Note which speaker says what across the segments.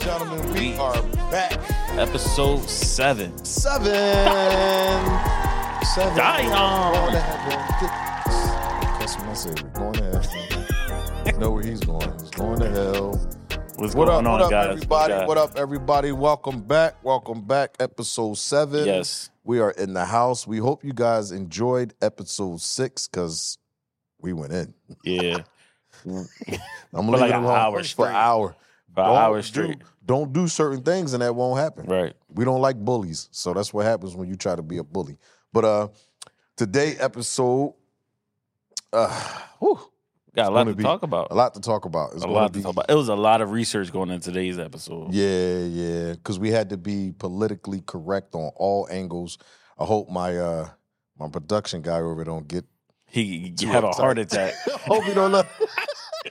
Speaker 1: gentlemen, we are back.
Speaker 2: Episode seven.
Speaker 1: Seven. Seven. Going to
Speaker 2: Dion.
Speaker 1: heaven. That's what I say. We're going to heaven. I know where he's going. He's going to hell.
Speaker 2: What's
Speaker 1: What up,
Speaker 2: going on,
Speaker 1: what up,
Speaker 2: guys?
Speaker 1: everybody?
Speaker 2: We got-
Speaker 1: What up, everybody? Welcome back. Welcome back. Episode seven.
Speaker 2: Yes.
Speaker 1: We are in the house. We hope you guys enjoyed episode six because we went in.
Speaker 2: Yeah.
Speaker 1: I'm
Speaker 2: For
Speaker 1: leaving
Speaker 2: like
Speaker 1: it
Speaker 2: an
Speaker 1: alone
Speaker 2: hour
Speaker 1: for
Speaker 2: straight.
Speaker 1: an hour.
Speaker 2: For
Speaker 1: Don't
Speaker 2: hours
Speaker 1: do-
Speaker 2: straight.
Speaker 1: don't do certain things and that won't happen.
Speaker 2: Right.
Speaker 1: We don't like bullies, so that's what happens when you try to be a bully. But uh today episode, uh, whew,
Speaker 2: Got a lot
Speaker 1: gonna
Speaker 2: to
Speaker 1: be
Speaker 2: talk about.
Speaker 1: a lot to talk about. It's
Speaker 2: A
Speaker 1: gonna
Speaker 2: lot to
Speaker 1: be-
Speaker 2: talk about. It was a lot of research going in today's episode.
Speaker 1: Yeah, yeah, because we had to be politically correct on all angles. I hope my uh my production guy over there don't get.
Speaker 2: He
Speaker 1: Too
Speaker 2: had a
Speaker 1: uptight.
Speaker 2: heart attack.
Speaker 1: hope he don't laugh.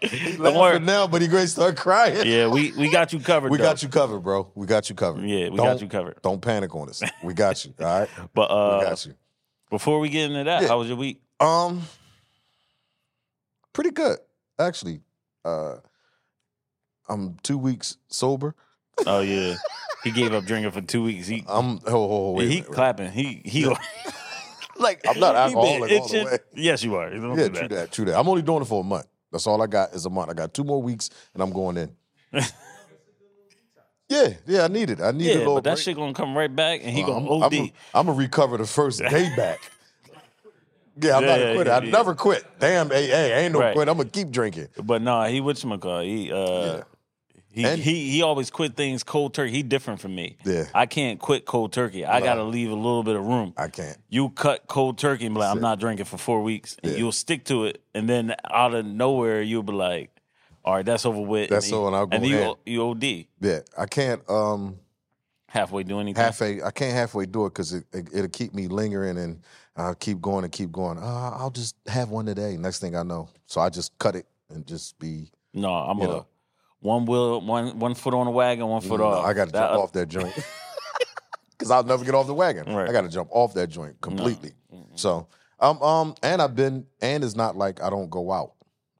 Speaker 1: He
Speaker 2: Don't worry.
Speaker 1: laughing now, but he great start crying.
Speaker 2: Yeah, we, we got you covered.
Speaker 1: we got you covered, bro. We got you covered.
Speaker 2: Yeah, we
Speaker 1: Don't-
Speaker 2: got you covered.
Speaker 1: Don't panic on us. We got you. All right,
Speaker 2: But
Speaker 1: we
Speaker 2: uh,
Speaker 1: got you.
Speaker 2: before we get into that,
Speaker 1: Yeah.
Speaker 2: how was your week?
Speaker 1: Um, pretty good actually. Uh, I'm two weeks sober.
Speaker 2: Oh yeah, he gave up drinking for two weeks. He
Speaker 1: I'm oh, oh, oh, wait,
Speaker 2: he
Speaker 1: wait, wait.
Speaker 2: clapping. He he.
Speaker 1: like I'm not
Speaker 2: he
Speaker 1: alcoholic
Speaker 2: been
Speaker 1: all the
Speaker 2: itching.
Speaker 1: way.
Speaker 2: Yes, you are. Don't
Speaker 1: Yeah,
Speaker 2: do
Speaker 1: true
Speaker 2: that.
Speaker 1: that, true that. I'm only doing it for a month. That's all I got is a month. I got two more weeks, and I'm going in. yeah, yeah, I need it. I need a
Speaker 2: Yeah,
Speaker 1: little
Speaker 2: but that
Speaker 1: break.
Speaker 2: shit gonna come right back, and he
Speaker 1: Uh,
Speaker 2: gonna
Speaker 1: I'm,
Speaker 2: OD.
Speaker 1: I'm, I'm gonna recover the first day back. Yeah, I'm not
Speaker 2: Yeah,
Speaker 1: a quitter.
Speaker 2: yeah,
Speaker 1: I
Speaker 2: yeah.
Speaker 1: never quit. Damn, hey, hey, I ain't no
Speaker 2: Right.
Speaker 1: quit. I'm gonna keep drinking.
Speaker 2: But no, he whatchamacallit, he uh he,
Speaker 1: And-
Speaker 2: he he always quit things cold turkey. He different from me.
Speaker 1: Yeah.
Speaker 2: I can't quit cold turkey. I gotta leave a little bit of room.
Speaker 1: I can't.
Speaker 2: you cut cold turkey and be like,
Speaker 1: That's
Speaker 2: I'm
Speaker 1: it.
Speaker 2: not drinking for four weeks. And
Speaker 1: Yeah.
Speaker 2: you'll stick to it. And then out of nowhere, you'll be like, all right, that's over with.
Speaker 1: That's
Speaker 2: then-
Speaker 1: all, and I'll go
Speaker 2: And then
Speaker 1: in.
Speaker 2: you, you OD
Speaker 1: Yeah, I can't. Um,
Speaker 2: halfway do anything.
Speaker 1: halfway. I can't halfway do it because it, it it'll keep me lingering and I'll keep going and keep going. Uh, I'll just have one today. Next thing I know, so I just cut it and just be.
Speaker 2: no, I'm
Speaker 1: You
Speaker 2: a
Speaker 1: know.
Speaker 2: one wheel, one one foot on the wagon, one foot
Speaker 1: No,
Speaker 2: off.
Speaker 1: I got to
Speaker 2: That-
Speaker 1: jump off that joint because I'll never get off the wagon.
Speaker 2: Right. Mm-hmm.
Speaker 1: I got to jump off that joint completely. So um um and I've been and it's not like I don't go out.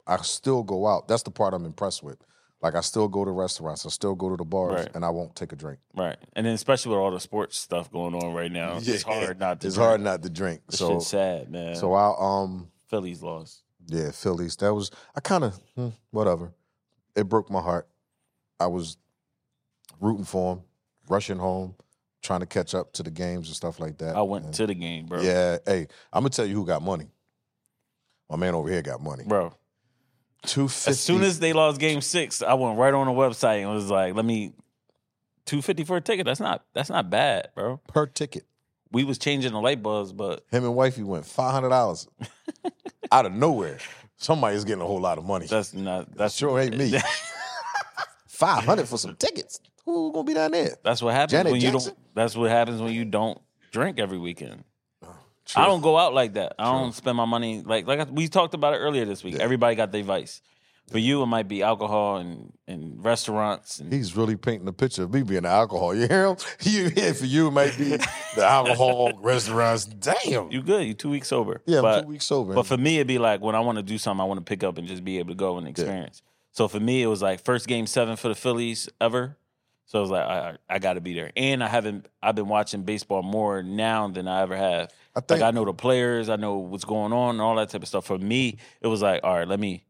Speaker 1: I still go out. That's the part I'm impressed with. Like I still go to restaurants. I still go to the bars,
Speaker 2: Right.
Speaker 1: and I won't take a drink.
Speaker 2: Right. And then especially with all the sports stuff going on right now, Oh, it's
Speaker 1: Yeah.
Speaker 2: hard not to
Speaker 1: It's
Speaker 2: drink.
Speaker 1: hard not to drink.
Speaker 2: This
Speaker 1: so
Speaker 2: shit's sad, man.
Speaker 1: so I'll um
Speaker 2: Phillies lost.
Speaker 1: Yeah, Phillies. That was I kind of hmm, whatever. It broke my heart. I was rooting for him, rushing home, trying to catch up to the games and stuff like that.
Speaker 2: I went
Speaker 1: And-
Speaker 2: to the game, bro.
Speaker 1: Yeah, hey, I'm gonna tell you who got money. My man over here got money.
Speaker 2: Bro.
Speaker 1: Two fifty.
Speaker 2: As soon as they lost game six, I went right on the website and was like, let me 250 for a ticket. That's not that's not bad, bro.
Speaker 1: per ticket,
Speaker 2: We was changing the light bulbs, but
Speaker 1: him and wifey went five hundred dollars out of nowhere. Somebody's getting a whole lot of money.
Speaker 2: that's not that's
Speaker 1: sure ain't me. five hundred for some tickets. Who gonna be down there?
Speaker 2: that's what happens
Speaker 1: Janet
Speaker 2: when you
Speaker 1: Jackson?
Speaker 2: don't that's what happens when you don't drink every weekend.
Speaker 1: True.
Speaker 2: I don't go out like that. I don't spend my money like like I- we talked about it earlier this week. Everybody got their vice. For you, it might be alcohol and, and restaurants and
Speaker 1: He's really painting a picture of me being an alcohol. You hear him? You, yeah, for you, it might be the alcohol restaurants. Damn.
Speaker 2: you good. You two weeks sober.
Speaker 1: yeah,
Speaker 2: but,
Speaker 1: I'm two weeks sober.
Speaker 2: But for me, it'd be like when I want to do something, I want to pick up and just be able to go and experience. So for me, it was like first game seven for the Phillies ever. So I was like, I, I got to be there. And I haven't, I've been watching baseball more now than I ever have.
Speaker 1: I think-
Speaker 2: like I know the players, I know what's going on, and all that type of stuff. For me, it was like, all right, let me,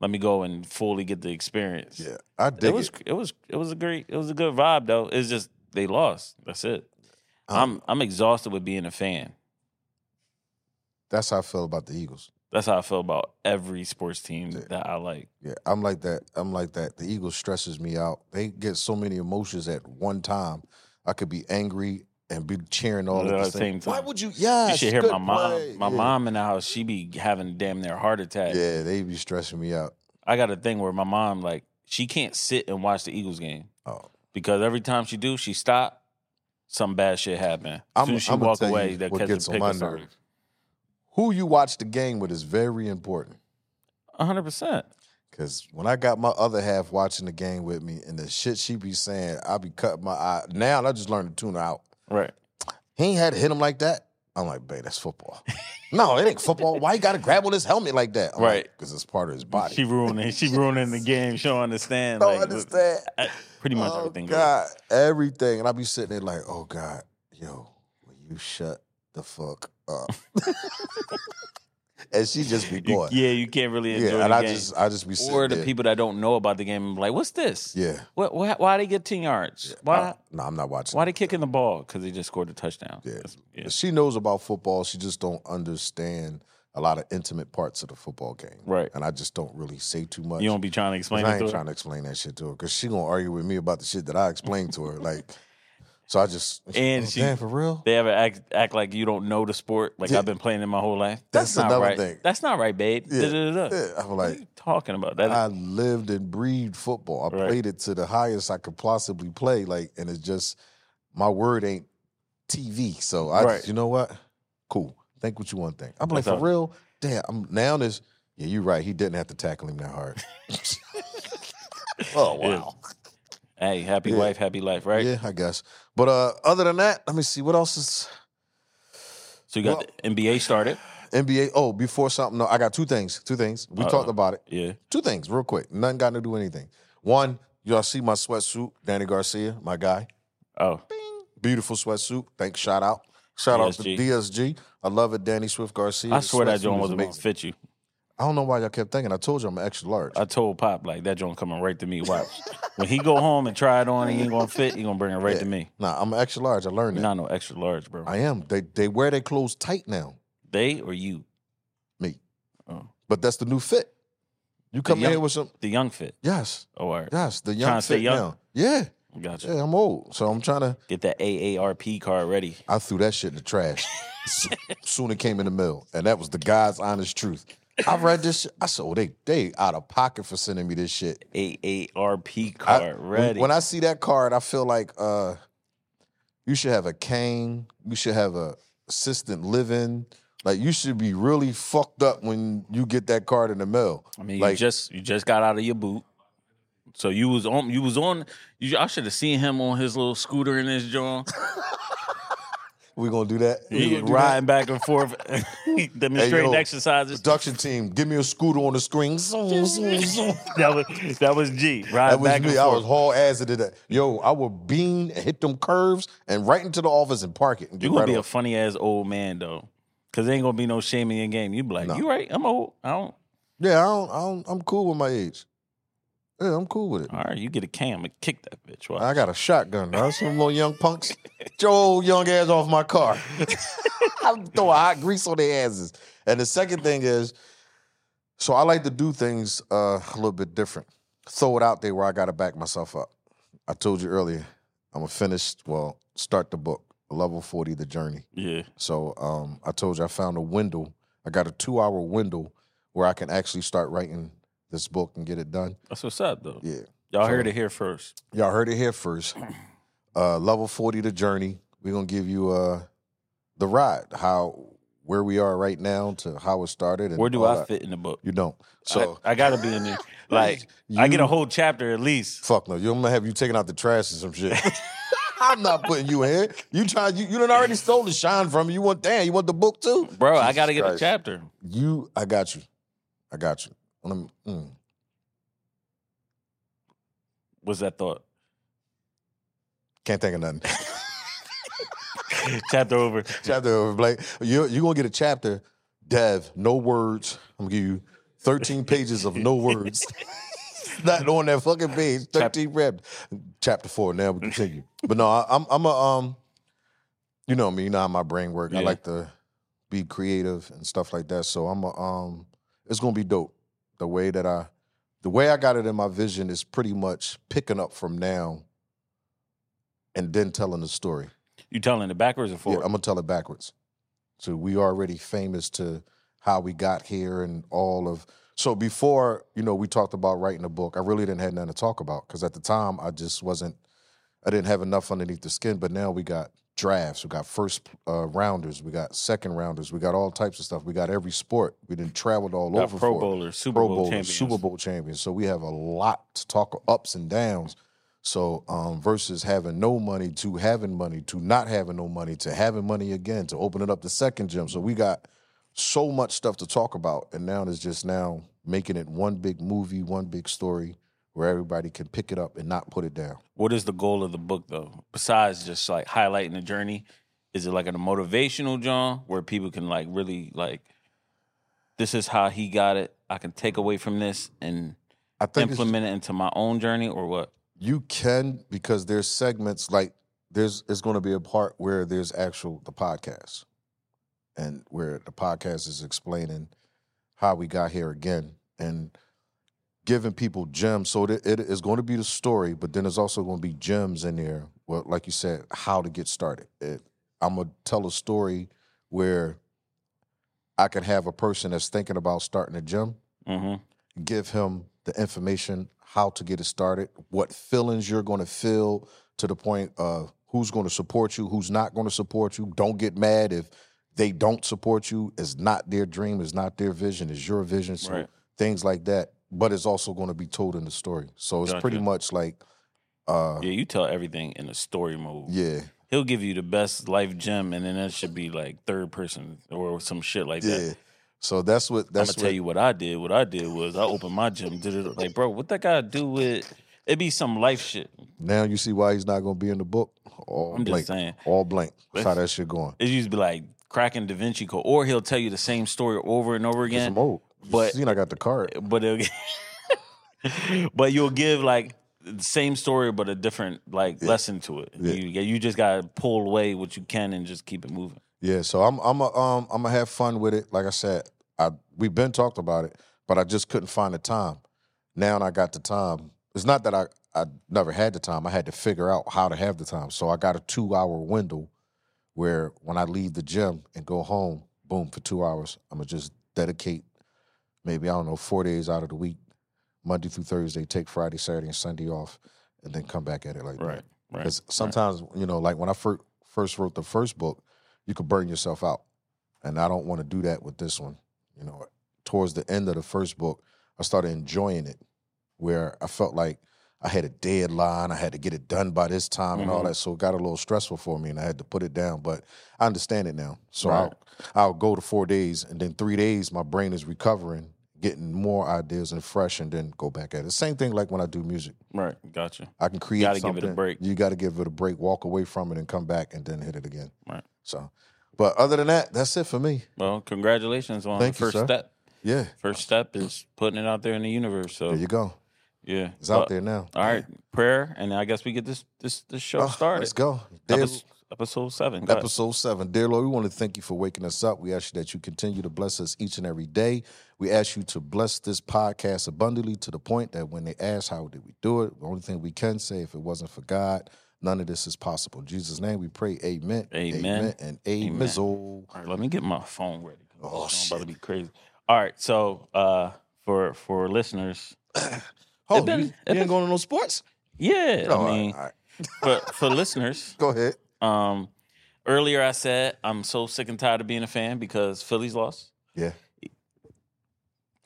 Speaker 2: let me go and fully get the experience.
Speaker 1: yeah, I dig
Speaker 2: it was, it. was, it was a great, it was a good vibe though. It's just they lost. That's it.
Speaker 1: Um
Speaker 2: I'm, I'm exhausted with being a fan.
Speaker 1: That's how I feel about the Eagles.
Speaker 2: That's how I feel about every sports team
Speaker 1: Yeah.
Speaker 2: that I like.
Speaker 1: Yeah, I'm like that. I'm like that. The Eagles stresses me out. They get so many emotions at one time. I could be angry and be cheering all at
Speaker 2: Yeah,
Speaker 1: the
Speaker 2: at the
Speaker 1: same,
Speaker 2: same time.
Speaker 1: Why would you? Yeah,
Speaker 2: you should hear
Speaker 1: good
Speaker 2: my mom.
Speaker 1: play.
Speaker 2: My
Speaker 1: yeah.
Speaker 2: mom in the house, she be having damn near heart attack.
Speaker 1: Yeah, they be stressing me out.
Speaker 2: I got a thing where my mom like she can't sit and watch the Eagles game
Speaker 1: Oh,
Speaker 2: because every time she do, she stop, some bad shit happen. As
Speaker 1: I'm-
Speaker 2: soon as she
Speaker 1: I'm gonna
Speaker 2: walk
Speaker 1: tell you
Speaker 2: away, that
Speaker 1: what
Speaker 2: catch
Speaker 1: gets
Speaker 2: a
Speaker 1: on
Speaker 2: pick
Speaker 1: my
Speaker 2: or
Speaker 1: nerves.
Speaker 2: something.
Speaker 1: who you watch the game with is very important.
Speaker 2: hundred percent.
Speaker 1: Cause when I got my other half watching the game with me and the shit she be saying, I be cutting my eye. Now I just learned to tune her out.
Speaker 2: Right.
Speaker 1: He ain't had to hit him like that. I'm like, babe, that's football. no, it ain't football. Why you gotta grab on his helmet like that?
Speaker 2: Right.
Speaker 1: Because it's part of his body.
Speaker 2: She ruining. She ruining the game. She don't understand.
Speaker 1: don't
Speaker 2: like, look,
Speaker 1: understand.
Speaker 2: I- pretty much
Speaker 1: oh,
Speaker 2: everything. goes.
Speaker 1: God, everything. And I'll be sitting there like, oh God, yo, will you shut the fuck up? and she just be
Speaker 2: You-
Speaker 1: going.
Speaker 2: yeah, you can't really enjoy
Speaker 1: yeah,
Speaker 2: the
Speaker 1: and I
Speaker 2: game.
Speaker 1: just I just be sitting
Speaker 2: or the
Speaker 1: there.
Speaker 2: people that don't know about the game, like, what's this?
Speaker 1: Yeah.
Speaker 2: What, why, why they get ten yards?
Speaker 1: I-
Speaker 2: Why?
Speaker 1: no, I'm not watching.
Speaker 2: Why they kicking the ball? Because they just scored a touchdown.
Speaker 1: Yeah.
Speaker 2: That's- yeah.
Speaker 1: She knows about football. She just don't understand a lot of intimate parts of the football game.
Speaker 2: Right.
Speaker 1: And I just don't really say too much.
Speaker 2: You don't be trying to explain
Speaker 1: I
Speaker 2: it
Speaker 1: ain't
Speaker 2: to her.
Speaker 1: trying to explain that shit to her because she gonna argue with me about the shit that I explained to her. Like, so I just
Speaker 2: And
Speaker 1: oh,
Speaker 2: she-
Speaker 1: damn, for real.
Speaker 2: They ever act act like you don't know the sport? Like
Speaker 1: Yeah.
Speaker 2: I've been playing it my whole life.
Speaker 1: That's
Speaker 2: not
Speaker 1: another
Speaker 2: right.
Speaker 1: thing.
Speaker 2: That's not right, babe.
Speaker 1: Yeah.
Speaker 2: Da-da-da-da.
Speaker 1: Yeah, I'm
Speaker 2: What are
Speaker 1: like,
Speaker 2: you talking about? That
Speaker 1: I lived and breathed football. I
Speaker 2: Right.
Speaker 1: played it to the highest I could possibly play. Like, and it's just my word ain't TV. So I,
Speaker 2: Right.
Speaker 1: just, you know what? Cool. Think what you want. to Think. I'm like
Speaker 2: That's
Speaker 1: for
Speaker 2: all.
Speaker 1: real. Damn. I'm now this. Yeah, you're right. He didn't have to tackle him that hard. oh wow.
Speaker 2: hey, happy
Speaker 1: Yeah.
Speaker 2: wife, happy life, right?
Speaker 1: Yeah, I guess. But uh, other than that, let me see what else is
Speaker 2: So you got
Speaker 1: Well-
Speaker 2: the NBA started.
Speaker 1: NBA. Oh, before something, no, I got two things. Two things. We
Speaker 2: Uh-oh.
Speaker 1: talked about it.
Speaker 2: Yeah.
Speaker 1: Two things, real quick. Nothing got to do with anything. One, y'all see my sweatsuit, Danny Garcia, my guy.
Speaker 2: Oh,
Speaker 1: Beautiful sweatsuit. Thanks. Shout out. Shout out to
Speaker 2: DSG.
Speaker 1: DSG. I love it, Danny Swift Garcia.
Speaker 2: I
Speaker 1: The
Speaker 2: swear that
Speaker 1: sweatsuit
Speaker 2: joint
Speaker 1: is
Speaker 2: wasn't gonna
Speaker 1: amazing.
Speaker 2: fit you.
Speaker 1: I don't know why y'all kept thinking. I told you I'm an extra large.
Speaker 2: I told Pop like that joint coming right to me. Watch when he go home and try it on, he ain't gonna fit. He gonna bring it right
Speaker 1: Yeah.
Speaker 2: to me.
Speaker 1: nah, I'm an extra large. I learned
Speaker 2: You're
Speaker 1: that.
Speaker 2: not no extra large, bro.
Speaker 1: I am. They they wear their clothes tight now.
Speaker 2: They or you?
Speaker 1: Me.
Speaker 2: Oh.
Speaker 1: But that's the new fit. You come in
Speaker 2: young-
Speaker 1: here with some.
Speaker 2: The young fit.
Speaker 1: Yes.
Speaker 2: Oh, all right.
Speaker 1: Yes. The
Speaker 2: Trying
Speaker 1: young
Speaker 2: to stay
Speaker 1: fit
Speaker 2: young.
Speaker 1: now. Yeah.
Speaker 2: Gotcha.
Speaker 1: Yeah, I'm old. So I'm trying to.
Speaker 2: Get that AARP card ready.
Speaker 1: I threw that shit in the trash. S- Soon it came in the mail, and that was the God's honest truth. I read this. Shit. I said, "Oh, they they out of pocket for sending me this shit."
Speaker 2: AARP
Speaker 1: I-
Speaker 2: card
Speaker 1: when-
Speaker 2: ready.
Speaker 1: When I see that card, I feel like uh, you should have a cane. You should have a assistant living. Like you should be really fucked up when you get that card in the mail.
Speaker 2: I mean, you
Speaker 1: like-
Speaker 2: just you just got out of your boot, so you was on you was on. You, I should have seen him on his little scooter in his joint,
Speaker 1: We gonna do that? We
Speaker 2: He
Speaker 1: gonna do
Speaker 2: riding back and forth, demonstrating
Speaker 1: yo,
Speaker 2: exercises.
Speaker 1: that? Production team, give me a scooter on the screen. Zoom, zoom, zoom.
Speaker 2: that was that was G
Speaker 1: That
Speaker 2: riding
Speaker 1: was
Speaker 2: back
Speaker 1: me.
Speaker 2: and
Speaker 1: I
Speaker 2: forth.
Speaker 1: was haul ass into that. Yo, I would bean and hit them curves and right into the office and park it. And
Speaker 2: you
Speaker 1: get
Speaker 2: gonna
Speaker 1: right
Speaker 2: be a
Speaker 1: off.
Speaker 2: funny ass old man though, because ain't gonna be no shame in your game. You be like,
Speaker 1: No.
Speaker 2: you right? I'm old. I don't.
Speaker 1: yeah, I don't, I don't, I'm cool with my age. Yeah, I'm cool with it.
Speaker 2: All right, you get a cam and kick that bitch. Watch.
Speaker 1: I got a shotgun. Now some little young punks. Get your old young ass off my car. I'm throwing hot grease on their asses. And the second thing is, so I like to do things uh, a little bit different. Throw it out there where I got to back myself up. I told you earlier, I'm gonna finish. Well, start the book, level forty, the journey.
Speaker 2: yeah,
Speaker 1: So um, I told you I found a window. I got a two hour window where I can actually start writing this book and get it done.
Speaker 2: that's what's up though.
Speaker 1: Yeah.
Speaker 2: Y'all heard it here first.
Speaker 1: Y'all heard it here first. Uh, level 40 the journey. We're gonna give you uh the ride, how where we are right now to how it started and
Speaker 2: Where do
Speaker 1: all
Speaker 2: I
Speaker 1: that.
Speaker 2: fit in the book?
Speaker 1: You don't. So
Speaker 2: I, I gotta be in there. Like I get a whole chapter at least.
Speaker 1: fuck no, you're gonna have you taking out the trash and some shit. I'm not putting you in here. You try you you done already stole the shine from me. You want damn, you want the book too?
Speaker 2: Bro, I
Speaker 1: Jesus
Speaker 2: gotta get a
Speaker 1: Christ.
Speaker 2: chapter.
Speaker 1: You, I got you. I got you. Let me, mm.
Speaker 2: What's that thought?
Speaker 1: Can't think of nothing.
Speaker 2: chapter over.
Speaker 1: chapter over, Blake. You're, you're going to get a chapter, Dev, no words. I'm going to give you 13 pages of no words. Not on that fucking page. 13 rep. Chapter four. Now we continue. but no, I, I'm, I'm a, um, you know me, you know how my brain works. I
Speaker 2: Yeah.
Speaker 1: like to be creative and stuff like that. So I'm a, um, it's going to be dope. The way that I, the way I got it in my vision is pretty much picking up from now and then telling the story.
Speaker 2: You telling it backwards or
Speaker 1: Yeah,
Speaker 2: forward?
Speaker 1: I'm gonna tell it backwards. So we already famous to how we got here and all of. So before you know, we talked about writing a book. I really didn't have nothing to talk about because at the time I just wasn't. I didn't have enough underneath the skin. But now we got drafts. We got first uh, rounders. We got second rounders. We got all types of stuff. We got every sport. We didn't traveled all
Speaker 2: Got
Speaker 1: over.
Speaker 2: Pro
Speaker 1: for it.
Speaker 2: Bowlers, Super
Speaker 1: Pro
Speaker 2: Bowl
Speaker 1: Bowlers,
Speaker 2: champions.
Speaker 1: Super Bowl champions. So we have a lot to talk ups and downs. So um, versus having no money to having money to not having no money to having money again to opening up the second gym. So we got so much stuff to talk about, and now it's just now making it one big movie, one big story where everybody can pick it up and not put it down.
Speaker 2: What is the goal of the book though? Besides just like highlighting the journey, is it like a motivational John where people can like really like this is how he got it. I can take away from this and
Speaker 1: I think it's-
Speaker 2: implement it into my own journey or what?
Speaker 1: You can because there's segments like there's it's going to be a part where there's actual the podcast, and where the podcast is explaining how we got here again and giving people gems. So it, it is going to be the story, but then there's also going to be gems in there. Well, like you said, how to get started. It, I'm gonna tell a story where I can have a person that's thinking about starting a gym
Speaker 2: hmm
Speaker 1: Uh, give him the information how to get it started, what feelings you're going to feel to the point of who's going to support you, who's not going to support you. Don't get mad if they don't support you. It's not their dream, it's not their vision, it's your vision. So
Speaker 2: Right.
Speaker 1: things like that. But it's also going to be told in the story. So it's
Speaker 2: Gotcha.
Speaker 1: pretty much like, uh,
Speaker 2: Yeah, you tell everything in a story mode.
Speaker 1: yeah,
Speaker 2: He'll give you the best life gem and then that should be like third person or some shit like that.
Speaker 1: yeah. So that's what
Speaker 2: I'm
Speaker 1: that's
Speaker 2: gonna
Speaker 1: what,
Speaker 2: tell you what I did. What I did was I opened my gym. Did it like, bro? What that guy do with? It be some life shit.
Speaker 1: now you see why he's not going to be in the book. All
Speaker 2: I'm just
Speaker 1: blank,
Speaker 2: saying.
Speaker 1: all blank. That's how that shit going.
Speaker 2: It used to be like cracking Da Vinci Code, or he'll tell you the same story over and over
Speaker 1: It's
Speaker 2: again.
Speaker 1: old.
Speaker 2: but-
Speaker 1: But seen I got the card.
Speaker 2: But it'll, but you'll give like the same story, but a different like lesson to it.
Speaker 1: Yeah.
Speaker 2: You you just gotta pull away what you can and just keep it moving.
Speaker 1: Yeah, so I'm I'm a, um I'm gonna have fun with it. Like I said, I we've been talked about it, but I just couldn't find the time. Now I got the time. It's not that I I never had the time. I had to figure out how to have the time. So I got a two hour window where when I leave the gym and go home, boom, for two hours, I'm gonna just dedicate maybe I don't know four days out of the week, Monday through Thursday, take Friday, Saturday, and Sunday off, and then come back at it like that.
Speaker 2: right.
Speaker 1: Because sometimes, you know, like when I fir- first wrote the first book, you could burn yourself out. And I don't want to do that with this one. You know, towards the end of the first book, I started enjoying it where I felt like I had a deadline, I had to get it done by this time and all
Speaker 2: Mhm.
Speaker 1: that. So it got a little stressful for me and I had to put it down. But I understand it now. So
Speaker 2: Right.
Speaker 1: I'll, I'll go to four days and then three days, my brain is recovering, getting more ideas and fresh, and then go back at it. Same thing like when I do music.
Speaker 2: Right. Gotcha.
Speaker 1: I can create
Speaker 2: Gotta give it a
Speaker 1: something.
Speaker 2: break.
Speaker 1: You got to give it a break. Walk away from it and come back and then hit it again.
Speaker 2: Right.
Speaker 1: So, but other than that, that's it for me.
Speaker 2: Well, congratulations on
Speaker 1: Thank you,
Speaker 2: the first
Speaker 1: sir.
Speaker 2: step.
Speaker 1: Yeah.
Speaker 2: First step is putting it out there in the universe. So
Speaker 1: There you go.
Speaker 2: yeah,
Speaker 1: It's out
Speaker 2: But-
Speaker 1: there now.
Speaker 2: All right, prayer, and I guess we get this this this show
Speaker 1: Oh,
Speaker 2: started.
Speaker 1: Let's go. Dear,
Speaker 2: Epis- episode seven. Go ahead.
Speaker 1: episode seven. Dear Lord, we want to thank you for waking us up. We ask you that you continue to bless us each and every day. We ask you to bless this podcast abundantly to the point that when they ask how did we do it, the only thing we can say if it wasn't for God, none of this is possible. In Jesus' name we pray. Amen.
Speaker 2: Amen.
Speaker 1: and
Speaker 2: Amen.
Speaker 1: amen.
Speaker 2: All right, let me get my phone ready.
Speaker 1: Oh,
Speaker 2: I'm about to be crazy. All right, so uh, for for listeners,
Speaker 1: Oh,
Speaker 2: been-
Speaker 1: you,
Speaker 2: it
Speaker 1: you
Speaker 2: been-
Speaker 1: ain't going to no sports?
Speaker 2: yeah,
Speaker 1: Oh, all
Speaker 2: I
Speaker 1: right,
Speaker 2: mean,
Speaker 1: all right.
Speaker 2: for for listeners,
Speaker 1: Go ahead.
Speaker 2: um, earlier I said I'm so sick and tired of being a fan because Phillies lost.
Speaker 1: Yeah.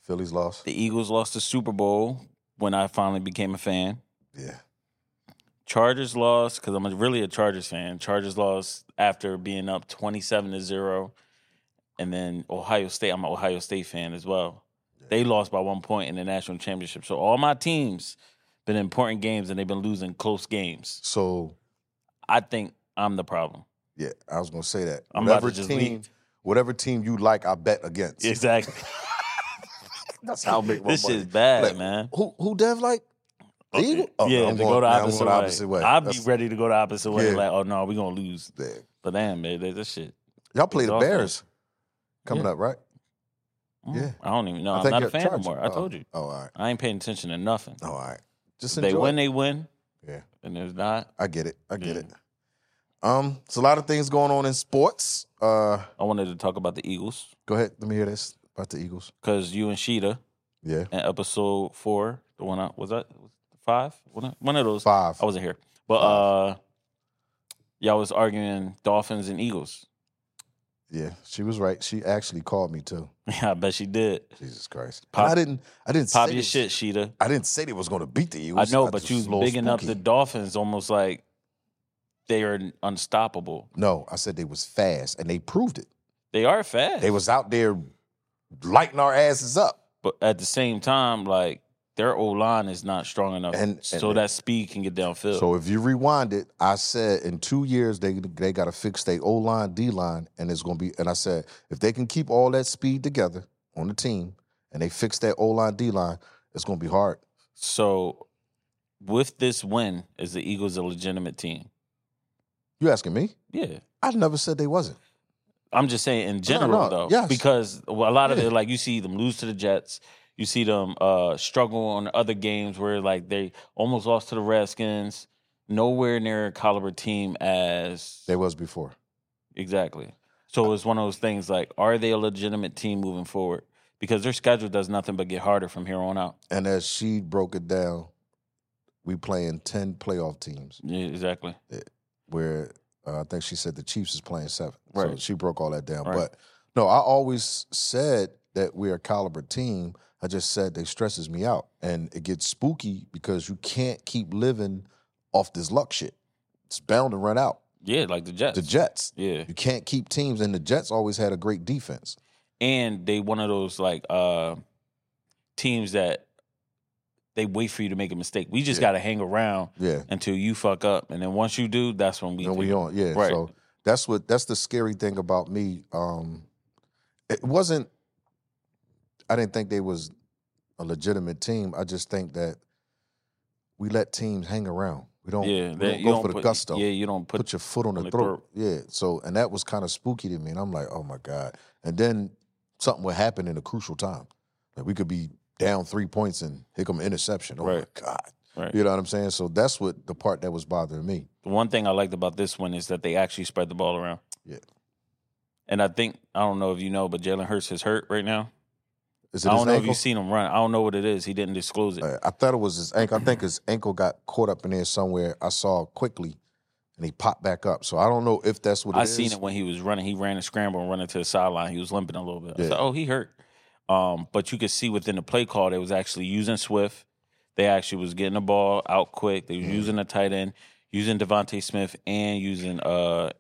Speaker 1: Phillies lost.
Speaker 2: The Eagles lost the Super Bowl when I finally became a fan.
Speaker 1: Yeah.
Speaker 2: Chargers lost because I'm a- really a Chargers fan. Chargers lost after being up 27 to zero, and then Ohio State. I'm an Ohio State fan as well. They lost by one point in the national championship. So all my teams been in important games and they've been losing close games.
Speaker 1: So,
Speaker 2: I think I'm the problem.
Speaker 1: yeah, I was going to say that.
Speaker 2: I'm about
Speaker 1: whatever
Speaker 2: to just
Speaker 1: team,
Speaker 2: leave.
Speaker 1: whatever team you like, I bet against.
Speaker 2: Exactly.
Speaker 1: That's how I make my
Speaker 2: this
Speaker 1: money.
Speaker 2: is bad,
Speaker 1: Like,
Speaker 2: man.
Speaker 1: Who who Dev like? The Eagle? Oh,
Speaker 2: yeah,
Speaker 1: no, I'm
Speaker 2: to
Speaker 1: going,
Speaker 2: go the
Speaker 1: yeah, I'm
Speaker 2: opposite,
Speaker 1: going
Speaker 2: way.
Speaker 1: opposite way.
Speaker 2: I'd be
Speaker 1: That's-
Speaker 2: ready to go the opposite way.
Speaker 1: Yeah.
Speaker 2: Like, oh no, we're gonna lose.
Speaker 1: yeah.
Speaker 2: But damn, man, that, that shit.
Speaker 1: Y'all play the
Speaker 2: Dolphins.
Speaker 1: Bears coming up, right?
Speaker 2: Mm,
Speaker 1: Yeah.
Speaker 2: I don't even know.
Speaker 1: I
Speaker 2: I'm
Speaker 1: think
Speaker 2: not a
Speaker 1: you're
Speaker 2: fan
Speaker 1: Chargers.
Speaker 2: anymore. I
Speaker 1: Oh,
Speaker 2: told you.
Speaker 1: Oh, all right.
Speaker 2: I ain't paying attention to nothing.
Speaker 1: Oh, all right. Just
Speaker 2: If they
Speaker 1: enjoy.
Speaker 2: win, they win.
Speaker 1: Yeah.
Speaker 2: And if not,
Speaker 1: I get it. I get
Speaker 2: Yeah.
Speaker 1: it. Um, it's a lot of things going on in sports. Uh,
Speaker 2: I wanted to talk about the Eagles
Speaker 1: go ahead. Let me hear this about the Eagles.
Speaker 2: because you and Sheeta
Speaker 1: Yeah.
Speaker 2: in episode four, the one I was that was it five, one of, one of those.
Speaker 1: Five.
Speaker 2: I wasn't here, but uh, y'all was arguing Dolphins and Eagles.
Speaker 1: Yeah, she was right. She actually called me too.
Speaker 2: I bet she did.
Speaker 1: Jesus Christ!
Speaker 2: Pop-
Speaker 1: and I didn't. I didn't.
Speaker 2: Pop
Speaker 1: say
Speaker 2: your
Speaker 1: they-
Speaker 2: shit, Sheeta.
Speaker 1: I didn't say they was going to beat the
Speaker 2: I
Speaker 1: Eagles.
Speaker 2: know,
Speaker 1: I
Speaker 2: but
Speaker 1: just
Speaker 2: you
Speaker 1: was a little
Speaker 2: was bigging up the
Speaker 1: spooky.
Speaker 2: Dolphins almost like they are unstoppable.
Speaker 1: No, I said they was fast, and they proved it.
Speaker 2: They are fast.
Speaker 1: They was out there lighting our asses up.
Speaker 2: but at the same time, like their O line is not strong enough,
Speaker 1: And-
Speaker 2: so
Speaker 1: and-
Speaker 2: that speed can get downfield.
Speaker 1: So if you rewind it, I said in two years they they got to fix their O line, D line, and it's gonna be. And I said if they can keep all that speed together on the team, and they fix that O line, D line, it's gonna be hard.
Speaker 2: So, with this win, is the Eagles a legitimate team?
Speaker 1: You asking me?
Speaker 2: Yeah.
Speaker 1: I never said they wasn't.
Speaker 2: I'm just saying in general,
Speaker 1: no,
Speaker 2: though,
Speaker 1: yes.
Speaker 2: because a lot of
Speaker 1: Yeah.
Speaker 2: it, like you see them lose to the Jets, you see them uh, struggle on other games where like they almost lost to the Redskins. Nowhere near a caliber team as
Speaker 1: They was before.
Speaker 2: exactly. So it's one of those things like, are they a legitimate team moving forward? Because their schedule does nothing but get harder from here on out.
Speaker 1: And as she broke it down, we playing ten playoff teams.
Speaker 2: Yeah, exactly.
Speaker 1: Where uh, I think she said the Chiefs is playing seven. So
Speaker 2: Right.
Speaker 1: she broke all that down.
Speaker 2: Right.
Speaker 1: But no, I always said that we're a caliber team. I just said they stresses me out, and it gets spooky because you can't keep living off this luck shit. It's bound to run out.
Speaker 2: Yeah, like the Jets.
Speaker 1: The Jets.
Speaker 2: Yeah.
Speaker 1: You can't keep teams, and the Jets always had a great defense.
Speaker 2: and they one of those like uh teams that they wait for you to make a mistake. We just
Speaker 1: Yeah.
Speaker 2: got to hang around
Speaker 1: Yeah.
Speaker 2: until you fuck up, and then once you do, that's when we.
Speaker 1: and we
Speaker 2: take-
Speaker 1: on. Yeah.
Speaker 2: Right.
Speaker 1: So that's what that's the scary thing about me. Um it wasn't I didn't think they was a legitimate team. I just think that we let teams hang around. We don't,
Speaker 2: yeah,
Speaker 1: we
Speaker 2: that-
Speaker 1: don't
Speaker 2: you
Speaker 1: go
Speaker 2: don't
Speaker 1: for the
Speaker 2: put-
Speaker 1: gusto.
Speaker 2: Yeah, you don't
Speaker 1: put,
Speaker 2: put.
Speaker 1: your foot on the,
Speaker 2: on the
Speaker 1: throat. Yeah. So and that was kind of spooky to me. And I'm like, oh my God. And then something would happen in a crucial time. Like we could be down three points and here come an interception. Oh
Speaker 2: Right.
Speaker 1: my God.
Speaker 2: Right.
Speaker 1: You know what I'm saying? So that's what the part that was bothering me.
Speaker 2: the one thing I liked about this one is that they actually spread the ball around.
Speaker 1: Yeah.
Speaker 2: And I think I don't know if you know, but Jalen Hurts is hurt right now.
Speaker 1: Is
Speaker 2: I
Speaker 1: his
Speaker 2: don't know if
Speaker 1: ankle?
Speaker 2: you've seen him run. I don't know what it is. He didn't disclose it.
Speaker 1: Uh, I thought it was his ankle. I think his ankle got caught up in there somewhere. I saw it quickly, and he popped back up. So I don't know if that's what
Speaker 2: I
Speaker 1: is.
Speaker 2: seen it when he was running. He ran a scramble and running to the sideline. He was limping a little bit. I
Speaker 1: Yeah.
Speaker 2: said, "Oh, he hurt." Um, but you could see within the play call they was actually using Swift. They actually was getting the ball out quick. They was
Speaker 1: Mhm.
Speaker 2: using the tight end, using Devontae Smith, and using uh,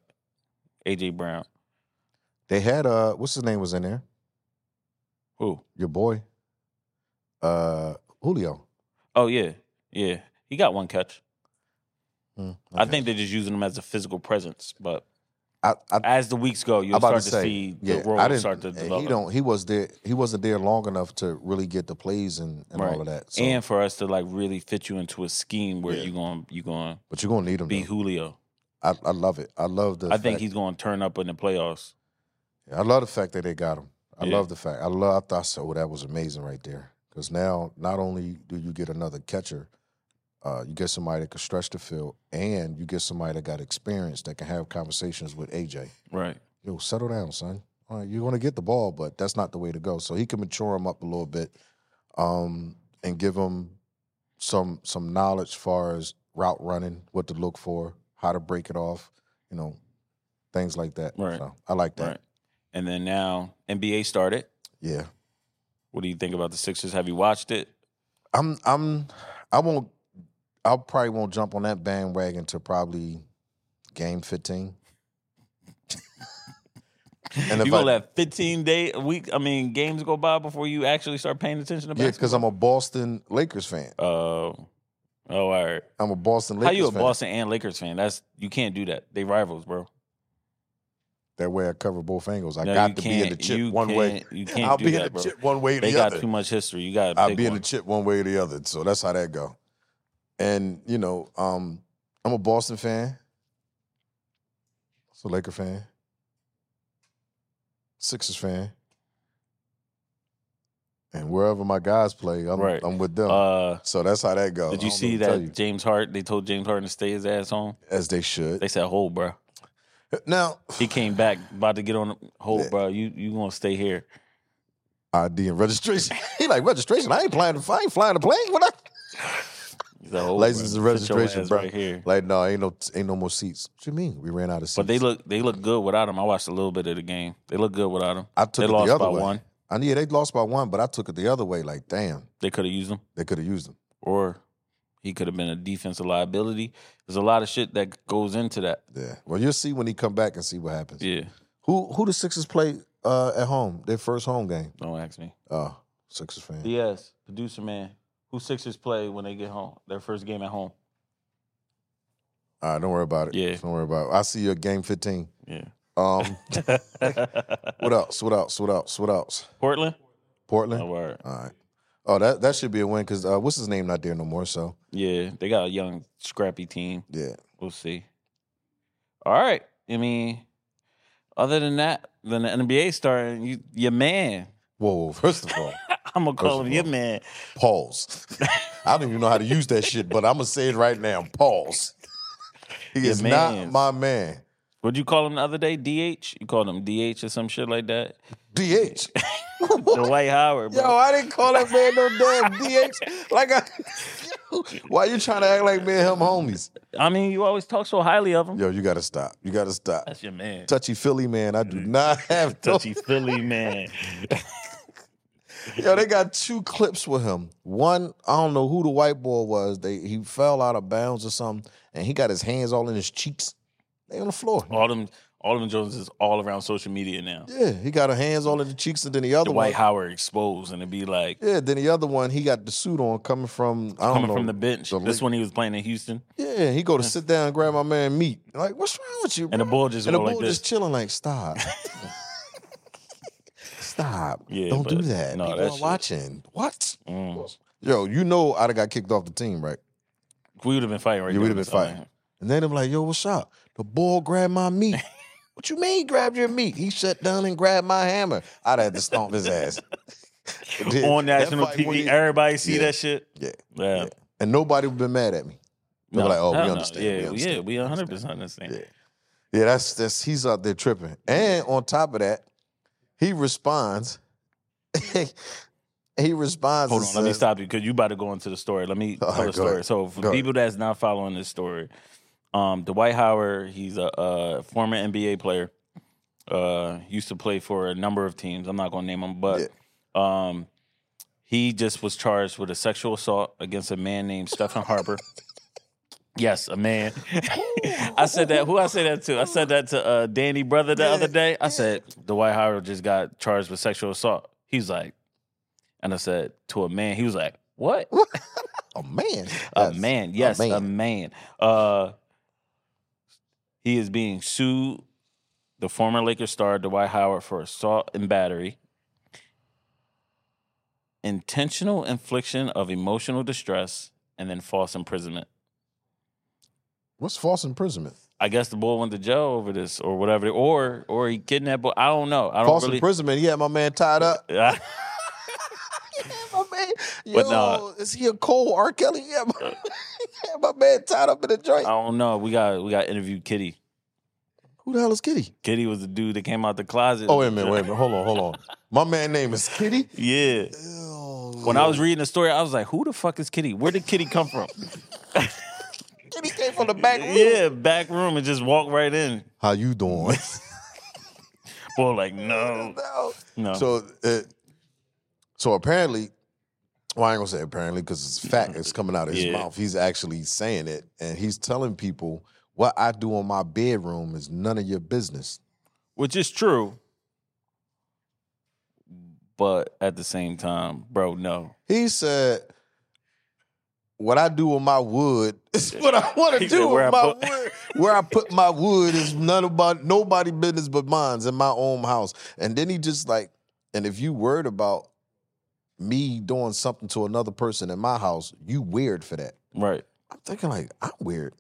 Speaker 2: AJ Brown.
Speaker 1: They had uh, what's his name was in there?
Speaker 2: Who?
Speaker 1: Your boy, uh, Julio.
Speaker 2: Oh yeah, yeah. He got one catch.
Speaker 1: Hmm,
Speaker 2: I
Speaker 1: okay.
Speaker 2: think they're just using him as a physical presence. But
Speaker 1: I, I,
Speaker 2: as the weeks go,
Speaker 1: I'm
Speaker 2: you'll
Speaker 1: about
Speaker 2: start
Speaker 1: to
Speaker 2: to,
Speaker 1: say,
Speaker 2: see
Speaker 1: yeah,
Speaker 2: the role
Speaker 1: I didn't.
Speaker 2: start to develop.
Speaker 1: He don't. He was there. He wasn't there long enough to really get the plays and, and
Speaker 2: Right.
Speaker 1: all of that. So,
Speaker 2: and for us to like really fit you into a scheme where
Speaker 1: Yeah.
Speaker 2: you going you going
Speaker 1: but you're gonna need him.
Speaker 2: be
Speaker 1: though.
Speaker 2: Julio.
Speaker 1: I, I love it. I love the.
Speaker 2: I think
Speaker 1: fact-
Speaker 2: he's going to turn up in the playoffs.
Speaker 1: I love the fact that they got him. I
Speaker 2: Yeah.
Speaker 1: love the fact. I love. I thought so. That was amazing right there. Because now, not only do you get another catcher, uh, you get somebody that can stretch the field, and you get somebody that got experience that can have conversations with AJ.
Speaker 2: Right.
Speaker 1: Yo, settle down, son. All right, you're going to get the ball, but that's not the way to go. So he can mature him up a little bit, um, and give him some some knowledge far as route running, what to look for, how to break it off, you know, things like that.
Speaker 2: Right.
Speaker 1: So I like that.
Speaker 2: Right. And then now NBA started.
Speaker 1: Yeah.
Speaker 2: What do you think about the Sixers? Have you watched it?
Speaker 1: I'm I'm I won't I probably won't jump on that bandwagon till probably game 15. And if
Speaker 2: you
Speaker 1: I-
Speaker 2: gonna let 15 day a week? I mean, games go by before you actually start paying attention to
Speaker 1: Yeah, because
Speaker 2: basketball.
Speaker 1: I'm a Boston Lakers fan.
Speaker 2: Uh, oh, all right.
Speaker 1: I'm a Boston
Speaker 2: How
Speaker 1: Lakers
Speaker 2: you a
Speaker 1: fan.
Speaker 2: Boston and Lakers fan? That's you can't do that. They rivals, bro.
Speaker 1: That way I cover both angles. I
Speaker 2: No, you
Speaker 1: got to be in the
Speaker 2: can't-
Speaker 1: chip
Speaker 2: you
Speaker 1: one way.
Speaker 2: can't- You can't
Speaker 1: I'll
Speaker 2: do
Speaker 1: be
Speaker 2: that,
Speaker 1: in the
Speaker 2: bro.
Speaker 1: chip one way or
Speaker 2: They
Speaker 1: the
Speaker 2: got
Speaker 1: other.
Speaker 2: too much history. You got
Speaker 1: I'll
Speaker 2: to
Speaker 1: be
Speaker 2: pick
Speaker 1: in the
Speaker 2: one.
Speaker 1: chip one way or the other. So that's how that go. And you know, um, I'm a Boston fan. So Laker fan. Sixers fan. And wherever my guys play, I'm
Speaker 2: Right.
Speaker 1: I'm with them.
Speaker 2: Uh,
Speaker 1: so that's how that goes.
Speaker 2: did you see that James Hart? They told James Harden to stay his ass home.
Speaker 1: as they should.
Speaker 2: They said, "Hold, bro."
Speaker 1: now
Speaker 2: He came back, about to get on. the-
Speaker 1: Yeah.
Speaker 2: Hold, bro. You you gonna stay here?
Speaker 1: ID and registration. he like registration. I ain't flying. I ain't flying the plane. What? I,
Speaker 2: The whole
Speaker 1: License and
Speaker 2: room. Sit "Oh, your
Speaker 1: registration,
Speaker 2: ass
Speaker 1: bro.
Speaker 2: right here.
Speaker 1: Like, no, ain't no, ain't no more seats. What you mean? We ran out of seats.
Speaker 2: But they look they look good without him. I watched a little bit of the game. They look good without him.
Speaker 1: I took
Speaker 2: they
Speaker 1: it
Speaker 2: lost
Speaker 1: the other
Speaker 2: by
Speaker 1: way.
Speaker 2: one.
Speaker 1: I yeah, they lost by one, but I took it the other way. Like, damn,
Speaker 2: They could have used him,
Speaker 1: they could have used them.
Speaker 2: or he could have been a defensive liability. There's a lot of shit that goes into that.
Speaker 1: Yeah. Well, you'll see when he come back and see what happens.
Speaker 2: Yeah,
Speaker 1: Who who the Sixers play uh, at home? Their first home game.
Speaker 2: don't ask me.
Speaker 1: Oh, Sixers fan.
Speaker 2: Diaz, producer man, who Sixers play when they get home? Their first game at home.
Speaker 1: All right, don't worry about it.
Speaker 2: Yeah.
Speaker 1: Don't worry about it. I see you at game 15.
Speaker 2: Yeah.
Speaker 1: Um, what else? What else? What else? What else?
Speaker 2: Portland.
Speaker 1: Portland?
Speaker 2: Oh, word.
Speaker 1: All right. Oh, that, that should be a win because uh, what's his name not there no more. So
Speaker 2: Yeah, they got a young, scrappy team.
Speaker 1: yeah,
Speaker 2: We'll see. All right. I mean, other than that, then the NBA starting. You, your man.
Speaker 1: whoa, whoa, First of all,
Speaker 2: I'm gonna
Speaker 1: First
Speaker 2: call
Speaker 1: of
Speaker 2: him your
Speaker 1: all.
Speaker 2: man.
Speaker 1: pause. I don't even know how to use that shit, but I'm gonna say it right now. Pause. He
Speaker 2: Your
Speaker 1: is not
Speaker 2: mans.
Speaker 1: my man.
Speaker 2: What'd you call him the other day? DH? You called him DH or some shit like that?
Speaker 1: DH.
Speaker 2: Dwight Howard, bro.
Speaker 1: Yo, I didn't call that man no damn DH. Like, I, Yo, why you trying to act like me and him homies?
Speaker 2: I mean, you always talk so highly of him.
Speaker 1: Yo, you gotta stop. You gotta stop.
Speaker 2: That's your man.
Speaker 1: Touchy Philly man, I do not have no
Speaker 2: Touchy Philly man.
Speaker 1: Yo, they got two clips with him. One, I don't know who the white boy was. They he fell out of bounds or something, and he got his hands all in his cheeks. They on the floor.
Speaker 2: all them, all them Jones is all around social media now.
Speaker 1: Yeah, he got her hands all in the cheeks, and then the other
Speaker 2: The White
Speaker 1: one.
Speaker 2: Howard exposed, and it'd be like
Speaker 1: Yeah, then the other one, he got the suit on coming from I don't
Speaker 2: coming
Speaker 1: know,
Speaker 2: from the bench.
Speaker 1: the
Speaker 2: this
Speaker 1: league.
Speaker 2: one he was playing in Houston,
Speaker 1: Yeah, he go to sit down and grab my man meat. Like, what's wrong with you?
Speaker 2: and the
Speaker 1: bro?
Speaker 2: ball just
Speaker 1: and the
Speaker 2: went like
Speaker 1: bull
Speaker 2: this.
Speaker 1: just chilling, like, stop. stop.
Speaker 2: Yeah,
Speaker 1: Don't do
Speaker 2: but
Speaker 1: that.
Speaker 2: no,
Speaker 1: People
Speaker 2: that
Speaker 1: are
Speaker 2: shit-
Speaker 1: watching. What?
Speaker 2: Mm.
Speaker 1: Yo, you know I'd have got kicked off the team, right?
Speaker 2: We would have been fighting right
Speaker 1: You
Speaker 2: there
Speaker 1: would've
Speaker 2: on
Speaker 1: been
Speaker 2: the sideline.
Speaker 1: fighting. And then I'm like, yo, what's up? The bull grabbed my meat. what you mean he grabbed your meat? He shut down and grabbed my hammer. I'd have to stomp his ass.
Speaker 2: on national
Speaker 1: That fight
Speaker 2: TV.
Speaker 1: went-
Speaker 2: everybody see
Speaker 1: Yeah.
Speaker 2: that shit.
Speaker 1: Yeah.
Speaker 2: Yeah.
Speaker 1: And nobody would been mad at me. They were like, oh, we
Speaker 2: Hell no.
Speaker 1: understand,
Speaker 2: Yeah,
Speaker 1: we
Speaker 2: yeah,
Speaker 1: understand,
Speaker 2: we 100 percent understand.
Speaker 1: Yeah. Yeah, that's that's he's out there tripping. And on top of that, he responds. he responds.
Speaker 2: Hold
Speaker 1: and
Speaker 2: on, let me
Speaker 1: says-
Speaker 2: stop you because you about to go into the story. Let me
Speaker 1: All
Speaker 2: tell
Speaker 1: right,
Speaker 2: the
Speaker 1: go
Speaker 2: story.
Speaker 1: ahead.
Speaker 2: So for
Speaker 1: Go ahead.
Speaker 2: people that's not following this story, um, Dwight Howard, he's a, uh former NBA player. Uh, used to play for a number of teams. I'm not gonna name them, but um, he just was charged with a sexual assault against a man named Stephen Harper. Yes, a man. I said that. Who I said that to? I said that to uh, Danny brother the
Speaker 1: Yeah,
Speaker 2: other day. I said Dwight Howard just got charged with sexual assault. He's like, and I said to a man. He was like, what?
Speaker 1: A man.
Speaker 2: A man. Yes, a man. Uh, he is being sued. The former Lakers star Dwight Howard for assault and battery, intentional infliction of emotional distress, and then false imprisonment.
Speaker 1: What's false imprisonment?
Speaker 2: I guess the boy went to jail over this or whatever, or or he kidnapped. Boy. I don't know. I don't
Speaker 1: False
Speaker 2: really.
Speaker 1: imprisonment. He had my man tied up. Yeah, my man. Yo,
Speaker 2: But nah.
Speaker 1: is he a cold R. Kelly? Yeah, my, he had my man tied up in a joint.
Speaker 2: I don't know. We got we got interviewed Kitty.
Speaker 1: Who the hell is Kitty?
Speaker 2: Kitty was the dude that came out the closet.
Speaker 1: Oh, wait a minute, wait a minute. Hold on, hold on. My man name is Kitty.
Speaker 2: Yeah. When I was reading the story, I was like, "Who the fuck is Kitty? Where did Kitty come from?"
Speaker 1: Kitty came from the back room.
Speaker 2: yeah, back room and just walk right in.
Speaker 1: How you doing?
Speaker 2: Boy, like no,
Speaker 1: No.
Speaker 2: no.
Speaker 1: So, uh, so apparently, well, I ain't gonna say apparently because it's fact. It's coming out of his
Speaker 2: Yeah.
Speaker 1: mouth. He's actually saying it, and he's telling people what I do in my bedroom is none of your business.
Speaker 2: Which is true, but at the same time, bro, no.
Speaker 1: He said, "What I do with my wood is what I want to
Speaker 2: He
Speaker 1: do
Speaker 2: said,
Speaker 1: with
Speaker 2: "Where I
Speaker 1: my
Speaker 2: put-
Speaker 1: wood. Where I put my wood is none about nobody business but mine's in my own house." And then he just like, and if you worried about me doing something to another person in my house, you weird for that.
Speaker 2: Right.
Speaker 1: I'm thinking like, I'm weird.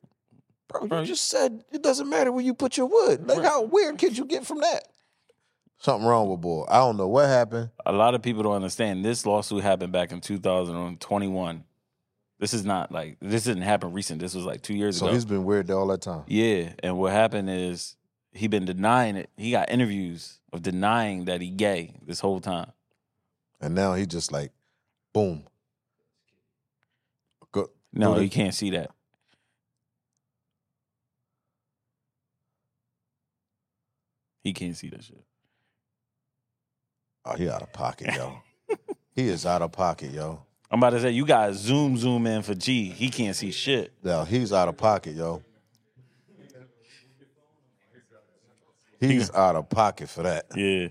Speaker 1: Bro,
Speaker 2: Bro,
Speaker 1: you
Speaker 2: you-
Speaker 1: just said it doesn't matter where you put your wood. Like,
Speaker 2: Right.
Speaker 1: how weird could you get from that? Something wrong with boy. I don't know what happened.
Speaker 2: a lot of people don't understand this lawsuit happened back in 2021. This is not like this didn't happen recent. This was like two years
Speaker 1: So
Speaker 2: ago.
Speaker 1: he's been weird all that time.
Speaker 2: Yeah, and what happened is he been denying it. He got interviews of denying that he gay this whole time.
Speaker 1: And now he just like, boom. Go,
Speaker 2: No,
Speaker 1: Who the-
Speaker 2: you can't see that. He can't see that shit.
Speaker 1: Oh, he out of pocket, yo. he is out of pocket, yo.
Speaker 2: I'm about to say you got zoom zoom in for G. He can't see shit.
Speaker 1: Now he's out of pocket, yo. He's out of pocket for that.
Speaker 2: Yeah,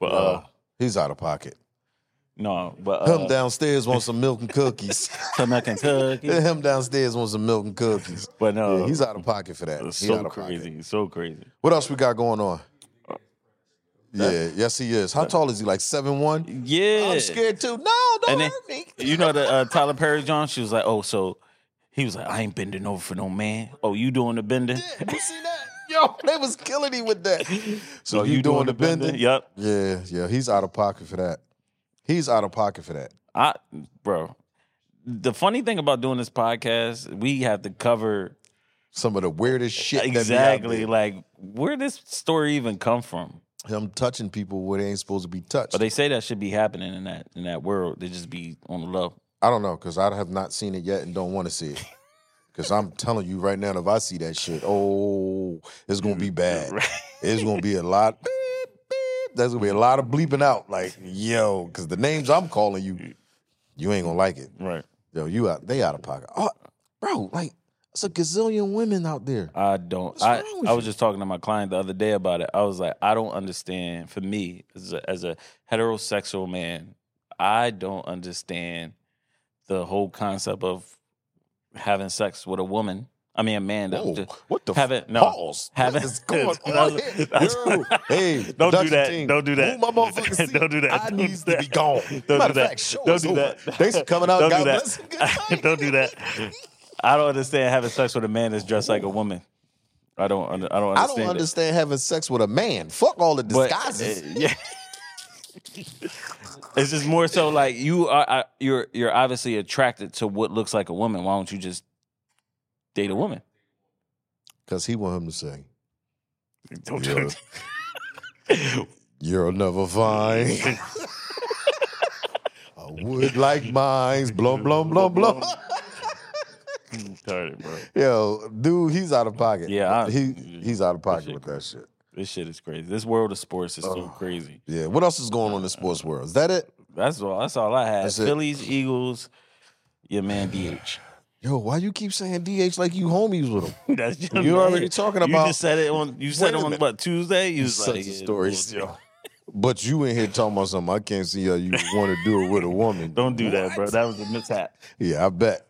Speaker 2: but uh,
Speaker 1: Uh, he's out of pocket.
Speaker 2: no, but
Speaker 1: Him
Speaker 2: uh,
Speaker 1: downstairs wants some milk and cookies.
Speaker 2: from Kentucky.
Speaker 1: Him downstairs wants some milk and cookies.
Speaker 2: But no,
Speaker 1: Yeah, he's out of pocket for that.
Speaker 2: it's
Speaker 1: He out
Speaker 2: Uh, so
Speaker 1: of pocket.
Speaker 2: crazy, Uh, so crazy.
Speaker 1: What else we got going on? Yeah, yes he is. How tall is he? Like seven one?
Speaker 2: Yeah,
Speaker 1: I'm scared too. No, don't
Speaker 2: And then-
Speaker 1: hurt me.
Speaker 2: you know the uh, Tyler Perry John. She was like, oh, so he was like, I ain't bending over for no man. Oh, you doing the bending?
Speaker 1: You see that? Yo, they was killing him with that. So
Speaker 2: "Oh,
Speaker 1: you, doing, the bending?
Speaker 2: Yep.
Speaker 1: Yeah, yeah, he's out of pocket for that. He's out of pocket for that.
Speaker 2: I, bro. The funny thing about doing this podcast, we have to cover
Speaker 1: Some of the weirdest shit.
Speaker 2: exactly
Speaker 1: That
Speaker 2: like where this story even come from.
Speaker 1: be out there. Him touching people where they ain't supposed to be touched.
Speaker 2: But they say that should be happening in that in that world. They just be on the low.
Speaker 1: I don't know because I have not seen it yet and don't want to see it. Because I'm telling you right now, if I see that shit, oh, it's gonna be bad. It's gonna be a lot. beep, beep. There's gonna be a lot of bleeping out. Like yo, because the names I'm calling you, you ain't gonna like it.
Speaker 2: Right.
Speaker 1: Yo, you out? They out of pocket. Oh, bro, like it's a gazillion women out there.
Speaker 2: I don't.
Speaker 1: What's
Speaker 2: I,
Speaker 1: wrong with
Speaker 2: I was
Speaker 1: you?
Speaker 2: just talking to my client the other day about it. I was like, I don't understand. For me, as a, as a heterosexual man, I don't understand the whole concept of having sex with a woman. I mean, a man. That
Speaker 1: Whoa,
Speaker 2: just,
Speaker 1: what the
Speaker 2: haven't-
Speaker 1: f-
Speaker 2: no,
Speaker 1: pause?
Speaker 2: haven't-
Speaker 1: what is going on
Speaker 2: that's-
Speaker 1: here?
Speaker 2: that's-
Speaker 1: Yo, hey,
Speaker 2: Don't do
Speaker 1: production
Speaker 2: that,
Speaker 1: Team,
Speaker 2: don't do that.
Speaker 1: Move my motherfucking seat.
Speaker 2: Don't do that,
Speaker 1: I
Speaker 2: don't
Speaker 1: needs
Speaker 2: do
Speaker 1: to be
Speaker 2: that.
Speaker 1: gone.
Speaker 2: do
Speaker 1: Matter of
Speaker 2: that,
Speaker 1: fact, show
Speaker 2: don't
Speaker 1: is
Speaker 2: do
Speaker 1: over.
Speaker 2: that.
Speaker 1: Thanks for coming out.
Speaker 2: Don't do
Speaker 1: God
Speaker 2: that.
Speaker 1: bless and good night.
Speaker 2: Don't do that. I don't understand having sex with a man that's dressed like a woman. I don't. under- I don't
Speaker 1: I
Speaker 2: understand.
Speaker 1: don't
Speaker 2: it.
Speaker 1: understand having sex with a man. Fuck all the
Speaker 2: But,
Speaker 1: disguises.
Speaker 2: uh, yeah. it's just more so like you are I, you're you're obviously attracted to what looks like a woman. Why don't you just date a woman?
Speaker 1: Because he want him to sing. You're, you'll never find. I would like mines. Blum, blum, blum, blum.
Speaker 2: Retarded, bro.
Speaker 1: Yo, dude, he's out of pocket.
Speaker 2: Yeah, I-
Speaker 1: he he's out of pocket
Speaker 2: shit
Speaker 1: with that shit.
Speaker 2: This shit is crazy. This world of sports is so crazy.
Speaker 1: Yeah. What else is going on in the sports world? Is that it?
Speaker 2: That's all. That's all I had.
Speaker 1: That's it.
Speaker 2: Phillies, Eagles, your man DH.
Speaker 1: Yo, why you keep saying DH like you homies with him?
Speaker 2: That's your
Speaker 1: You
Speaker 2: man.
Speaker 1: already talking about-
Speaker 2: You just said it on. You said
Speaker 1: Wait a
Speaker 2: it on
Speaker 1: minute.
Speaker 2: what Tuesday? You was
Speaker 1: Such
Speaker 2: like,
Speaker 1: a
Speaker 2: yeah,
Speaker 1: story.
Speaker 2: bullshit.
Speaker 1: But you in here talking about something. I can't see how you want to do it with a woman.
Speaker 2: Don't do that, bro. That was a mishap.
Speaker 1: Yeah, I bet.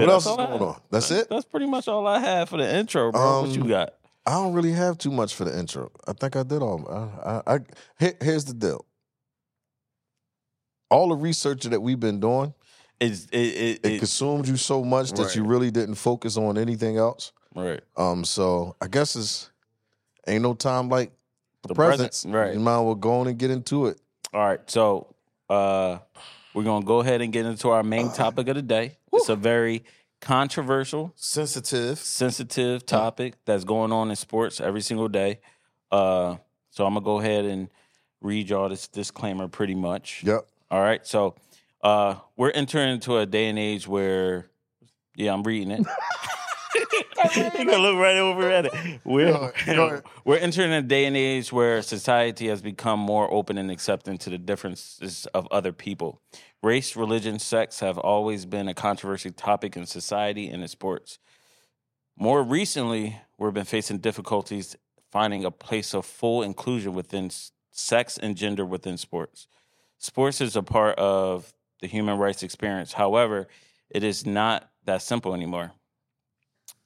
Speaker 1: what
Speaker 2: that's
Speaker 1: else is
Speaker 2: all I
Speaker 1: going
Speaker 2: had.
Speaker 1: on? That's it.
Speaker 2: That's pretty much all I had for the intro, bro. what
Speaker 1: Um,
Speaker 2: you got?
Speaker 1: I don't really have too much for the intro. I think I did all. I, I, I here- here's the deal. All the research that we've been doing,
Speaker 2: It's it it,
Speaker 1: it,
Speaker 2: it-
Speaker 1: consumed you so much that you
Speaker 2: Right.
Speaker 1: really didn't focus on anything else.
Speaker 2: right.
Speaker 1: Um, so I guess it's ain't no time like the,
Speaker 2: The present,
Speaker 1: presents.
Speaker 2: right.
Speaker 1: You might as well go on and get into it.
Speaker 2: All right, so uh, we're gonna go ahead and get into our main topic of the day. It's a very controversial,
Speaker 1: Sensitive.
Speaker 2: sensitive topic that's going on in sports every single day. Uh, so I'm gonna go ahead and read y'all this disclaimer pretty much.
Speaker 1: Yep.
Speaker 2: All right. So uh we're entering into a day and age where yeah, I'm reading it. you gonna look right over at it. We're,
Speaker 1: Go ahead.
Speaker 2: we're entering a day and age where society has become more open and accepting to the differences of other people. Race, religion, sex have always been a controversial topic in society and in sports. More recently, we've been facing difficulties finding a place of full inclusion within s- sex and gender within sports. Sports is a part of the human rights experience. However, it is not that simple anymore.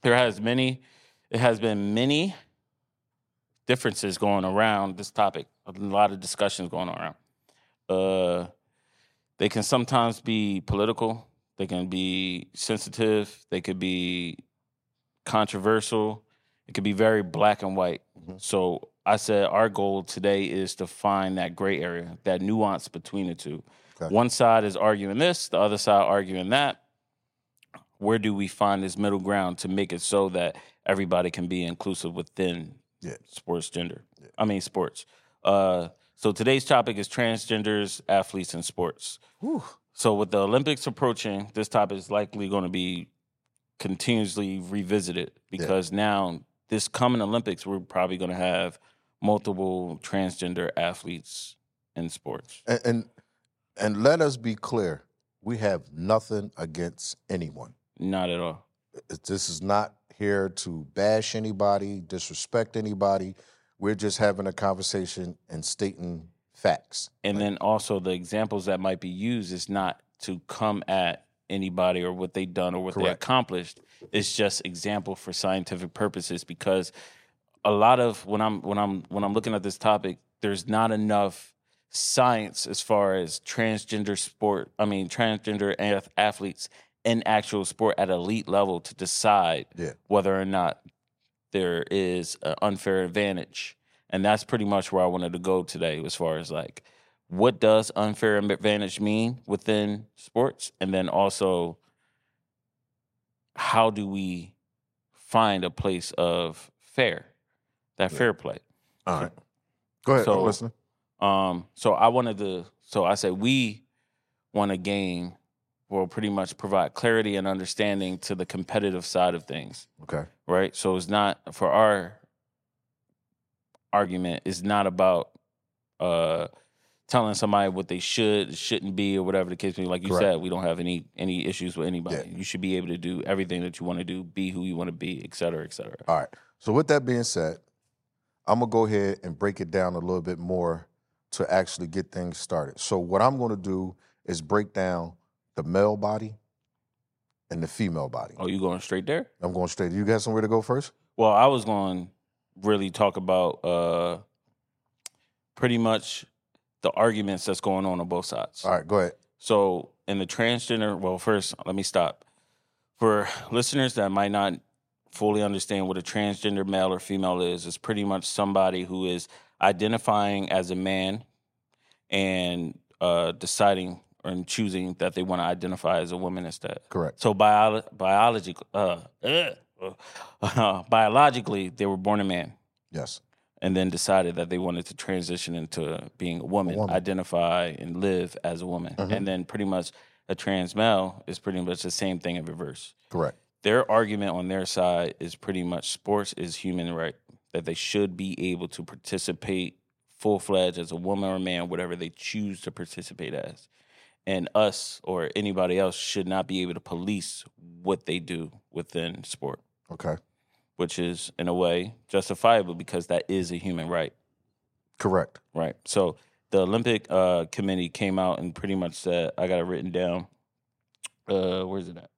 Speaker 2: There has many, it has been many differences going around this topic. A lot of discussions going around. Uh, they can sometimes be political. They can be sensitive. They could be controversial. It could be very black and white.
Speaker 1: Mhm.
Speaker 2: So I said our goal today is to find that gray area, that nuance between the two.
Speaker 1: Okay.
Speaker 2: One side is arguing this, the other side arguing that. Where do we find this middle ground to make it so that everybody can be inclusive within
Speaker 1: Yeah.
Speaker 2: sports gender? I mean sports. Uh, so today's topic is transgenders, athletes, and sports.
Speaker 1: Whew.
Speaker 2: So with the Olympics approaching, this topic is likely going to be continuously revisited because now this coming Olympics, we're probably going to have multiple transgender athletes in sports.
Speaker 1: And, and and let us be clear, we have nothing against anyone.
Speaker 2: Not at all.
Speaker 1: It- This is not here to bash anybody, disrespect anybody. We're just having a conversation and stating facts.
Speaker 2: And then also the examples that might be used is not to come at anybody or what they've done or what they
Speaker 1: Correct.
Speaker 2: accomplished. It's just example for scientific purposes because a lot of when I'm when I'm when I'm looking at this topic, there's not enough science as far as transgender sport. I mean, transgender ath- athletes in actual sport at elite level to decide
Speaker 1: Yeah.
Speaker 2: whether or not there is an unfair advantage. And that's pretty much where I wanted to go today, as far as like, what does unfair advantage mean within sports? And then also, how do we find a place of fair, that fair play?
Speaker 1: All right. Go ahead.
Speaker 2: So-
Speaker 1: I'm listening.
Speaker 2: Um, so I wanted to, so I said, we want a game will pretty much provide clarity and understanding to the competitive side of things
Speaker 1: Okay.
Speaker 2: right? So it's not for our argument. It's not about uh, telling somebody what they should, shouldn't be, or whatever the case may be. Like you
Speaker 1: Correct.
Speaker 2: said, we don't have any any issues with anybody.
Speaker 1: Yeah.
Speaker 2: You should be able to do everything that you want to do, be who you want to be, et cetera, et cetera.
Speaker 1: All right. So with that being said, I'm gonna go ahead and break it down a little bit more to actually get things started. So what I'm gonna do is break down the male body and the female body.
Speaker 2: Oh, you going straight there?
Speaker 1: I'm going straight. You got somewhere to go first?
Speaker 2: Well, I was going to really talk about uh, pretty much the arguments that's going on on both sides.
Speaker 1: All right. Go ahead.
Speaker 2: So in the transgender, well, first let me stop. For listeners that might not fully understand what a transgender male or female is, it's pretty much somebody who is identifying as a man and uh, deciding and choosing that they want to identify as a woman instead.
Speaker 1: Correct.
Speaker 2: So bio- biology, uh, uh, biologically, they were born a man
Speaker 1: Yes.
Speaker 2: and then decided that they wanted to transition into being a woman,
Speaker 1: woman.
Speaker 2: identify and live as a woman.
Speaker 1: Mhm.
Speaker 2: And then pretty much a trans male is pretty much the same thing in reverse.
Speaker 1: Correct.
Speaker 2: Their argument on their side is pretty much sports is human right, that they should be able to participate full fledged as a woman or man, whatever they choose to participate as. And us or anybody else should not be able to police what they do within sport,
Speaker 1: Okay.
Speaker 2: which is in a way justifiable because that is a human right.
Speaker 1: Correct.
Speaker 2: Right. So the Olympic uh, committee came out and pretty much said, I got it written down. Uh, where's it at?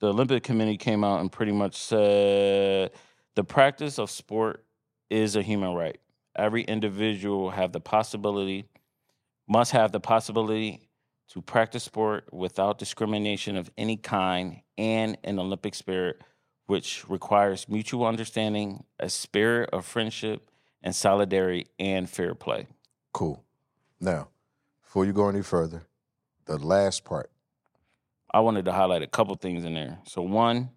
Speaker 2: The Olympic committee came out and pretty much said the practice of sport is a human right. Every individual have the possibility, must have the possibility to practice sport without discrimination of any kind and an Olympic spirit, which requires mutual understanding, a spirit of friendship, and solidarity and fair play.
Speaker 1: Cool. Now, before you go any further, the last part.
Speaker 2: I wanted to highlight a couple things in there. So one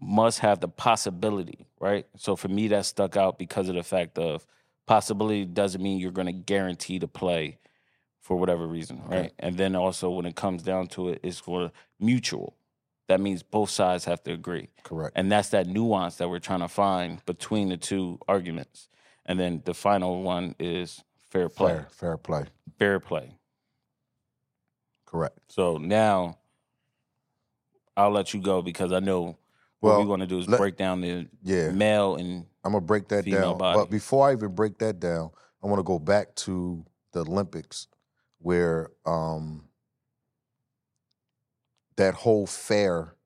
Speaker 2: must have the possibility, right? So for me that stuck out because of the fact of possibility doesn't mean you're going to guarantee to play for whatever reason,
Speaker 1: Okay.
Speaker 2: right? And then also when it comes down to it it's for mutual. That means both sides have to agree.
Speaker 1: Correct.
Speaker 2: And that's that nuance that we're trying to find between the two arguments. And then the final one is fair play.
Speaker 1: Fair. Fair play.
Speaker 2: Fair play.
Speaker 1: Correct.
Speaker 2: So now I'll let you go because I know what
Speaker 1: Well,
Speaker 2: we want to do is
Speaker 1: let-
Speaker 2: break down the
Speaker 1: yeah.
Speaker 2: male and
Speaker 1: I'm gonna break that
Speaker 2: female
Speaker 1: down.
Speaker 2: body.
Speaker 1: But before I even break that down, I want to go back to the Olympics, where um, that whole fair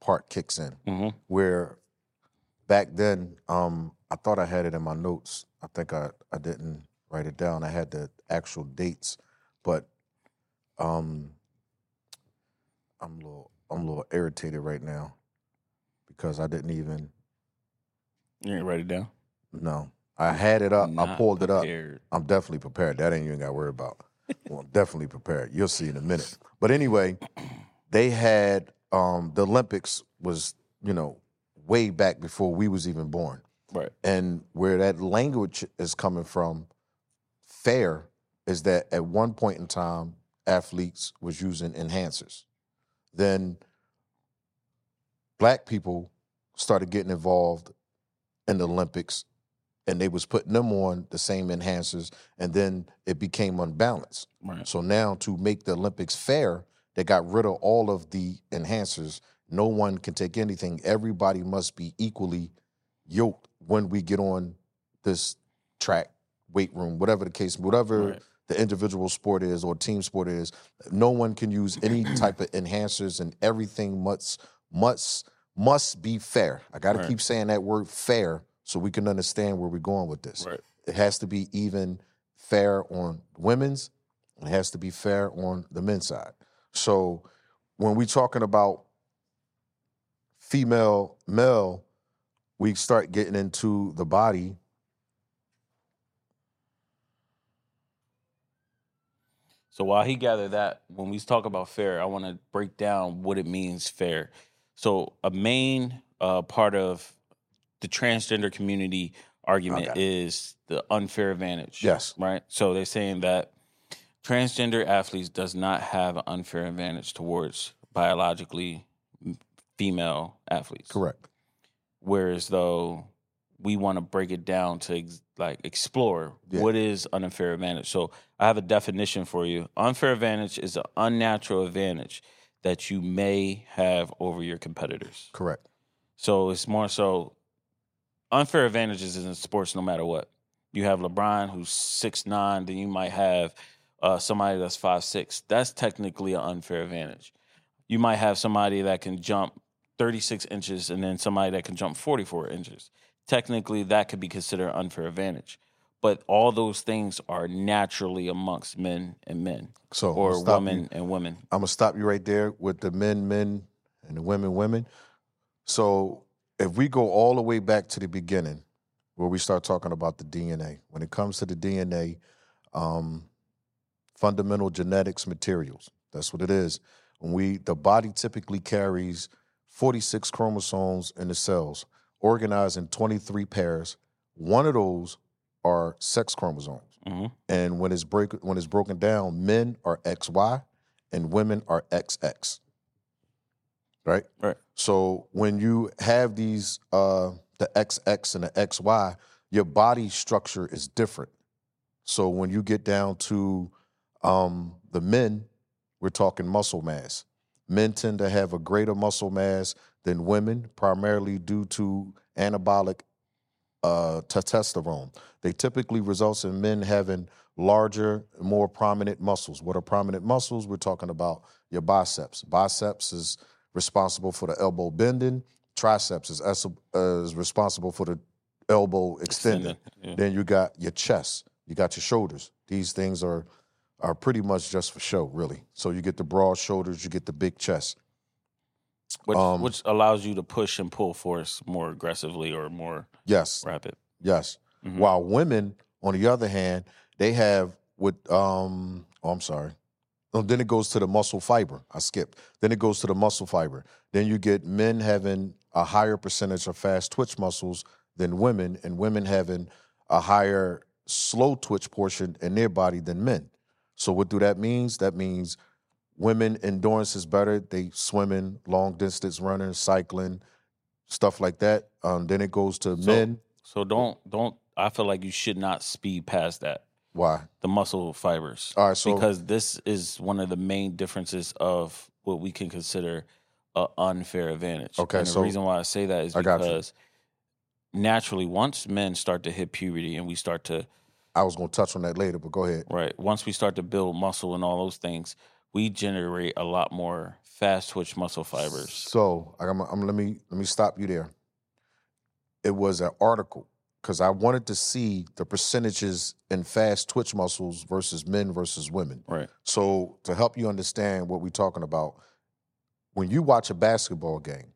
Speaker 1: part kicks in.
Speaker 2: Mhm.
Speaker 1: Where back then, um, I thought I had it in my notes. I think I, I didn't write it down. I had the actual dates, but um, I'm a little I'm a little irritated right now because I didn't even
Speaker 2: you ain't write it down.
Speaker 1: no. I had it up. Uh, I
Speaker 2: Not
Speaker 1: pulled it up.
Speaker 2: prepared.
Speaker 1: I'm definitely prepared. That ain't even got to worry about. well, I'm definitely prepared. You'll see in a minute. But anyway, they had um, the Olympics was, you know, way back before we was even born.
Speaker 2: Right.
Speaker 1: And where that language is coming from, fair is that at one point in time, athletes was using enhancers. Then black people started getting involved in the Olympics and they was putting them on the same enhancers and then it became unbalanced.
Speaker 2: Right.
Speaker 1: So now to make the Olympics fair, they got rid of all of the enhancers. No one can take anything. Everybody must be equally yoked when we get on this track, weight room, whatever the case, whatever
Speaker 2: Right.
Speaker 1: the individual sport is or team sport is. No one can use any type of enhancers, and everything must must must be fair. I got to
Speaker 2: Right.
Speaker 1: keep saying that word fair so we can understand where we're going with this.
Speaker 2: Right.
Speaker 1: It has to be even fair on women's. It has to be fair on the men's side. So when we're talking about female male, we start getting into the body.
Speaker 2: So while he gathered that, when we talk about fair, I want to break down what it means fair. So a main uh, part of the transgender community argument is the unfair advantage.
Speaker 1: Yes.
Speaker 2: Right. So they're saying that transgender athletes does not have an unfair advantage towards biologically female athletes.
Speaker 1: Correct.
Speaker 2: Whereas though we want to break it down to ex- like explore
Speaker 1: Yeah.
Speaker 2: what is an unfair advantage. So I have a definition for you. Unfair advantage is an unnatural advantage that you may have over your competitors.
Speaker 1: Correct.
Speaker 2: So it's more so unfair advantages is in sports no matter what. You have LeBron who's six nine, then you might have uh, somebody that's five six. That's technically an unfair advantage. You might have somebody that can jump thirty six inches and then somebody that can jump forty four inches. Technically, that could be considered an unfair advantage. But all those things are naturally amongst men and men,
Speaker 1: So I'm
Speaker 2: or
Speaker 1: gonna Oh, stop
Speaker 2: women and women.
Speaker 1: I'm gonna stop you right there with the men, men, and the women, women. So if we go all the way back to the beginning, where we start talking about the DNA, when it comes to the DNA, um, fundamental genetics materials. That's what it is. When we the body typically carries 46 chromosomes in the cells, organized in 23 pairs. One of those are sex chromosomes.
Speaker 2: hmm
Speaker 1: And when it's break when it's broken down, men are XY and women are XX. Right?
Speaker 2: Right.
Speaker 1: So when you have these uh the XX and the XY, your body structure is different. So when you get down to um the men, we're talking muscle mass. Men tend to have a greater muscle mass than women, primarily due to anabolic uh, testosterone. They typically results in men having larger, more prominent muscles. What are prominent muscles? We're talking about your biceps. Biceps is responsible for the elbow bending. Triceps is, es- uh, is responsible for the elbow extending.
Speaker 2: Yeah.
Speaker 1: Then you got your chest, you got your shoulders. These things are are pretty much just for show, really. So you get the broad shoulders, you get the big chest.
Speaker 2: Which,
Speaker 1: Um,
Speaker 2: which allows you to push and pull force more aggressively or more
Speaker 1: Yes,
Speaker 2: rapid.
Speaker 1: yes.
Speaker 2: Mhm.
Speaker 1: While women, on the other hand, they have with um oh, I'm sorry. No, then it goes to the muscle fiber. I skipped. Then it goes to the muscle fiber. Then you get men having a higher percentage of fast twitch muscles than women, and women having a higher slow twitch portion in their body than men. So what do that means? That means women endurance is better. They swimming, long distance running, cycling, stuff like that. Um, then it goes to
Speaker 2: So-
Speaker 1: men.
Speaker 2: So don't don't. I feel like you should not speed past that
Speaker 1: Why?
Speaker 2: the muscle fibers
Speaker 1: All right. So
Speaker 2: because this is one of the main differences of what we can consider an unfair advantage.
Speaker 1: Okay,
Speaker 2: and
Speaker 1: so-
Speaker 2: the reason why I say that is
Speaker 1: I got you.
Speaker 2: because naturally, once men start to hit puberty and we start to
Speaker 1: I was gonna touch on that later, but go ahead.
Speaker 2: Right. Once we start to build muscle and all those things, we generate a lot more fast twitch muscle fibers.
Speaker 1: So I'm, I'm let me let me stop you there. It was an article because I wanted to see the percentages in fast twitch muscles versus men versus women.
Speaker 2: Right.
Speaker 1: So to help you understand what we're talking about, when you watch a basketball game,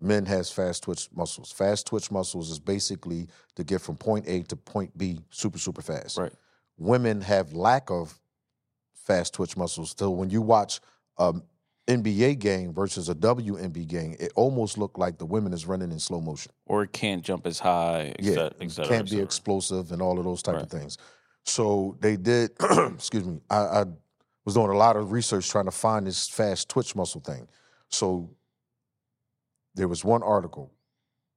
Speaker 1: men has fast twitch muscles. Fast twitch muscles is basically to get from point A to point B super super fast.
Speaker 2: Right.
Speaker 1: Women have lack of fast twitch muscles. So when you watch um, a NBA game versus a WNBA game, it almost looked like the women is running in slow motion.
Speaker 2: Or it can't jump as high, et
Speaker 1: Yeah,
Speaker 2: cet- et cetera, et
Speaker 1: Can't be
Speaker 2: cetera.
Speaker 1: explosive and all of those type of things. So they did. excuse me. I, I was doing a lot of research trying to find this fast twitch muscle thing. So there was one article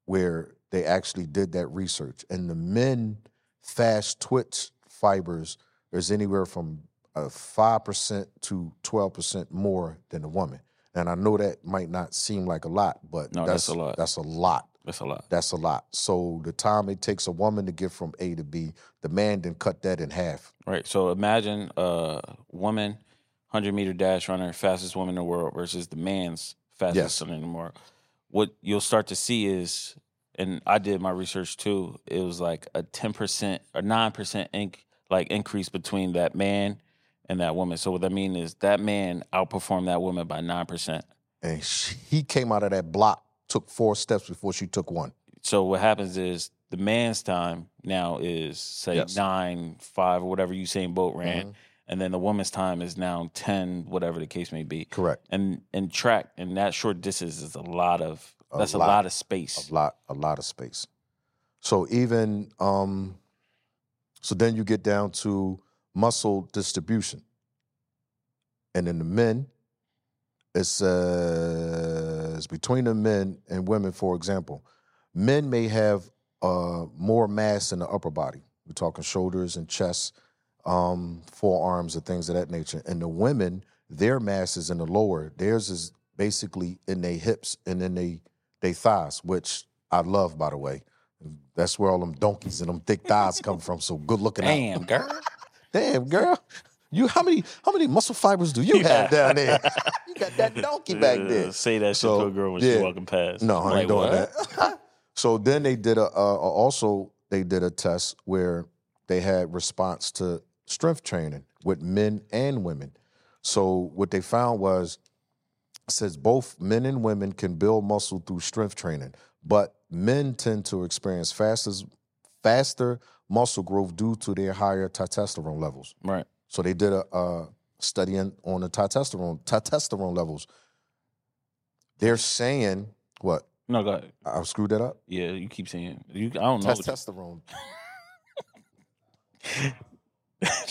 Speaker 1: where they actually did that research, and the men fast twitch fibers is anywhere from five percent to twelve percent more than the woman. And I know that might not seem like a lot, but
Speaker 2: No, that's a lot.
Speaker 1: That's a lot.
Speaker 2: That's a lot.
Speaker 1: That's a lot. So the time it takes a woman to get from A to B, the man then cut that in half.
Speaker 2: Right. So imagine a woman, 100 meter dash runner, fastest woman in the world versus the man's
Speaker 1: Yes.
Speaker 2: fastest woman in the world. What you'll start to see is, and I did my research too, it was like a 10% or 9% inc- like increase between that man and that woman. So what that means is that man outperformed that woman by 9%.
Speaker 1: And she, he came out of that block, took four steps before she took one.
Speaker 2: So what happens is the man's time now is say
Speaker 1: Yes.
Speaker 2: nine five or whatever Usain Bolt ran,
Speaker 1: Mhm.
Speaker 2: and then the woman's time is now ten whatever the case may be.
Speaker 1: Correct.
Speaker 2: And in track and that short distance is a lot of
Speaker 1: A
Speaker 2: that's
Speaker 1: lot.
Speaker 2: a lot of space.
Speaker 1: A lot, a lot of space. So even um, so then you get down to muscle distribution. And in the men, it says between the men and women, for example, men may have uh, more mass in the upper body. We're talking shoulders and chest, um, forearms, and things of that nature. And the women, their mass is in the lower. Theirs is basically in their hips and in their they thighs, which I love, by the way. That's where all them donkeys and them thick thighs come from. So good looking out.
Speaker 2: Damn, girl.
Speaker 1: Damn, girl. You how many how many muscle fibers do you have down there? you got that donkey back there.
Speaker 2: Uh, Say that
Speaker 1: So,
Speaker 2: shit to a girl when
Speaker 1: yeah.
Speaker 2: she's walking past.
Speaker 1: No,
Speaker 2: I'm
Speaker 1: I ain't
Speaker 2: like,
Speaker 1: doing
Speaker 2: "What?"
Speaker 1: that. so then they did a uh, also they did a test where they had response to strength training with men and women. So what they found was it says both men and women can build muscle through strength training, but men tend to experience faster faster muscle growth due to their higher testosterone levels.
Speaker 2: Right.
Speaker 1: So they did a, a study in, on the testosterone testosterone levels. They're saying what?
Speaker 2: No, go ahead.
Speaker 1: I I screwed that up.
Speaker 2: Yeah, you keep saying you. I don't know. what-
Speaker 1: Testosterone.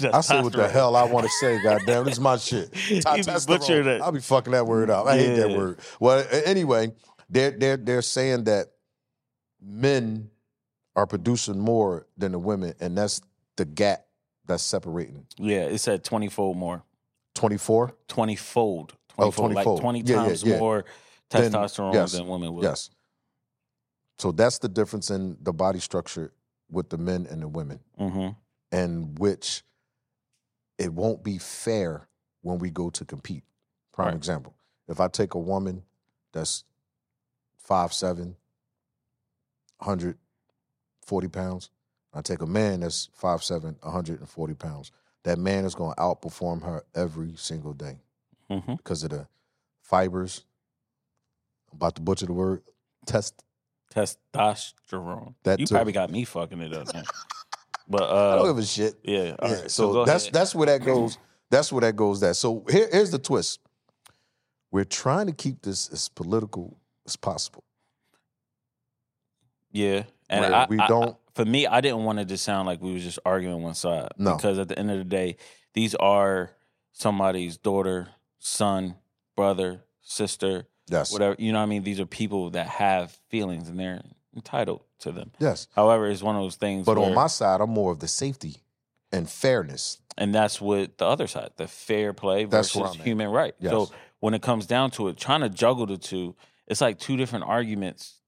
Speaker 2: that's
Speaker 1: I say what the
Speaker 2: testosterone.
Speaker 1: hell I want to say. Goddamn, this is my shit.
Speaker 2: You be butchering it.
Speaker 1: I'll be fucking that word up. I hate that
Speaker 2: Yeah.
Speaker 1: word. Well, a- anyway, they're they're they're saying that men are producing more than the women, and that's the gap that's separating.
Speaker 2: Yeah, it said twenty fold more.
Speaker 1: Twenty four.
Speaker 2: twenty fold.
Speaker 1: Oh,
Speaker 2: 20 fold, like
Speaker 1: 20-fold.
Speaker 2: twenty
Speaker 1: Yeah, yeah,
Speaker 2: times
Speaker 1: yeah.
Speaker 2: more
Speaker 1: Then-
Speaker 2: testosterone
Speaker 1: yes,
Speaker 2: than women would.
Speaker 1: Yes. So that's the difference in the body structure with the men and the women,
Speaker 2: hmm
Speaker 1: and which it won't be fair when we go to compete. Prime
Speaker 2: Right.
Speaker 1: example. If I take a woman that's 5'7, 140 pounds, I take a man that's 5'7, 140 pounds, that man is going to outperform her every single day
Speaker 2: hmm
Speaker 1: because of the fibers. I'm about to butcher the word test.
Speaker 2: Testosterone.
Speaker 1: That
Speaker 2: you
Speaker 1: too.
Speaker 2: probably got me fucking it up, man. But
Speaker 1: I don't
Speaker 2: uh,
Speaker 1: give a shit.
Speaker 2: yeah, all
Speaker 1: Yeah, so
Speaker 2: right. So, go
Speaker 1: that's
Speaker 2: ahead.
Speaker 1: that's where that goes. That's where that goes. That so here, here's the twist. We're trying to keep this as political as possible.
Speaker 2: yeah. And
Speaker 1: Right,
Speaker 2: I-
Speaker 1: we
Speaker 2: I- I-
Speaker 1: don't-
Speaker 2: for me, I didn't want it to sound like we was just arguing one side.
Speaker 1: No.
Speaker 2: Because at the end of the day, these are somebody's daughter, son, brother, sister,
Speaker 1: Yes.
Speaker 2: whatever. You know what I mean? These are people that have feelings and they're entitled to them.
Speaker 1: Yes.
Speaker 2: However, it's one of those things.
Speaker 1: But
Speaker 2: where-
Speaker 1: on my side, I'm more of the safety and fairness.
Speaker 2: and that's what the other side, the fair play
Speaker 1: That's
Speaker 2: versus
Speaker 1: where I'm at.
Speaker 2: human right.
Speaker 1: Yes.
Speaker 2: So when it comes down to it, trying to juggle the two, it's like two different arguments.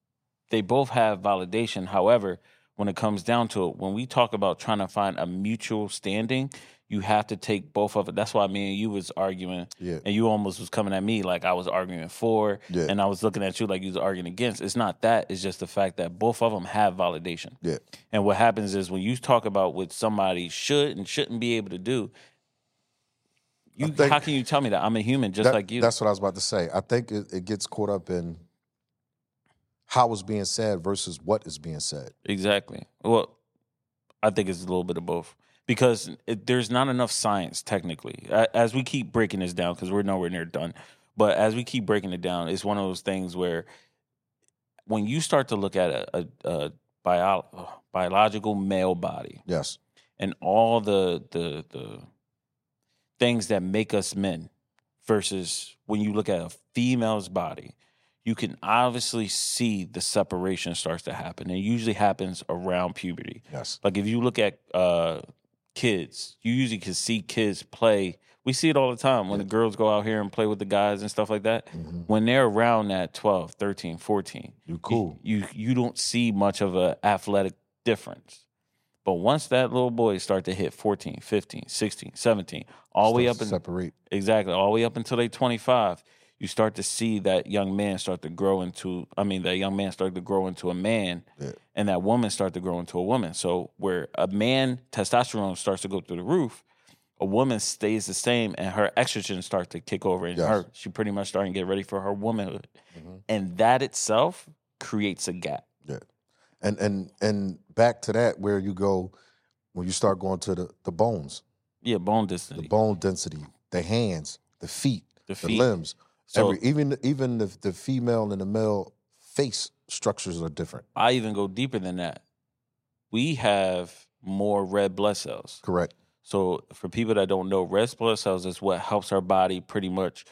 Speaker 2: They both have validation. However, when it comes down to it, when we talk about trying to find a mutual standing, you have to take both of it. That's why me and you was arguing,
Speaker 1: Yeah.
Speaker 2: and you almost was coming at me like I was arguing for,
Speaker 1: Yeah.
Speaker 2: and I was looking at you like you was arguing against. It's not that. It's just the fact that both of them have validation.
Speaker 1: Yeah.
Speaker 2: And what happens is when you talk about what somebody should and shouldn't be able to do, you
Speaker 1: think-
Speaker 2: how can you tell me that I'm a human just
Speaker 1: That-
Speaker 2: like you?
Speaker 1: That's what I was about to say. I think it, it gets caught up in how is being said versus what is being said.
Speaker 2: Exactly. Well, I think it's a little bit of both because it, there's not enough science technically. A- As we keep breaking this down, because we're nowhere near done, but as we keep breaking it down, it's one of those things where when you start to look at a, a, a bio, biological male body
Speaker 1: Yes.
Speaker 2: and all the the the things that make us men versus when you look at a female's body you can obviously see the separation starts to happen it usually happens around puberty
Speaker 1: Yes.
Speaker 2: like if you look at uh kids you usually can see kids play we see it all the time when the girls go out here and play with the guys and stuff like that
Speaker 1: Mhm.
Speaker 2: when they're around that 12 13 14
Speaker 1: You
Speaker 2: you-
Speaker 1: cool.
Speaker 2: You, you don't see much of a athletic difference. But once that little boy start to hit 14, 15, 16, 17, all the way up
Speaker 1: Starts to
Speaker 2: in
Speaker 1: separate.
Speaker 2: exactly, all the way up until they 25, you start to see that young man start to grow into I mean that young man start to grow into a man
Speaker 1: Yeah.
Speaker 2: and that woman start to grow into a woman. So where a man testosterone starts to go through the roof, a woman stays the same and her estrogen start to kick over in
Speaker 1: Yes.
Speaker 2: her. She pretty much starting to get ready for her womanhood.
Speaker 1: Mhm.
Speaker 2: And that itself creates a gap.
Speaker 1: And and and back to that where you go when you start going to the, the bones,
Speaker 2: Yeah, bone
Speaker 1: the
Speaker 2: density.
Speaker 1: bone density, the hands, the feet, the
Speaker 2: The feet.
Speaker 1: limbs.
Speaker 2: so
Speaker 1: Every even even the, the female and the male face structures are different.
Speaker 2: I even go deeper than that. We have more red blood cells.
Speaker 1: Correct.
Speaker 2: So for people that don't know, red blood cells is what helps our body pretty much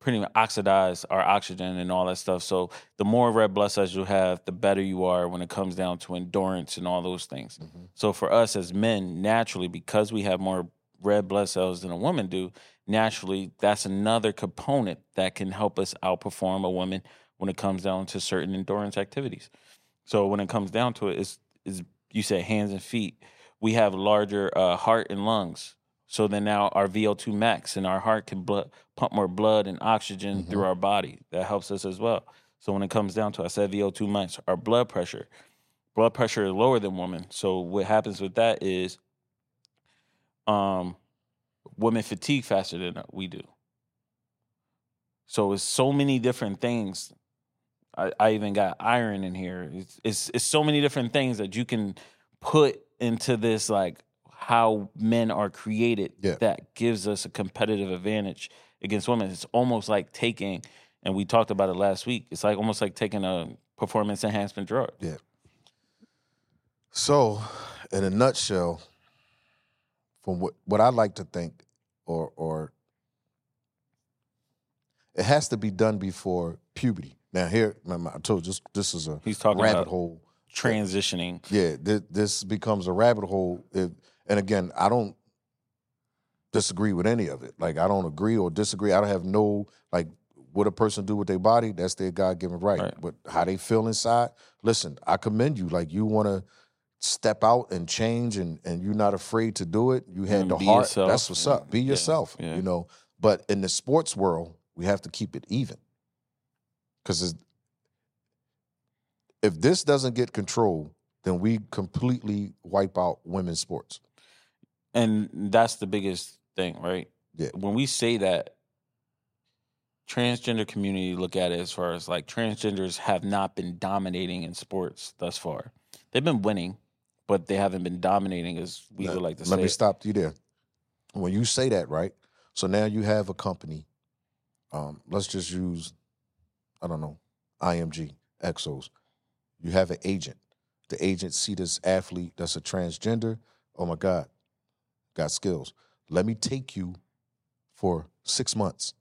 Speaker 2: pretty much oxidize our oxygen and all that stuff. So the more red blood cells you have, the better you are when it comes down to endurance and all those things.
Speaker 1: Mhm.
Speaker 2: So for us as men, naturally, because we have more red blood cells than a woman do, naturally, that's another component that can help us outperform a woman when it comes down to certain endurance activities. So when it comes down to it, is is you said hands and feet. We have larger uh, heart and lungs. So then now our VO2 max and our heart can blood, pump more blood and oxygen through our body. That helps us as well. So when it comes down to, I said VO2 max, our blood pressure blood pressure is lower than women. So what happens with that is, um, women fatigue faster than we do. So it's so many different things. I, I even got iron in here. It's, it's it's so many different things that you can put into this like how men are created
Speaker 1: Yeah.
Speaker 2: that gives us a competitive advantage against women. It's almost like taking, and we talked about it last week. It's like almost like taking a performance enhancement drug.
Speaker 1: So, in a nutshell, from what what I like to think, or or it has to be done before puberty. Now, here, remember, I told you this, this is a
Speaker 2: He's talking
Speaker 1: rabbit
Speaker 2: about
Speaker 1: hole.
Speaker 2: transitioning.
Speaker 1: Yeah, th- this becomes a rabbit hole. If, and again, I don't disagree with any of it. Like, I don't agree or disagree. I don't have no like what a person do with their body. That's their God given right.
Speaker 2: Right.
Speaker 1: But how they feel inside. Listen, I commend you. Like, you want to step out and change, and and you're not afraid to do it. You had
Speaker 2: And
Speaker 1: the
Speaker 2: be
Speaker 1: heart.
Speaker 2: yourself.
Speaker 1: That's what's up. Be
Speaker 2: Yeah,
Speaker 1: yourself.
Speaker 2: yeah.
Speaker 1: You know. But in the sports world, we have to keep it even because if this doesn't get controlled, then we completely wipe out women's sports.
Speaker 2: And that's the biggest thing, right?
Speaker 1: Yeah.
Speaker 2: When we say that transgender community look at it as far as like transgenders have not been dominating in sports thus far. They've been winning, but they haven't been dominating as we
Speaker 1: Now,
Speaker 2: would like to
Speaker 1: Let
Speaker 2: say.
Speaker 1: me stop you there. When you say that, right? So now you have a company. Um, let's just use, I don't know, IMG, Exos. You have an agent. The agent see this athlete that's a transgender. Oh my God, got skills. Let me take you for six months,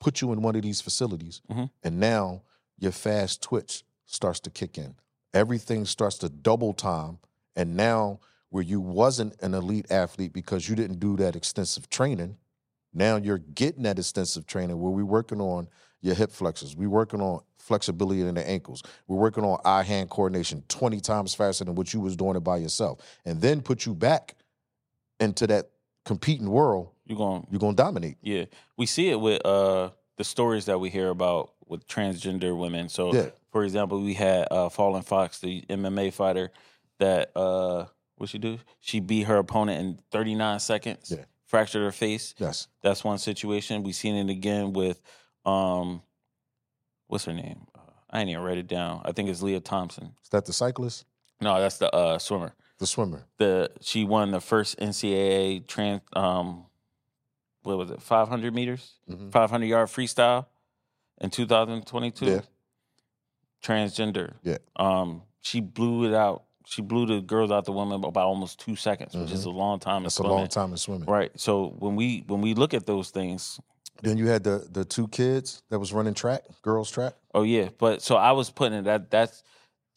Speaker 1: put you in one of these facilities,
Speaker 2: Mhm.
Speaker 1: and now your fast twitch starts to kick in. Everything starts to double time, and now where you wasn't an elite athlete because you didn't do that extensive training, now you're getting that extensive training where we're working on your hip flexors, we're working on flexibility in the ankles, we're working on eye hand coordination 20 times faster than what you was doing it by yourself, and then put you back into that competing world,
Speaker 2: You're going
Speaker 1: you're gonna dominate.
Speaker 2: Yeah, we see it with uh the stories that we hear about with transgender women. So,
Speaker 1: Yeah.
Speaker 2: for example, we had uh, Fallen Fox, the MMA fighter, that uh, what she do? She beat her opponent in 39 seconds,
Speaker 1: Yeah.
Speaker 2: fractured her face.
Speaker 1: Yes.
Speaker 2: That's one situation. We've seen it again with um, what's her name? Uh, I ain't even write it down. I think it's Leah Thompson.
Speaker 1: Is that the cyclist?
Speaker 2: No, that's the uh, swimmer
Speaker 1: The swimmer.
Speaker 2: the she won the first NCAA trans um what was it 500 meters
Speaker 1: Mhm.
Speaker 2: 500 yard freestyle in 2022
Speaker 1: Yeah.
Speaker 2: transgender
Speaker 1: Yeah.
Speaker 2: um she blew it out she blew the girls out the women by almost two seconds, which is a long
Speaker 1: Mm-hmm.
Speaker 2: time.
Speaker 1: That's
Speaker 2: in
Speaker 1: a
Speaker 2: swimming.
Speaker 1: long time in swimming.
Speaker 2: right? So when we when we look at those things,
Speaker 1: Then you had the the two kids that was running track, girls track.
Speaker 2: oh yeah, but so I was putting it that that's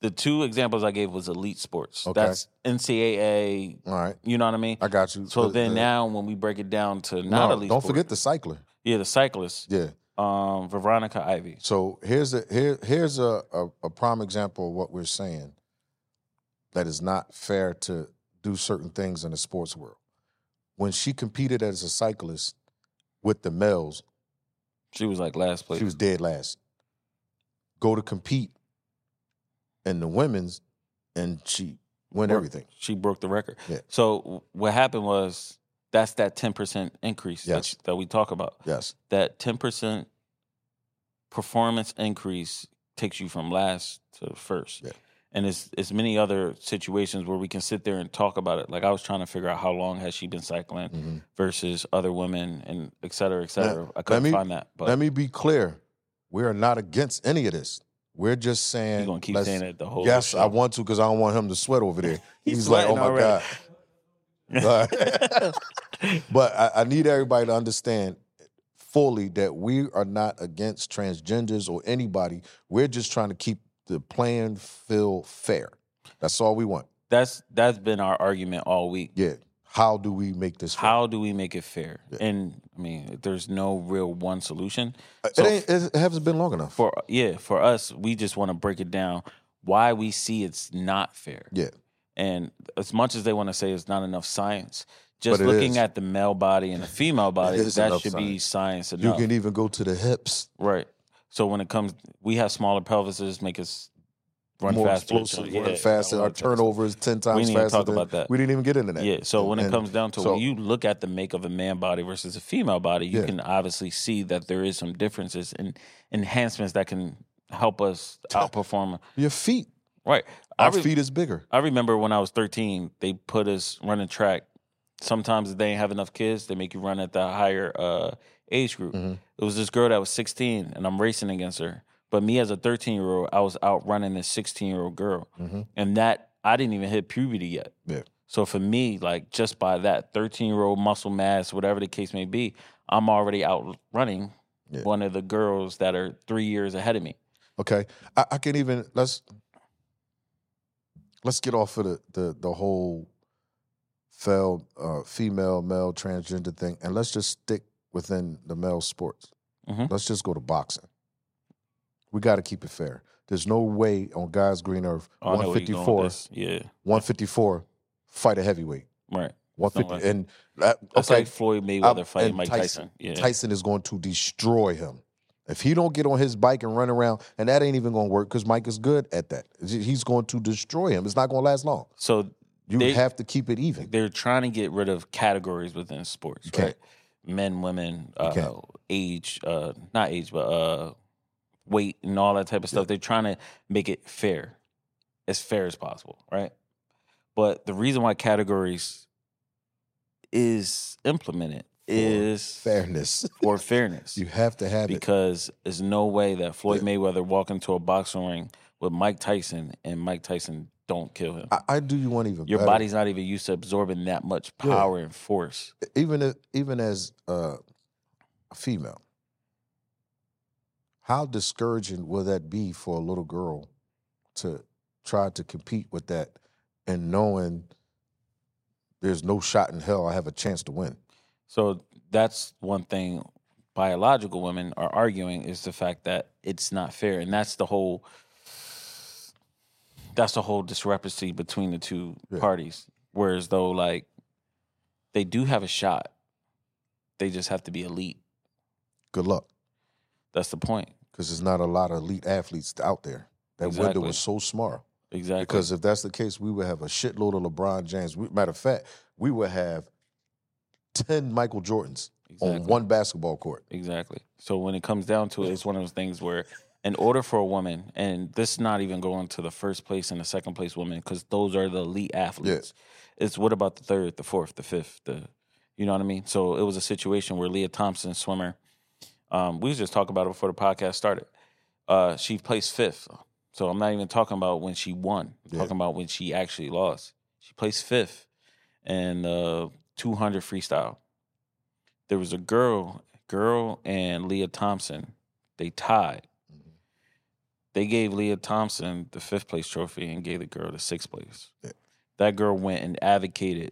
Speaker 2: the two examples I gave was elite sports.
Speaker 1: Okay.
Speaker 2: That's NCAA.
Speaker 1: All right,
Speaker 2: You know what I mean?
Speaker 1: I got you.
Speaker 2: So
Speaker 1: The-
Speaker 2: then
Speaker 1: the-
Speaker 2: now when we break it down to not
Speaker 1: no,
Speaker 2: elite,
Speaker 1: don't
Speaker 2: sports,
Speaker 1: forget the cycling.
Speaker 2: yeah, the cyclists,
Speaker 1: Yeah.
Speaker 2: um, Veronica Ivy.
Speaker 1: So here's a here here's a, a, a prime example of what we're saying that is not fair to do certain things in the sports world. When she competed as a cyclist with the males,
Speaker 2: She was like last place.
Speaker 1: she was dead last. Go to compete in the women's and she win
Speaker 2: Right.
Speaker 1: everything.
Speaker 2: she broke the record.
Speaker 1: Yeah.
Speaker 2: So w- what happened was that's that ten percent increase that,
Speaker 1: Yes.
Speaker 2: that we talk about.
Speaker 1: Yes.
Speaker 2: That ten percent performance increase takes you from last to first.
Speaker 1: Yeah.
Speaker 2: And it's it's many other situations where we can sit there and talk about it. Like I was trying to figure out how long has she been cycling
Speaker 1: Mhm.
Speaker 2: versus other women and et cetera, et cetera. I
Speaker 1: let
Speaker 2: couldn't
Speaker 1: me-
Speaker 2: find that.
Speaker 1: Let
Speaker 2: But
Speaker 1: me be clear. We are not against any of this. We're just saying
Speaker 2: you're gonna keep
Speaker 1: let's-
Speaker 2: saying it the whole
Speaker 1: Yes,
Speaker 2: show.
Speaker 1: I want to because I don't want him to sweat over there. He's,
Speaker 2: He's
Speaker 1: like, oh
Speaker 2: sweating
Speaker 1: my God.
Speaker 2: already.
Speaker 1: But- but I, I need everybody to understand fully that we are not against transgenders or anybody. We're just trying to keep the playing field fair. That's all we want.
Speaker 2: that's that's been our argument all week.
Speaker 1: Yeah. How do we make this fair?
Speaker 2: How do we make it fair? And I mean, there's no real one solution. so-
Speaker 1: Uh, it, ain't, it hasn't been long enough.
Speaker 2: For yeah, for us, we just want to break it down why we see it's not fair.
Speaker 1: Yeah.
Speaker 2: And as much as they want to say it's not enough science, just
Speaker 1: But it
Speaker 2: looking
Speaker 1: is.
Speaker 2: at the male body and the female body,
Speaker 1: is
Speaker 2: that
Speaker 1: enough
Speaker 2: should be science
Speaker 1: You
Speaker 2: enough.
Speaker 1: can e- even go to the hips.
Speaker 2: right. So when it comes, we have smaller pelvises, make us run
Speaker 1: more
Speaker 2: faster,
Speaker 1: explosive,
Speaker 2: Yeah,
Speaker 1: run faster. Our
Speaker 2: run
Speaker 1: turnover is ten times
Speaker 2: didn't even
Speaker 1: faster.
Speaker 2: talk
Speaker 1: than-
Speaker 2: about that.
Speaker 1: We didn't even get into that.
Speaker 2: Yeah. So when it
Speaker 1: And
Speaker 2: comes down to
Speaker 1: so-
Speaker 2: when you look at the make of a man body versus a female body, you
Speaker 1: Yeah.
Speaker 2: can obviously see that there is some differences and enhancements that can help us outperform.
Speaker 1: your feet,
Speaker 2: Right. I
Speaker 1: our
Speaker 2: re-
Speaker 1: feet is bigger.
Speaker 2: I remember when I was 13, they put us running track. Sometimes if they ain't have enough kids, they make you run at the higher uh, age group. It was this girl that was 16, and I'm racing against her. But me as a 13 year old, I was out running this 16 year old girl, and that I didn't even hit puberty yet.
Speaker 1: Yeah.
Speaker 2: So for me, like just by that 13 year old muscle mass, whatever the case may be, I'm already out running
Speaker 1: Yeah.
Speaker 2: one of the girls that are three years ahead of me.
Speaker 1: Okay, I, I can even let's let's get off of the the, the whole fel, uh, female, male, transgender thing, and let's just stick within the male sports.
Speaker 2: Mhm.
Speaker 1: Let's just go to boxing. We got to keep it fair. There's no way on God's green earth
Speaker 2: Oh, I know where you going
Speaker 1: 154,
Speaker 2: with this. Yeah.
Speaker 1: 154 fight a heavyweight.
Speaker 2: Right. No
Speaker 1: 150
Speaker 2: way.
Speaker 1: and that,
Speaker 2: That's
Speaker 1: okay,
Speaker 2: like Floyd Mayweather
Speaker 1: I'm-
Speaker 2: fighting
Speaker 1: and
Speaker 2: Mike
Speaker 1: Tyson.
Speaker 2: Tyson. Yeah.
Speaker 1: Tyson is going to destroy him. If he don't get on his bike and run around, and that ain't even going to work because Mike is good at that. He's going to destroy him. It's not going to last long.
Speaker 2: So
Speaker 1: You
Speaker 2: They-
Speaker 1: have to keep it even.
Speaker 2: they're trying to get rid of categories within sports,
Speaker 1: can't.
Speaker 2: right? Men, women, uh,
Speaker 1: can't.
Speaker 2: age, uh, not age, but uh, weight and all that type of stuff. They're trying to make it fair, as fair as possible, right? But the reason why categories is implemented is
Speaker 1: Fairness.
Speaker 2: for fairness
Speaker 1: You have to have it.
Speaker 2: because there's no way that Floyd Mayweather walk into a boxing ring with Mike Tyson and Mike Tyson don't kill him.
Speaker 1: I, I do you one even
Speaker 2: Your
Speaker 1: better.
Speaker 2: body's not even used to absorbing that much
Speaker 1: Yeah.
Speaker 2: power and force.
Speaker 1: even if, even as uh, a female. How discouraging will that be for a little girl to try to compete with that and knowing there's no shot in hell I have a chance to win?
Speaker 2: So that's one thing biological women are arguing is the fact that it's not fair, and that's the whole that's the whole discrepancy between the two
Speaker 1: Yeah.
Speaker 2: parties. Whereas though, like they do have a shot, they just have to be elite.
Speaker 1: Good luck.
Speaker 2: That's the point.
Speaker 1: because there's not a lot of elite athletes out there. That window
Speaker 2: Exactly.
Speaker 1: is so small.
Speaker 2: Exactly.
Speaker 1: Because if that's the case, we would have a shitload of LeBron James. We, matter of fact, we would have 10 Michael Jordans
Speaker 2: exactly.
Speaker 1: on one basketball court.
Speaker 2: Exactly. So when it comes down to it, it's one of those things where, in order for a woman, and this is not even going to the first place and the second place women, because those are the elite athletes. It's what about the third, the fourth, the fifth, the, you know what I mean? So it was a situation where Leah Thompson, swimmer, um, we was just talking about it before the podcast started. Uh, she placed fifth. So I'm not even talking about when she won. I'm
Speaker 1: Yeah.
Speaker 2: talking about when she actually lost. She placed fifth in uh, 200 freestyle. There was a girl, girl and Leah Thompson. They tied.
Speaker 1: Mm-hmm.
Speaker 2: They gave Leah Thompson the fifth place trophy and gave the girl the sixth place.
Speaker 1: Yeah.
Speaker 2: That girl went and advocated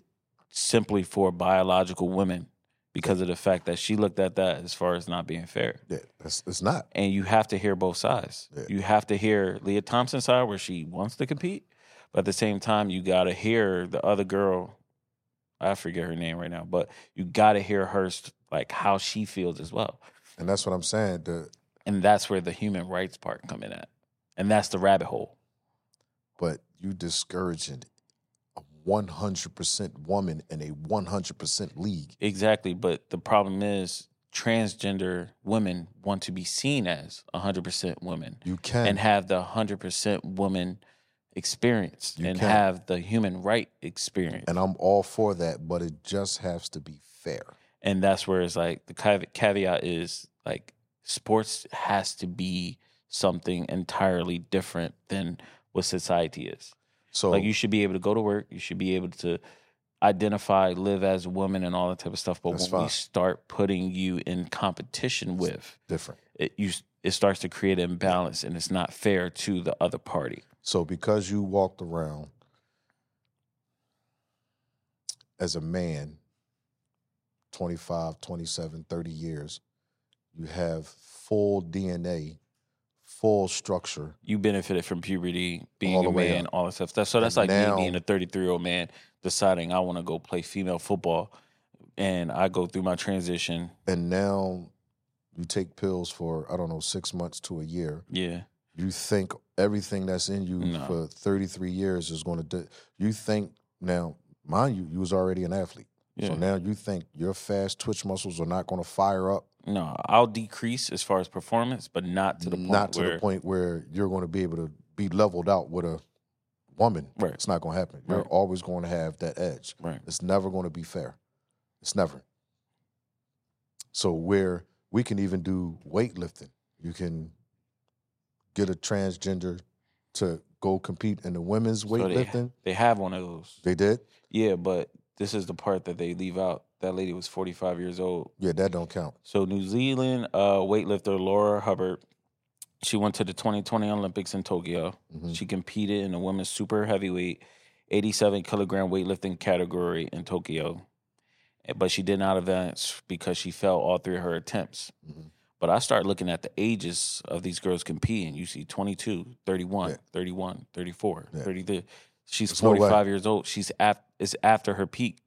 Speaker 2: simply for biological women because of the fact that she looked at that as far as not being fair
Speaker 1: Yeah, it's, it's not.
Speaker 2: and you have to hear both sides.
Speaker 1: Yeah.
Speaker 2: You have to hear Leah Thompson's side where she wants to compete, but at the same time, you got to hear the other girl. I forget her name right now, but you got to hear her st- like how she feels as well,
Speaker 1: And that's what I'm saying. The,
Speaker 2: and that's where the human rights part come in at, and that's the rabbit hole.
Speaker 1: but you discouraging a 100% woman in a 100% league.
Speaker 2: Exactly, but the problem is transgender women want to be seen as 100% women
Speaker 1: You can.
Speaker 2: and have the 100% woman experience
Speaker 1: You
Speaker 2: and
Speaker 1: can't.
Speaker 2: have the human right experience.
Speaker 1: and I'm all for that, but it just has to be fair.
Speaker 2: and that's where it's like the cave- caveat is like sports has to be something entirely different than what society is.
Speaker 1: So
Speaker 2: Like you should be able to go to work, you should be able to identify, live as a woman, and all that type of stuff. But
Speaker 1: That's
Speaker 2: when we
Speaker 1: fine.
Speaker 2: start putting you in competition with
Speaker 1: different.
Speaker 2: it, you s- it starts to create imbalance, and it's not fair to the other party.
Speaker 1: So because you walked around as a man 25, 27, 30 years, you have full DNA, full structure.
Speaker 2: You benefited from puberty, being
Speaker 1: All the
Speaker 2: a
Speaker 1: way
Speaker 2: man, all that stuff. That's, so that's
Speaker 1: And
Speaker 2: like
Speaker 1: now-
Speaker 2: me being a 33 year old man deciding I want to go play female football, and I go through my transition.
Speaker 1: And now you take pills for, I don't know, six months to a year.
Speaker 2: Yeah,
Speaker 1: You think everything that's in you
Speaker 2: No.
Speaker 1: for 33 years is going to, do, you think now, mind you, you was already an athlete.
Speaker 2: yeah.
Speaker 1: So now you think your fast twitch muscles are not going to fire up
Speaker 2: no, I'll decrease as far as performance, but not to the point
Speaker 1: not to
Speaker 2: where
Speaker 1: the point where you're going to be able to be leveled out with a woman.
Speaker 2: Right.
Speaker 1: It's not going to happen. You're
Speaker 2: Right.
Speaker 1: always going to have that edge.
Speaker 2: right.
Speaker 1: It's never going to be fair. It's never. So where we can even do weightlifting, you can get a transgender to go compete in the women's
Speaker 2: So they-
Speaker 1: weightlifting.
Speaker 2: They have one of those.
Speaker 1: They did.
Speaker 2: Yeah, but this is the part that they leave out. That lady was 45 years old.
Speaker 1: Yeah, that don't count.
Speaker 2: So New Zealand uh, weightlifter Laura Hubbard, she went to the 2020 Olympics in Tokyo.
Speaker 1: Mhm.
Speaker 2: She competed in the women's super heavyweight 87 kilogram weightlifting category in Tokyo, eh, but she did not advance because she failed all three of her attempts.
Speaker 1: Mhm.
Speaker 2: But I start looking at the ages of these girls competing. You see 22, 31,
Speaker 1: Yeah.
Speaker 2: 31, 34,
Speaker 1: Yeah.
Speaker 2: 33. She's
Speaker 1: There's no way.
Speaker 2: 45 years old. She's af- it's after her peak.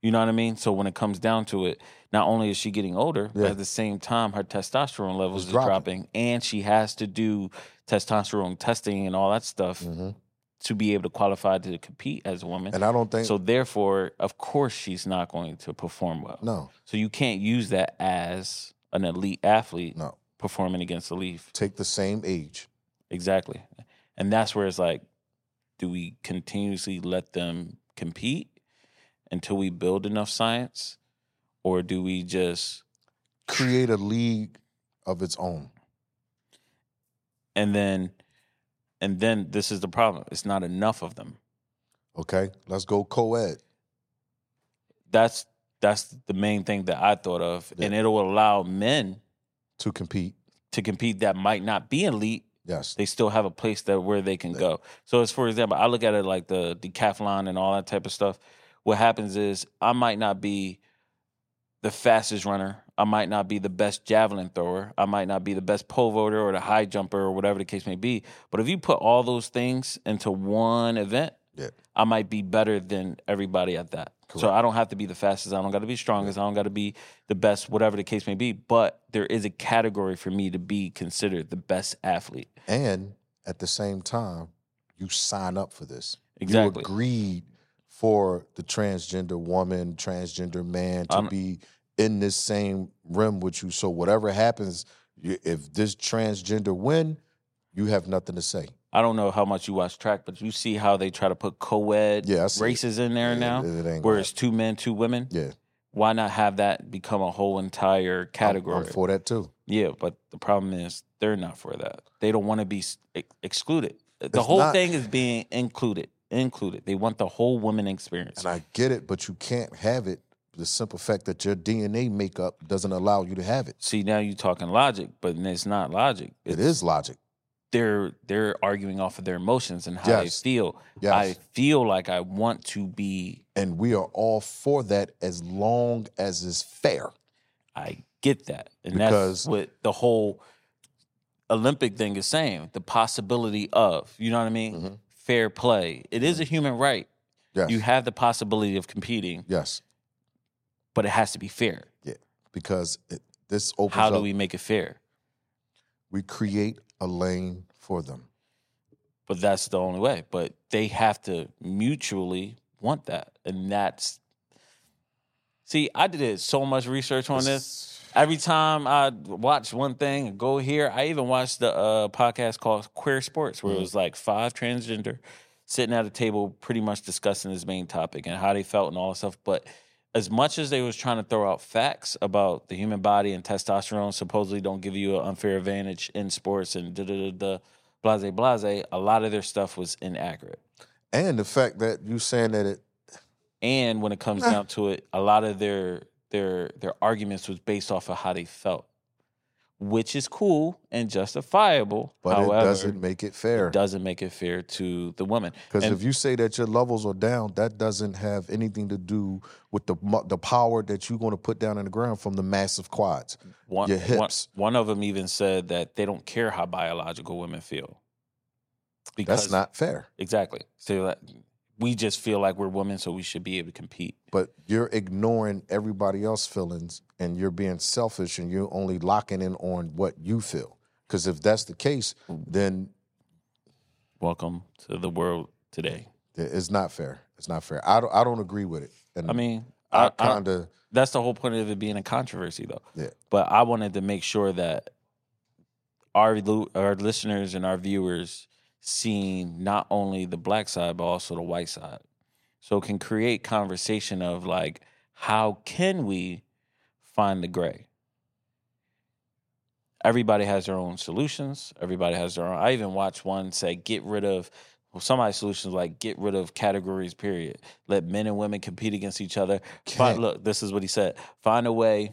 Speaker 2: You know what I mean? So when it comes down to it, not only is she getting older, but
Speaker 1: Yeah.
Speaker 2: at the same time, her testosterone levels
Speaker 1: It's
Speaker 2: is
Speaker 1: dropping.
Speaker 2: dropping. and she has to do testosterone testing and all that stuff
Speaker 1: hmm
Speaker 2: to be able to qualify to compete as a woman.
Speaker 1: And I don't think
Speaker 2: so therefore, of course, she's not going to perform well.
Speaker 1: no,
Speaker 2: So you can't use that as an elite athlete
Speaker 1: no.
Speaker 2: performing against elite.
Speaker 1: Take the same age.
Speaker 2: Exactly. And that's where it's like, do we continuously let them compete until we build enough science? Or do we just
Speaker 1: Create a league of its own.
Speaker 2: and then and then this is the problem. It's not enough of them.
Speaker 1: Okay, let's go co-ed.
Speaker 2: That's that's the main thing that I thought of.
Speaker 1: Yeah.
Speaker 2: And it'll allow men
Speaker 1: to compete.
Speaker 2: to compete that might not be elite
Speaker 1: Yes.
Speaker 2: they still have a place that where they can go. So as for example, I look at it like the decathlon and all that type of stuff. What happens is I might not be the fastest runner. I might not be the best javelin thrower. I might not be the best pole voter or the high jumper or whatever the case may be. But if you put all those things into one event,
Speaker 1: Yeah.
Speaker 2: I might be better than everybody at that. So
Speaker 1: Correct.
Speaker 2: I don't have to be the fastest. I don't got to be strongest. I don't got to be the best, whatever the case may be. But there is a category for me to be considered the best athlete.
Speaker 1: And at the same time, you sign up for this.
Speaker 2: Exactly.
Speaker 1: You agreed for the transgender woman, transgender man to
Speaker 2: I'm-
Speaker 1: be in this same realm with you. So whatever happens, you, if this transgender win, you have nothing to say.
Speaker 2: I don't know how much you watch track, but you see how they try to put co-ed
Speaker 1: Yeah, I see it.
Speaker 2: races in there now,
Speaker 1: It- it ain't
Speaker 2: where
Speaker 1: gonna
Speaker 2: it's two men, two women.
Speaker 1: happen. yeah.
Speaker 2: why not have that become a whole entire
Speaker 1: I'm
Speaker 2: category?
Speaker 1: for that too.
Speaker 2: yeah, but the problem is they're not for that. They don't want to be s- ex- excluded. The
Speaker 1: It's
Speaker 2: whole
Speaker 1: not-
Speaker 2: thing is being included. Included. They want the whole women experience.
Speaker 1: And I get it, but you can't have it. The simple fact that your DNA makeup doesn't allow you to have it.
Speaker 2: See, now you're talking logic, but it's not logic. It's,
Speaker 1: It is logic.
Speaker 2: They're they're arguing off of their emotions and how
Speaker 1: Yes.
Speaker 2: they feel.
Speaker 1: Yes.
Speaker 2: I feel like I want to be.
Speaker 1: and we are all for that as long as it's fair.
Speaker 2: I get that, and
Speaker 1: Because-
Speaker 2: that's what the whole Olympic thing is saying. The possibility of, you know what I mean?
Speaker 1: Mhm.
Speaker 2: Fair play. It is a human right.
Speaker 1: Mm-hmm. Yes.
Speaker 2: You have the possibility of competing,
Speaker 1: yes.
Speaker 2: but it has to be fair.
Speaker 1: Because it, this opens
Speaker 2: How do
Speaker 1: up.
Speaker 2: we make it fair?
Speaker 1: we create a lane for them.
Speaker 2: But that's the only way. But they have to mutually want that. And that's see, I did so much research on this. Every time I watch one thing, go here. I even watched the uh, podcast called Queer Sports, where it was like five transgender sitting at a table, pretty much discussing this main topic and how they felt and all that stuff. But as much as they was trying to throw out facts about the human body and testosterone supposedly don't give you an unfair advantage in sports and da da da da, blase blase, a lot of their stuff was inaccurate.
Speaker 1: And the fact that you saying that it
Speaker 2: And when it comes down to it, a lot of their their their arguments was based off of how they felt, which is cool and justifiable.
Speaker 1: but
Speaker 2: However,
Speaker 1: it doesn't make it fair.
Speaker 2: it doesn't make it fair to the woman.
Speaker 1: Because
Speaker 2: And-
Speaker 1: if you say that your levels are down, that doesn't have anything to do with the mu- the power that you're going to put down in the ground from the massive quads.
Speaker 2: One,
Speaker 1: your
Speaker 2: one,
Speaker 1: hips.
Speaker 2: one of them even said that they don't care how biological women feel.
Speaker 1: That's not fair.
Speaker 2: exactly. So like, we just feel like we're women, so we should be able to compete.
Speaker 1: But you're ignoring everybody else's feelings and you're being selfish and you're only locking in on what you feel. Because if that's the case, then
Speaker 2: Welcome to the world today.
Speaker 1: it's not fair. It's not fair. I don't, I don't agree with it. And
Speaker 2: I mean,
Speaker 1: I
Speaker 2: I, I,
Speaker 1: kind of
Speaker 2: that's the whole point of it being a controversy, though.
Speaker 1: Yeah.
Speaker 2: But I wanted to make sure that our lu- our listeners and our viewers seeing not only the black side but also the white side, so it can create conversation of like, how can we find the gray? Everybody has their own solutions. Everybody has their own. I even watched one say, get rid of. Well, somebody's solutions like get rid of categories. Period. Let men and women compete against each other. Fi-
Speaker 1: can't.
Speaker 2: look, this is what he said. Find a way.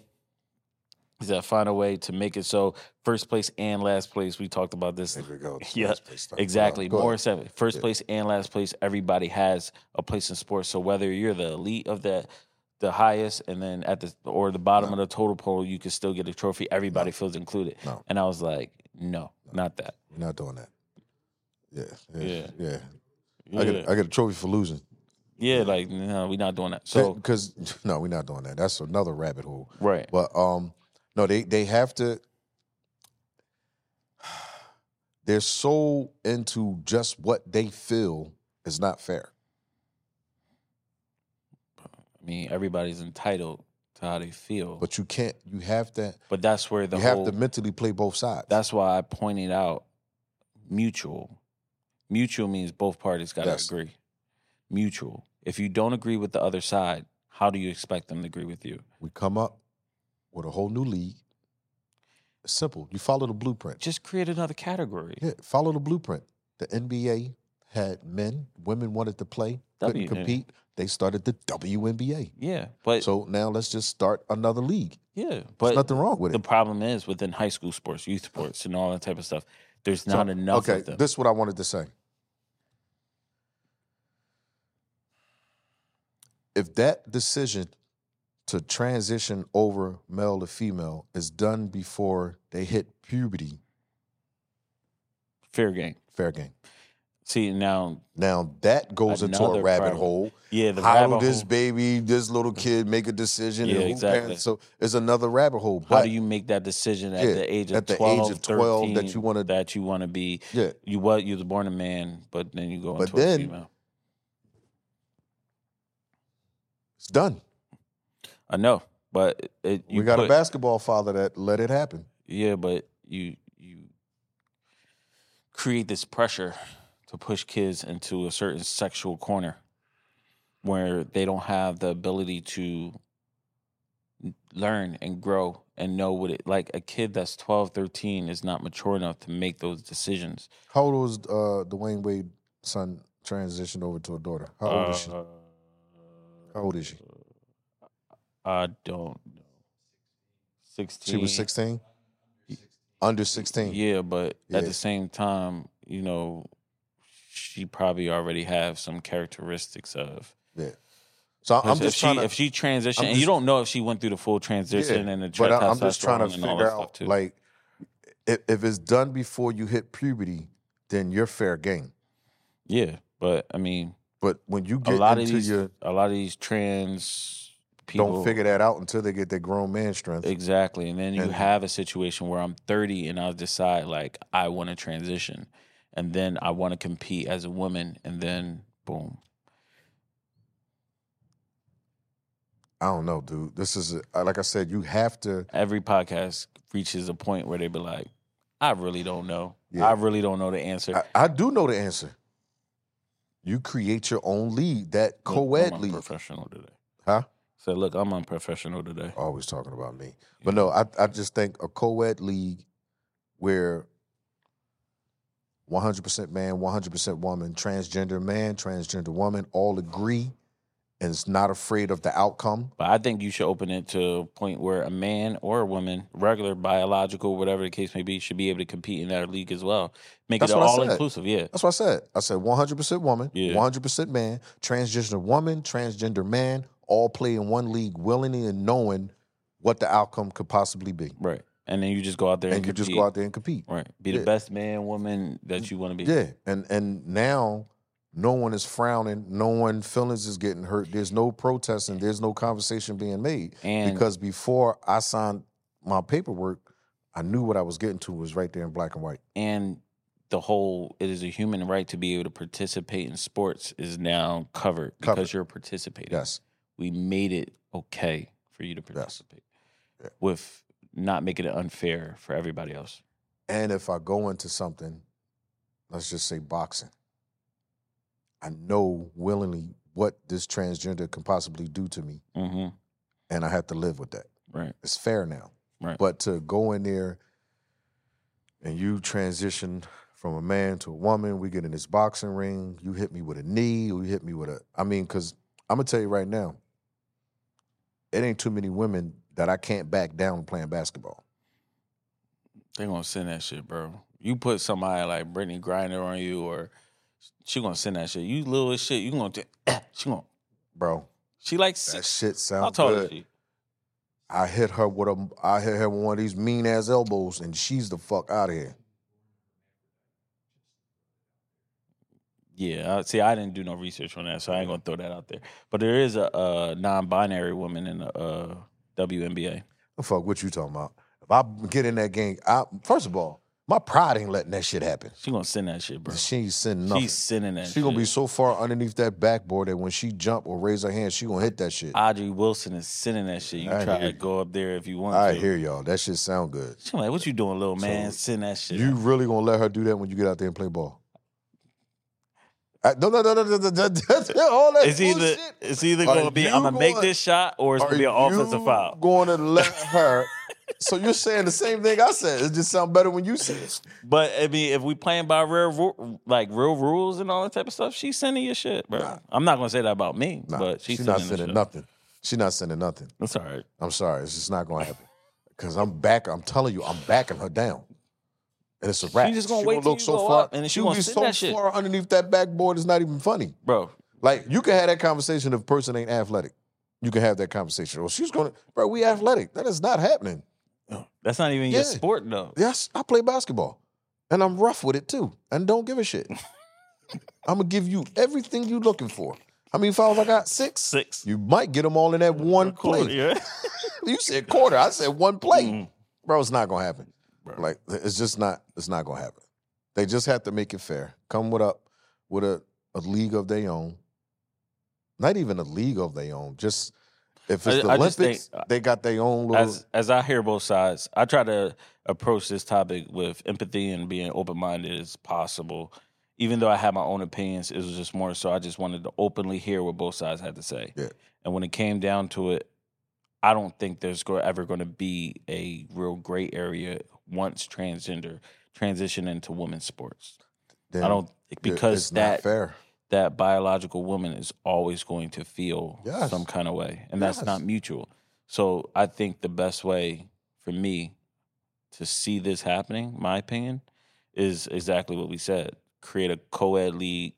Speaker 2: He said, find a way to make it so first place and last place. We talked about this.
Speaker 1: There we go.
Speaker 2: Yeah,
Speaker 1: Let's play stuff.
Speaker 2: Exactly.
Speaker 1: Go ahead.
Speaker 2: More seven. First
Speaker 1: Yeah.
Speaker 2: place and last place. Everybody has a place in sports. So whether you're the elite of the the highest and then at the or the bottom
Speaker 1: No.
Speaker 2: of the total poll, you can still get a trophy. Everybody feels included.
Speaker 1: No.
Speaker 2: And I was like, no, not that.
Speaker 1: We're not doing that. Yeah, yeah,
Speaker 2: Yeah.
Speaker 1: yeah.
Speaker 2: Yeah,
Speaker 1: I get, I get a trophy for losing.
Speaker 2: yeah like no, we're not doing that.
Speaker 1: So,
Speaker 2: So
Speaker 1: because no, we're not doing that. That's another rabbit hole.
Speaker 2: right.
Speaker 1: But um, no, they they have to. They're so into just what they feel is not fair.
Speaker 2: I mean, everybody's entitled to how they feel. But,
Speaker 1: But you can't. You have to.
Speaker 2: that's where the
Speaker 1: you
Speaker 2: whole
Speaker 1: have to mentally play both sides.
Speaker 2: that's why I pointed out mutual. Mutual means both parties got to
Speaker 1: Yes.
Speaker 2: agree. Mutual. If you don't agree with the other side, how do you expect them to agree with you?
Speaker 1: we come up with a whole new league. It's simple. You follow the blueprint.
Speaker 2: Just create another category.
Speaker 1: Yeah, follow the blueprint. The NBA had men, women wanted to play, couldn't
Speaker 2: W, yeah.
Speaker 1: compete. They started the WNBA.
Speaker 2: Yeah, but
Speaker 1: So now let's just start another league.
Speaker 2: yeah,
Speaker 1: There's
Speaker 2: but
Speaker 1: nothing wrong with
Speaker 2: the
Speaker 1: it.
Speaker 2: problem is within high school sports, youth sports, and all that type of stuff. There's not
Speaker 1: So,
Speaker 2: enough
Speaker 1: Okay,
Speaker 2: of them.
Speaker 1: this is what I wanted to say. If that decision to transition over male to female is done before they hit puberty,
Speaker 2: Fair game.
Speaker 1: fair game.
Speaker 2: See now,
Speaker 1: Now that goes into a
Speaker 2: Another
Speaker 1: rabbit
Speaker 2: problem.
Speaker 1: hole.
Speaker 2: yeah, the
Speaker 1: how
Speaker 2: rabbit
Speaker 1: did this
Speaker 2: hole-
Speaker 1: baby, this little kid, make a decision?
Speaker 2: Yeah,
Speaker 1: and who
Speaker 2: exactly.
Speaker 1: parents- so it's another rabbit hole. But
Speaker 2: how do you make that decision at
Speaker 1: Yeah,
Speaker 2: the age of
Speaker 1: at the age
Speaker 2: 12,
Speaker 1: of 12 that
Speaker 2: 13,
Speaker 1: you wanna-
Speaker 2: that you want to be
Speaker 1: yeah,
Speaker 2: you what you was born a man, but then you go
Speaker 1: But
Speaker 2: into
Speaker 1: then-
Speaker 2: a female.
Speaker 1: it's done.
Speaker 2: I know, but it, you
Speaker 1: we got
Speaker 2: put-
Speaker 1: a basketball father that let it happen.
Speaker 2: Yeah, but you you create this pressure to push kids into a certain sexual corner where they don't have the ability to learn and grow and know what it like a kid that's 12 13 is not mature enough to make those decisions
Speaker 1: How old was uh, Dwayne Wade son transitioned over to a daughter? How old is she?
Speaker 2: Uh,
Speaker 1: How old is she?
Speaker 2: i don't know 16
Speaker 1: She was 16? Under 16.
Speaker 2: yeah but at
Speaker 1: Yeah.
Speaker 2: the same time you know she probably already have some characteristics of
Speaker 1: Yeah. So I- I'm
Speaker 2: If
Speaker 1: just
Speaker 2: she-
Speaker 1: trying to
Speaker 2: if she transitioned,
Speaker 1: I'm
Speaker 2: and you
Speaker 1: just-
Speaker 2: don't know if she went through the full transition
Speaker 1: Yeah,
Speaker 2: and the
Speaker 1: but I, I'm just trying to
Speaker 2: testosterone and all
Speaker 1: figure
Speaker 2: that stuff
Speaker 1: out
Speaker 2: too.
Speaker 1: like if, if it's done before you hit puberty, then you're fair game.
Speaker 2: yeah, but I mean,
Speaker 1: But when you
Speaker 2: a
Speaker 1: get
Speaker 2: lot of
Speaker 1: into
Speaker 2: these,
Speaker 1: your
Speaker 2: a lot of these trans people
Speaker 1: don't figure that out until they get their grown man strength.
Speaker 2: exactly, and then you
Speaker 1: And-
Speaker 2: have a situation where I'm 30 and I'll decide like I want to transition, and then I want to compete as a woman, and then boom,
Speaker 1: I don't know, dude. This is a, like I said, you have to.
Speaker 2: every podcast reaches a point where they be like, I really don't know,
Speaker 1: Yeah.
Speaker 2: I really don't know the answer.
Speaker 1: I, I do know the answer. You create your own league, that
Speaker 2: Look,
Speaker 1: co-ed
Speaker 2: I'm
Speaker 1: league,
Speaker 2: unprofessional today.
Speaker 1: huh?
Speaker 2: So look, I'm unprofessional today.
Speaker 1: Always talking about me, but no, I I just think a co-ed league where 100% man, 100% woman, transgender man, transgender woman, all agree and is not afraid of the outcome.
Speaker 2: But I think you should open it to a point where a man or a woman, regular, biological, whatever the case may be, should be able to compete in that league as well. Make
Speaker 1: That's
Speaker 2: it
Speaker 1: what I
Speaker 2: all
Speaker 1: said.
Speaker 2: inclusive. Yeah.
Speaker 1: That's what I said. I said 100% woman,
Speaker 2: Yeah.
Speaker 1: 100% man, transgender woman, transgender man, all play in one league willingly and knowing what the outcome could possibly be.
Speaker 2: Right. And then you just go out there and,
Speaker 1: And you just
Speaker 2: compete.
Speaker 1: go out there and compete.
Speaker 2: Right. Be
Speaker 1: Yeah. Mm.
Speaker 2: the best man, woman that you want to be.
Speaker 1: Yeah. And and now no one is frowning, no one feelings is getting hurt. There's no protesting, there's no conversation being made.
Speaker 2: And
Speaker 1: because before I signed my paperwork, I knew what I was getting to was right there in black and white.
Speaker 2: and the whole it is a human right to be able to participate in sports is now covered,
Speaker 1: Covered.
Speaker 2: because you're participating.
Speaker 1: Yes,
Speaker 2: We made it okay for you to participate
Speaker 1: Yeah.
Speaker 2: with not making it unfair for everybody else.
Speaker 1: and if I go into something, let's just say boxing, I know willingly what this transgender can possibly do to me,
Speaker 2: hmm
Speaker 1: and I have to live with that.
Speaker 2: Right.
Speaker 1: It's fair now,
Speaker 2: Right.
Speaker 1: but to go in there and you transition from a man to a woman, we get in this boxing ring, you hit me with a knee, or you hit me with a. I mean, because I'm gonna tell you right now, it ain't too many women that I can't back down playing basketball.
Speaker 2: They gonna send that shit, bro. You put somebody like Brittany Grinder on you, or she gonna send that shit. You little as shit. You gonna t- she gonna
Speaker 1: Bro,
Speaker 2: she like
Speaker 1: that
Speaker 2: six.
Speaker 1: shit
Speaker 2: How
Speaker 1: sounds
Speaker 2: tall
Speaker 1: good.
Speaker 2: is she?
Speaker 1: I hit her with a, I hit her with one of these mean ass elbows, and she's the fuck out of here.
Speaker 2: Yeah, I- see, I didn't do no research on that, so I ain't gonna throw that out there. But there is a, uh non-binary woman in the uh, WNBA.
Speaker 1: The fuck what you talking about? If I get in that game, I, first of all, my pride ain't letting that shit happen.
Speaker 2: She gonna send that shit, bro.
Speaker 1: She ain't sending nothing.
Speaker 2: She's sending that.
Speaker 1: She gonna be
Speaker 2: shit.
Speaker 1: so far underneath that backboard that when she jump or raise her hand, she gonna hit that shit. I,
Speaker 2: Audrey Wilson is sending that shit. You
Speaker 1: I
Speaker 2: try
Speaker 1: hear
Speaker 2: to
Speaker 1: you.
Speaker 2: go up there if you want. to.
Speaker 1: hear y'all. That shit sound good.
Speaker 2: She like, what you doing, little man?
Speaker 1: So,
Speaker 2: Send that shit.
Speaker 1: You really gonna let her do that when you get out there and play ball? I, no, no, no, no, no, no, no, no, all that
Speaker 2: it's either
Speaker 1: bullshit.
Speaker 2: it's either
Speaker 1: Are
Speaker 2: gonna be
Speaker 1: you
Speaker 2: I'm gonna make
Speaker 1: going-
Speaker 2: this shot or it's gonna be an
Speaker 1: Are
Speaker 2: offensive
Speaker 1: you
Speaker 2: foul.
Speaker 1: Going to let her. so you're saying the same thing I said. It just sound better when you say it.
Speaker 2: But I mean, if we playing by real ru- like real rules and all that type of stuff, she's sending you shit, bro. I'm not gonna say that about me,
Speaker 1: Nah,
Speaker 2: but
Speaker 1: she's
Speaker 2: she's
Speaker 1: not
Speaker 2: sending,
Speaker 1: sending
Speaker 2: shit.
Speaker 1: nothing. She's not sending nothing.
Speaker 2: That's all right.
Speaker 1: I'm sorry, it's just not gonna happen. Cause I'm back. I'm telling you, I'm backing her down, and it's a wrap.
Speaker 2: just gonna wait till you go up, and then she
Speaker 1: she'll
Speaker 2: gonna
Speaker 1: be
Speaker 2: send
Speaker 1: so
Speaker 2: that shit.
Speaker 1: far underneath that backboard. It's not even funny.
Speaker 2: bro.
Speaker 1: Like you can have that conversation if a person ain't athletic. You can have that conversation. Well, she's gonna, bro. We athletic. That is not happening.
Speaker 2: That's not even your
Speaker 1: Yeah.
Speaker 2: sport though.
Speaker 1: Yes, I play basketball, and I'm rough with it too, and don't give a shit. I'm gonna give you everything you looking for. How many fouls I got? Six.
Speaker 2: Six
Speaker 1: You might get them all in that one play.
Speaker 2: Yeah.
Speaker 1: You said quarter. I said one play.
Speaker 2: Mm.
Speaker 1: Bro, it's not gonna happen.
Speaker 2: Bro.
Speaker 1: Like it's just not. It's not gonna happen. They just have to make it fair. Come with up with a, a league of their own. Not even a league of their own. Just if it's
Speaker 2: I-
Speaker 1: the
Speaker 2: I just
Speaker 1: Olympics,
Speaker 2: think- uh,
Speaker 1: they got their own little.
Speaker 2: As as I hear both sides, I try to approach this topic with empathy and being open minded as possible. Even though I had my own opinions, it was just more so I just wanted to openly hear what both sides had to say.
Speaker 1: Yeah.
Speaker 2: And when it came down to it, I don't think there's go- ever going to be a real gray area once transgender transition into women's sports.
Speaker 1: Then
Speaker 2: I don't because
Speaker 1: it's
Speaker 2: that
Speaker 1: not fair.
Speaker 2: that biological woman is always going to feel
Speaker 1: Yes.
Speaker 2: some kind of way, and that's
Speaker 1: Yes.
Speaker 2: not mutual. So I think the best way for me to see this happening, my opinion, is exactly what we said: create a co-ed league,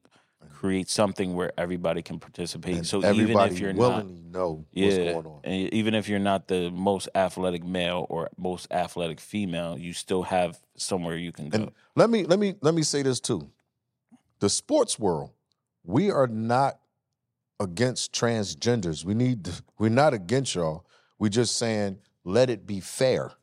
Speaker 2: create something where everybody can participate.
Speaker 1: And
Speaker 2: so even
Speaker 1: everybody
Speaker 2: if you're not
Speaker 1: willingly know what's
Speaker 2: Yeah.
Speaker 1: going on.
Speaker 2: and even if you're not the most athletic male or most athletic female, you still have somewhere you can go.
Speaker 1: And let me let me let me say this too. The sports world, we are not against transgenders. We need we're not against y'all. We're just saying let it be fair.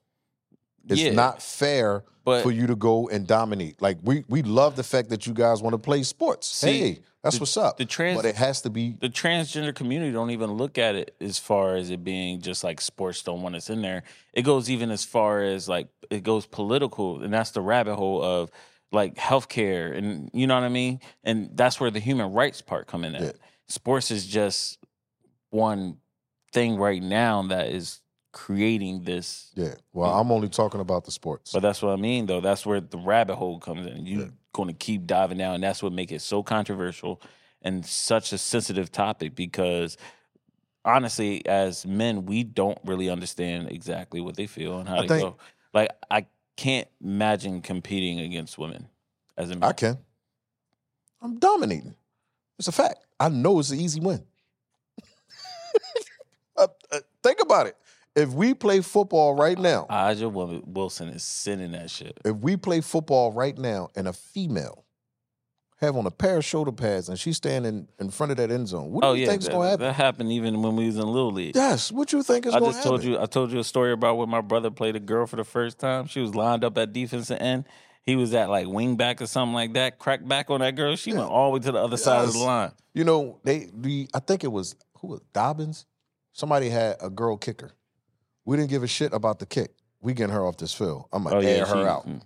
Speaker 1: It's
Speaker 2: Yeah.
Speaker 1: not fair
Speaker 2: But-
Speaker 1: for you to go and dominate. Like we we love the fact that you guys want to play sports.
Speaker 2: See,
Speaker 1: hey, that's
Speaker 2: the-
Speaker 1: what's up.
Speaker 2: the trans-
Speaker 1: but it has to be
Speaker 2: the transgender community don't even look at it as far as it being just like sports don't want us in there. It goes even as far as like it goes political, and that's the rabbit hole of like healthcare, and you know what I mean. And that's where the human rights part come in. At
Speaker 1: Yeah.
Speaker 2: sports is just one thing right now that is creating this
Speaker 1: yeah. Well,
Speaker 2: Mm.
Speaker 1: I'm only talking about the sports.
Speaker 2: but that's what I mean, though. That's where the rabbit hole comes in. You're
Speaker 1: Yeah.
Speaker 2: going to keep diving down, and that's what makes it so controversial and such a sensitive topic. Because honestly, as men, we don't really understand exactly what they feel and how
Speaker 1: I
Speaker 2: they
Speaker 1: think-
Speaker 2: go. Like I can't imagine competing against women as a man.
Speaker 1: I can. I'm dominating. It's a fact. I know it's an easy win. Uh, uh, think about it. If we play football right now,
Speaker 2: Aja Wil- Wilson is sending that shit.
Speaker 1: if we play football right now and a female have on a pair of shoulder pads and she's standing in front of that end zone, what do
Speaker 2: oh
Speaker 1: you
Speaker 2: yeah,
Speaker 1: think is
Speaker 2: that,
Speaker 1: going to happen?
Speaker 2: that happened even when we was in little league.
Speaker 1: yes, what you think is
Speaker 2: I
Speaker 1: going to
Speaker 2: just
Speaker 1: happen?
Speaker 2: told you. I told you a story about when my brother played a girl for the first time. She was lined up at defensive end. He was at like wing back or something like that. Cracked back on that girl. She went all the way to the other side of the
Speaker 1: Yes.
Speaker 2: line.
Speaker 1: You know, they the I think it was who was Dobbins. Somebody had a girl kicker. We didn't give a shit about the kick. We getting her off this field. I'm gonna air her
Speaker 2: she-
Speaker 1: out.
Speaker 2: mhm.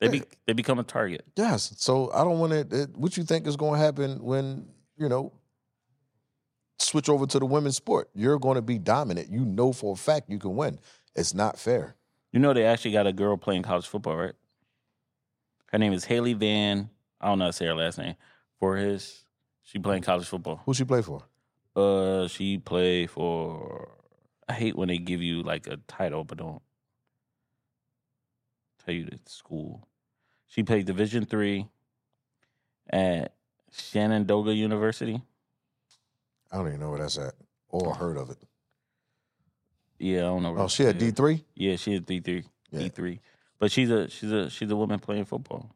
Speaker 2: They be they become a target.
Speaker 1: Yes. So I don't want to. What you think is going to happen when you know switch over to the women's sport? You're going to be dominant. You know for a fact you can win. It's not fair.
Speaker 2: You know they actually got a girl playing college football, right? Her name is Haley Van. I don't know how to say her last name. For his, she playing college football.
Speaker 1: Who she play for?
Speaker 2: Uh, she played for. I hate when they give you like a title, but don't tell you the school. She played Division three at Shenandoah University.
Speaker 1: I don't even know where that's at or heard of it.
Speaker 2: Yeah, I don't know. where
Speaker 1: Oh,
Speaker 2: it's
Speaker 1: she at
Speaker 2: at.
Speaker 1: D three.
Speaker 2: Yeah, she had D three,
Speaker 1: Yeah.
Speaker 2: D three. But she's a she's a she's a woman playing football.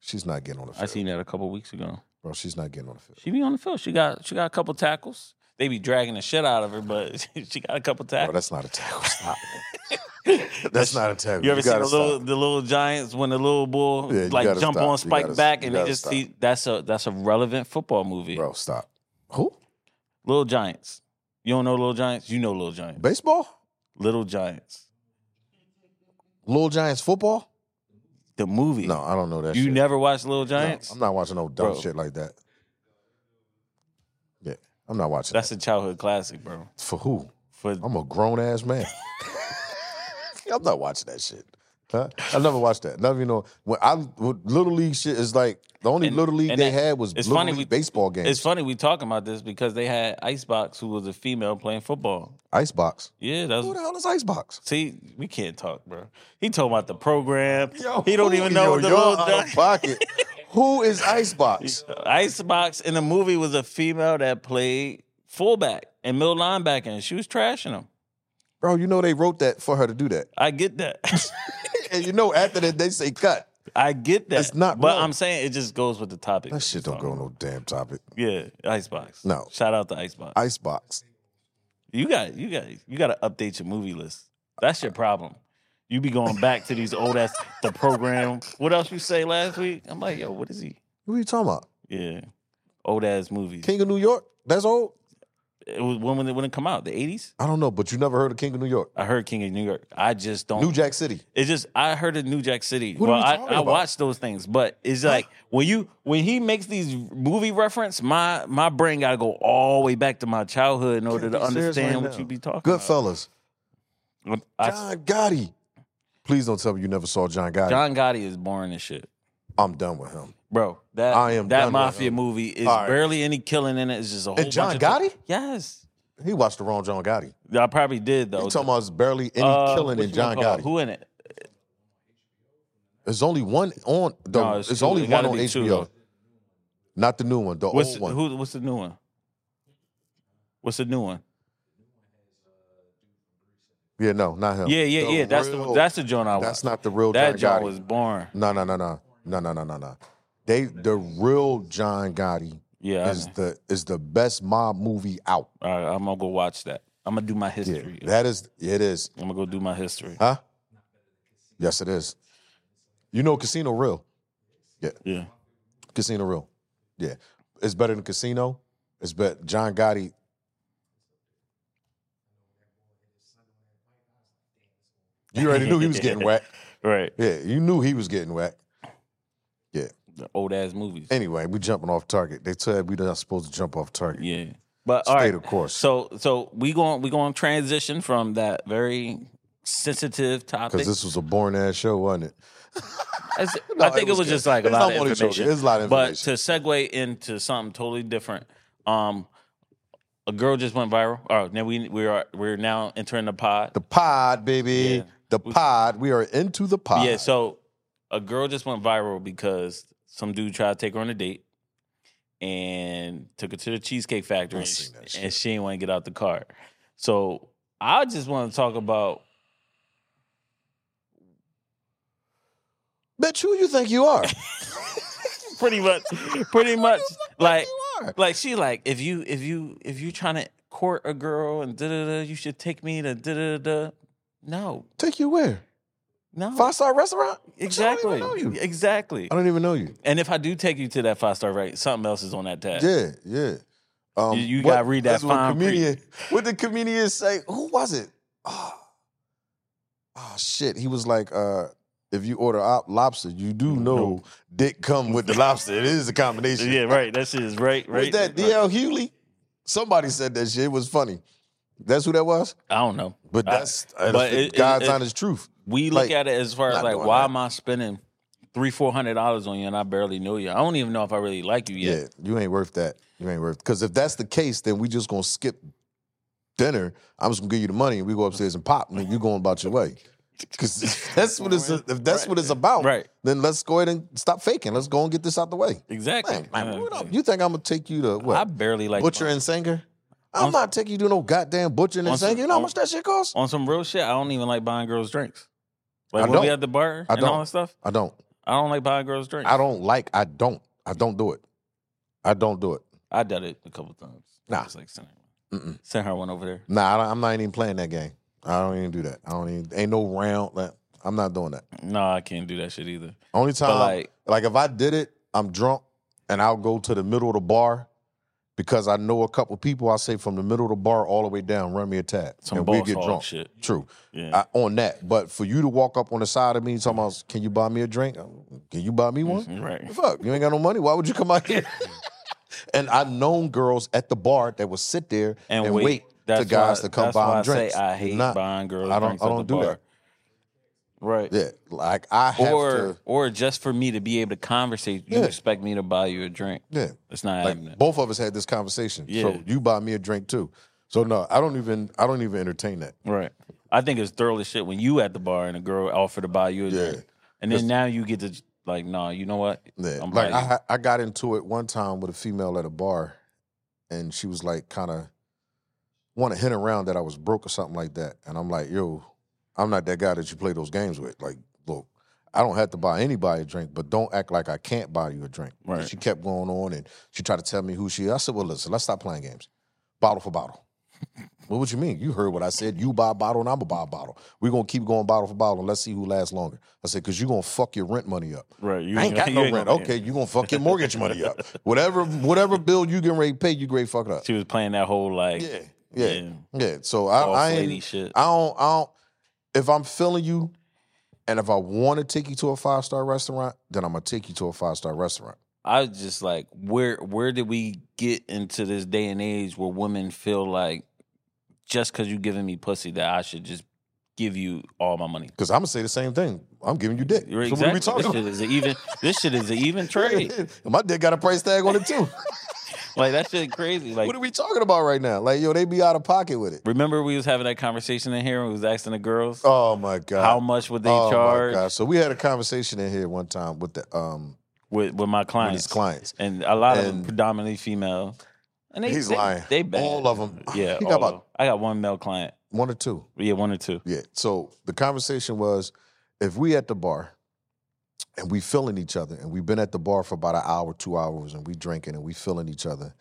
Speaker 1: She's not getting on the field.
Speaker 2: I seen that a couple weeks ago.
Speaker 1: Bro, she's not getting on the field.
Speaker 2: She be on the field. She got she got a couple tackles. They be dragging the shit out of her, but she got a couple
Speaker 1: Bro,
Speaker 2: tackles.
Speaker 1: that's not a tackle. Stop. that's not a tackle.
Speaker 2: You ever seen
Speaker 1: gotta
Speaker 2: the little
Speaker 1: stop.
Speaker 2: the little giants when the little bull
Speaker 1: Yeah, you
Speaker 2: like
Speaker 1: gotta
Speaker 2: jump
Speaker 1: stop.
Speaker 2: on
Speaker 1: You
Speaker 2: spike
Speaker 1: gotta-
Speaker 2: back
Speaker 1: you
Speaker 2: and they
Speaker 1: gotta
Speaker 2: just
Speaker 1: stop.
Speaker 2: see that's a that's a relevant football movie.
Speaker 1: Bro, stop. Who?
Speaker 2: Little Giants. You don't know Little Giants? You know Little Giants.
Speaker 1: Baseball?
Speaker 2: Little Giants.
Speaker 1: Little Giants football?
Speaker 2: The movie.
Speaker 1: No, I don't know that.
Speaker 2: you
Speaker 1: shit.
Speaker 2: never watched Little
Speaker 1: No,
Speaker 2: Giants?
Speaker 1: I'm not watching no dumb
Speaker 2: Bro.
Speaker 1: shit like that. Yeah, I'm not watching.
Speaker 2: that's a childhood classic, bro.
Speaker 1: that. For who?
Speaker 2: For
Speaker 1: I'm a grown ass man. I'm not watching that shit. Huh? I never watched that. Never, you know, when I when little league shit is like the only
Speaker 2: And-
Speaker 1: little league
Speaker 2: and
Speaker 1: they
Speaker 2: that-
Speaker 1: had was
Speaker 2: it's
Speaker 1: little
Speaker 2: funny
Speaker 1: league
Speaker 2: we-
Speaker 1: baseball games.
Speaker 2: it's funny we talking about this because they had Icebox who was a female playing football.
Speaker 1: Icebox.
Speaker 2: Yeah, that
Speaker 1: Who the
Speaker 2: was
Speaker 1: hell is Icebox?
Speaker 2: See, we can't talk, bro. He talking about the program.
Speaker 1: Yo,
Speaker 2: he don't
Speaker 1: who-
Speaker 2: even know
Speaker 1: yo,
Speaker 2: what the
Speaker 1: you're
Speaker 2: little
Speaker 1: out of
Speaker 2: Giants.
Speaker 1: pocket. who is Icebox?
Speaker 2: Icebox in the movie was a female that played fullback and middle linebacker, and she was trashing him.
Speaker 1: Bro, you know they wrote that for her to do that.
Speaker 2: I get that.
Speaker 1: And you know after that they say cut.
Speaker 2: I get that.
Speaker 1: It's not
Speaker 2: but
Speaker 1: wrong.
Speaker 2: I'm saying it just goes with the topic.
Speaker 1: That shit don't go on no damn topic.
Speaker 2: Yeah, Icebox.
Speaker 1: No.
Speaker 2: Shout out to Icebox.
Speaker 1: Icebox.
Speaker 2: you got you got you got to update your movie list. That's your problem. You be going back to these old ass the program. What else you say last week? I'm like, yo, what is he?
Speaker 1: What are you talking about?
Speaker 2: Yeah, old ass movies.
Speaker 1: King of New York? That's old.
Speaker 2: It was when when it wouldn't come out the eighties.
Speaker 1: I don't know, but you never heard of King of New York,
Speaker 2: I heard King of New York. I just don't.
Speaker 1: New Jack City.
Speaker 2: It's just I heard of New Jack City.
Speaker 1: What are
Speaker 2: well,
Speaker 1: we
Speaker 2: I,
Speaker 1: talking
Speaker 2: I
Speaker 1: about?
Speaker 2: watched those things, but it's like when you when he makes these movie reference, my my brain got to go all the way back to my childhood in order
Speaker 1: Can't
Speaker 2: to
Speaker 1: be serious
Speaker 2: understand
Speaker 1: right
Speaker 2: what
Speaker 1: now.
Speaker 2: you be talking about.
Speaker 1: Goodfellas.
Speaker 2: Uh, I-
Speaker 1: John Gotti. Please don't tell me you never saw John Gotti.
Speaker 2: John Gotti is boring as shit.
Speaker 1: I'm done with him.
Speaker 2: Bro, that
Speaker 1: I am done
Speaker 2: that
Speaker 1: with
Speaker 2: mafia
Speaker 1: him.
Speaker 2: movie is
Speaker 1: All right.
Speaker 2: barely any killing in it. It's just a whole
Speaker 1: And John
Speaker 2: bunch of
Speaker 1: Gotti?
Speaker 2: yes,
Speaker 1: He watched the wrong John Gotti.
Speaker 2: I probably did though.
Speaker 1: You talking about there's barely any
Speaker 2: Uh,
Speaker 1: killing
Speaker 2: what
Speaker 1: in
Speaker 2: you wanna
Speaker 1: John
Speaker 2: call it?
Speaker 1: Gotti.
Speaker 2: Who in it?
Speaker 1: There's only one on. The,
Speaker 2: No, it's
Speaker 1: there's
Speaker 2: two.
Speaker 1: only
Speaker 2: It
Speaker 1: one
Speaker 2: gotta
Speaker 1: on
Speaker 2: be
Speaker 1: HBO.
Speaker 2: two, though.
Speaker 1: Not the new one. The
Speaker 2: What's
Speaker 1: old one.
Speaker 2: who? What's the new one? What's the new one?
Speaker 1: yeah, no, not him.
Speaker 2: Yeah, yeah,
Speaker 1: The
Speaker 2: yeah. That's the
Speaker 1: real-
Speaker 2: that's the joint I watched.
Speaker 1: that's not the real
Speaker 2: that
Speaker 1: John
Speaker 2: joint
Speaker 1: Gotti.
Speaker 2: was born.
Speaker 1: No, no, no, no, no, no, no, no, no. They the real John Gotti
Speaker 2: Yeah, I
Speaker 1: is
Speaker 2: know.
Speaker 1: the is the best mob movie out.
Speaker 2: All right, I'm gonna go watch that. I'm gonna do my
Speaker 1: Yeah,
Speaker 2: history.
Speaker 1: that is it is,
Speaker 2: I'm gonna go do my history.
Speaker 1: huh? Yes, it is. You know, Casino Real,
Speaker 2: Yeah,
Speaker 1: Casino Real, yeah, it's better than Casino. It's bet John Gotti. You already knew he was getting whacked.
Speaker 2: right.
Speaker 1: Yeah, you knew he was getting whacked.
Speaker 2: The old ass movies.
Speaker 1: Anyway, we jumping off target. They said we not supposed to jump off target.
Speaker 2: Yeah, but
Speaker 1: Stay
Speaker 2: all right.
Speaker 1: the course.
Speaker 2: So so we going we going to transition from that very sensitive topic.
Speaker 1: Because this was a boring ass show, wasn't it?
Speaker 2: It's-
Speaker 1: No,
Speaker 2: I think it was,
Speaker 1: good.
Speaker 2: just like a
Speaker 1: It's
Speaker 2: lot
Speaker 1: not
Speaker 2: of
Speaker 1: only joking.
Speaker 2: information.
Speaker 1: It's a lot of
Speaker 2: But
Speaker 1: information.
Speaker 2: to segue into something totally different, um, a girl just went viral. All right, now we we are we're now entering the pod.
Speaker 1: the pod, baby.
Speaker 2: Yeah.
Speaker 1: The pod. We are into the pod.
Speaker 2: Yeah, so a girl just went viral because some dude tried to take her on a date and took her to the Cheesecake Factory
Speaker 1: I've
Speaker 2: and,
Speaker 1: seen that
Speaker 2: she-
Speaker 1: shit.
Speaker 2: and she didn't want to get out the car. So I just want to talk about
Speaker 1: Bitch, who you think you are?
Speaker 2: pretty much pretty much like
Speaker 1: you are.
Speaker 2: like she like if you if you if you trying to court a girl and da da da you should take me to da da da no
Speaker 1: Take you where?
Speaker 2: no
Speaker 1: Five star restaurant? Bitch, I
Speaker 2: exactly
Speaker 1: don't even know you.
Speaker 2: exactly
Speaker 1: I don't even know you.
Speaker 2: and if I do take you to that five star right something else is on that tab
Speaker 1: Yeah, yeah. Um,
Speaker 2: You- you
Speaker 1: what-
Speaker 2: gotta read that
Speaker 1: that's what
Speaker 2: fine print.
Speaker 1: comedian. What did comedian say? Who was it? Oh, oh shit. He was like, uh, if you order op- lobster, you do know
Speaker 2: No.
Speaker 1: dick come with the lobster. It is a combination.
Speaker 2: yeah right that shit is right
Speaker 1: Was
Speaker 2: right
Speaker 1: that
Speaker 2: right.
Speaker 1: DL Hewley? Somebody said that shit. It was funny. That's who that was.
Speaker 2: I don't know
Speaker 1: But
Speaker 2: I-
Speaker 1: that's, that's
Speaker 2: but
Speaker 1: the
Speaker 2: it- it-
Speaker 1: God's
Speaker 2: it-
Speaker 1: honest truth.
Speaker 2: we
Speaker 1: Like,
Speaker 2: look at it as far as
Speaker 1: not
Speaker 2: like
Speaker 1: doing
Speaker 2: why
Speaker 1: that.
Speaker 2: am I spending three four hundred dollars on you and I barely know you I don't even know if I really like you
Speaker 1: Yeah.
Speaker 2: yet
Speaker 1: you ain't worth that. You ain't worth. Because if that's the case, then we just gonna skip dinner. I'm just gonna give you the money, and we go upstairs and pop, and then you going about your way. Because that's what it's if that's what it's about.
Speaker 2: Right.
Speaker 1: Then let's go ahead and stop faking. Let's go and get this out the way.
Speaker 2: exactly
Speaker 1: Man, man,
Speaker 2: Uh,
Speaker 1: what up? You think I'm gonna take you to
Speaker 2: I
Speaker 1: what
Speaker 2: barely like
Speaker 1: butcher and singer? I'm not taking you to no goddamn butcher and
Speaker 2: On some-
Speaker 1: singer. You know how
Speaker 2: on-
Speaker 1: much that shit costs?
Speaker 2: on some real shit, I don't even like buying girls drinks. Like
Speaker 1: I
Speaker 2: when we
Speaker 1: don't.
Speaker 2: at the bar
Speaker 1: I
Speaker 2: and all
Speaker 1: don't.
Speaker 2: that stuff,
Speaker 1: I don't.
Speaker 2: I don't like buying girls drinks.
Speaker 1: I
Speaker 2: I,
Speaker 1: don't like. I don't. I don't do it. I don't do it.
Speaker 2: did it a couple times.
Speaker 1: Nah.
Speaker 2: I was like, send her, one. send her one over there.
Speaker 1: Nah, I don't, I'm not even playing that game. I don't even do that. I don't even. Ain't no round. Like, I'm not doing that.
Speaker 2: No, I can't do that shit either.
Speaker 1: Only time, like,
Speaker 2: like-
Speaker 1: if I did it, I'm drunk and I'll go to the middle of the bar because I know a couple people. I say from the middle of the bar all the way down, run me a tab,
Speaker 2: Some
Speaker 1: and
Speaker 2: boss
Speaker 1: we get
Speaker 2: hog
Speaker 1: drunk.
Speaker 2: shit.
Speaker 1: True,
Speaker 2: Yeah.
Speaker 1: I, on that. But for you to walk up on the side of me talking about, can you buy me a drink? Um, Can you buy me one?
Speaker 2: Mm-hmm, right.
Speaker 1: Fuck, you ain't got no money. Why would you come out here? and I've known girls at the bar that would sit there and,
Speaker 2: And,
Speaker 1: wait,
Speaker 2: wait,
Speaker 1: to guys to come
Speaker 2: that's
Speaker 1: buy
Speaker 2: why
Speaker 1: them
Speaker 2: I
Speaker 1: drinks.
Speaker 2: Say I hate
Speaker 1: Not-
Speaker 2: buying girls
Speaker 1: I don't-
Speaker 2: drinks.
Speaker 1: I don't
Speaker 2: at the
Speaker 1: do
Speaker 2: bar.
Speaker 1: that.
Speaker 2: Right.
Speaker 1: Yeah, like I have
Speaker 2: Or
Speaker 1: to.
Speaker 2: or just for me to be able to conversate, you
Speaker 1: Yeah.
Speaker 2: expect me to buy you a drink.
Speaker 1: Yeah,
Speaker 2: It's not happening.
Speaker 1: like both of us had this conversation.
Speaker 2: Yeah.
Speaker 1: So you buy me a drink too. So no, I don't even. I don't even entertain that.
Speaker 2: Right. I think it's thoroughly shit when you at the bar and a girl offered to buy you a
Speaker 1: Yeah.
Speaker 2: drink. And then now you get to j- like, nah, you know what?
Speaker 1: Yeah.
Speaker 2: I'm
Speaker 1: Like
Speaker 2: buying
Speaker 1: I,
Speaker 2: you.
Speaker 1: ha- I got into it one time with a female at a bar, and she was like, kind of, want to hint around that I was broke or something like that. And I'm like, yo, I'm not that guy that you play those games with. Like, look, I don't have to buy anybody a drink, but don't act like I can't buy you a drink. And
Speaker 2: Right.
Speaker 1: She kept going on, and she tried to tell me who she. I said, well, listen, let's stop playing games. Bottle for bottle. What would you mean? You heard what I said. You buy a bottle and I'm gonna buy a bottle. We're gonna keep going bottle for bottle and let's see who lasts longer. I said, because you're gonna fuck your rent money up.
Speaker 2: Right. You
Speaker 1: I ain't got
Speaker 2: you
Speaker 1: no rent.
Speaker 2: gonna-
Speaker 1: Okay, you're gonna fuck your mortgage money up. Whatever whatever bill you getting ready to pay, you great fuck it up.
Speaker 2: She was playing that whole like
Speaker 1: Yeah. Yeah. Yeah.
Speaker 2: yeah,
Speaker 1: So I,
Speaker 2: boss
Speaker 1: I
Speaker 2: lady
Speaker 1: ain't
Speaker 2: shit.
Speaker 1: I don't I don't if I'm feeling you and if I wanna take you to a five star restaurant, then I'm gonna take you to a five star restaurant.
Speaker 2: I was just like, where where did we get into this day and age where women feel like just because you giving me pussy that I should just give you all my money?
Speaker 1: Because I'm gonna say the same thing. I'm giving you dick.
Speaker 2: You're
Speaker 1: So what are we
Speaker 2: exactly-
Speaker 1: talking about?
Speaker 2: This shit is an even. This shit is an even trade.
Speaker 1: My dick got a price tag on it too.
Speaker 2: Like that shit crazy. Like
Speaker 1: what are we talking about right now? Like, yo, they be out of pocket with it.
Speaker 2: remember we was having that conversation in here and we was asking the girls
Speaker 1: Oh my god.
Speaker 2: how much would they
Speaker 1: oh
Speaker 2: charge
Speaker 1: my god. So we had a conversation in here one time with the um
Speaker 2: with with my
Speaker 1: with
Speaker 2: clients,
Speaker 1: his clients.
Speaker 2: and a lot of them
Speaker 1: And-
Speaker 2: predominantly female. And they,
Speaker 1: He's
Speaker 2: they,
Speaker 1: lying.
Speaker 2: They bad.
Speaker 1: All of 'em.
Speaker 2: Yeah.
Speaker 1: He got
Speaker 2: all of
Speaker 1: about-
Speaker 2: 'em. I got one male client.
Speaker 1: One or two.
Speaker 2: Yeah, one or two.
Speaker 1: Yeah. So the conversation was if we at the bar and we feeling each other and we've been at the bar for about an hour, two hours, and we drinking and we feeling each other,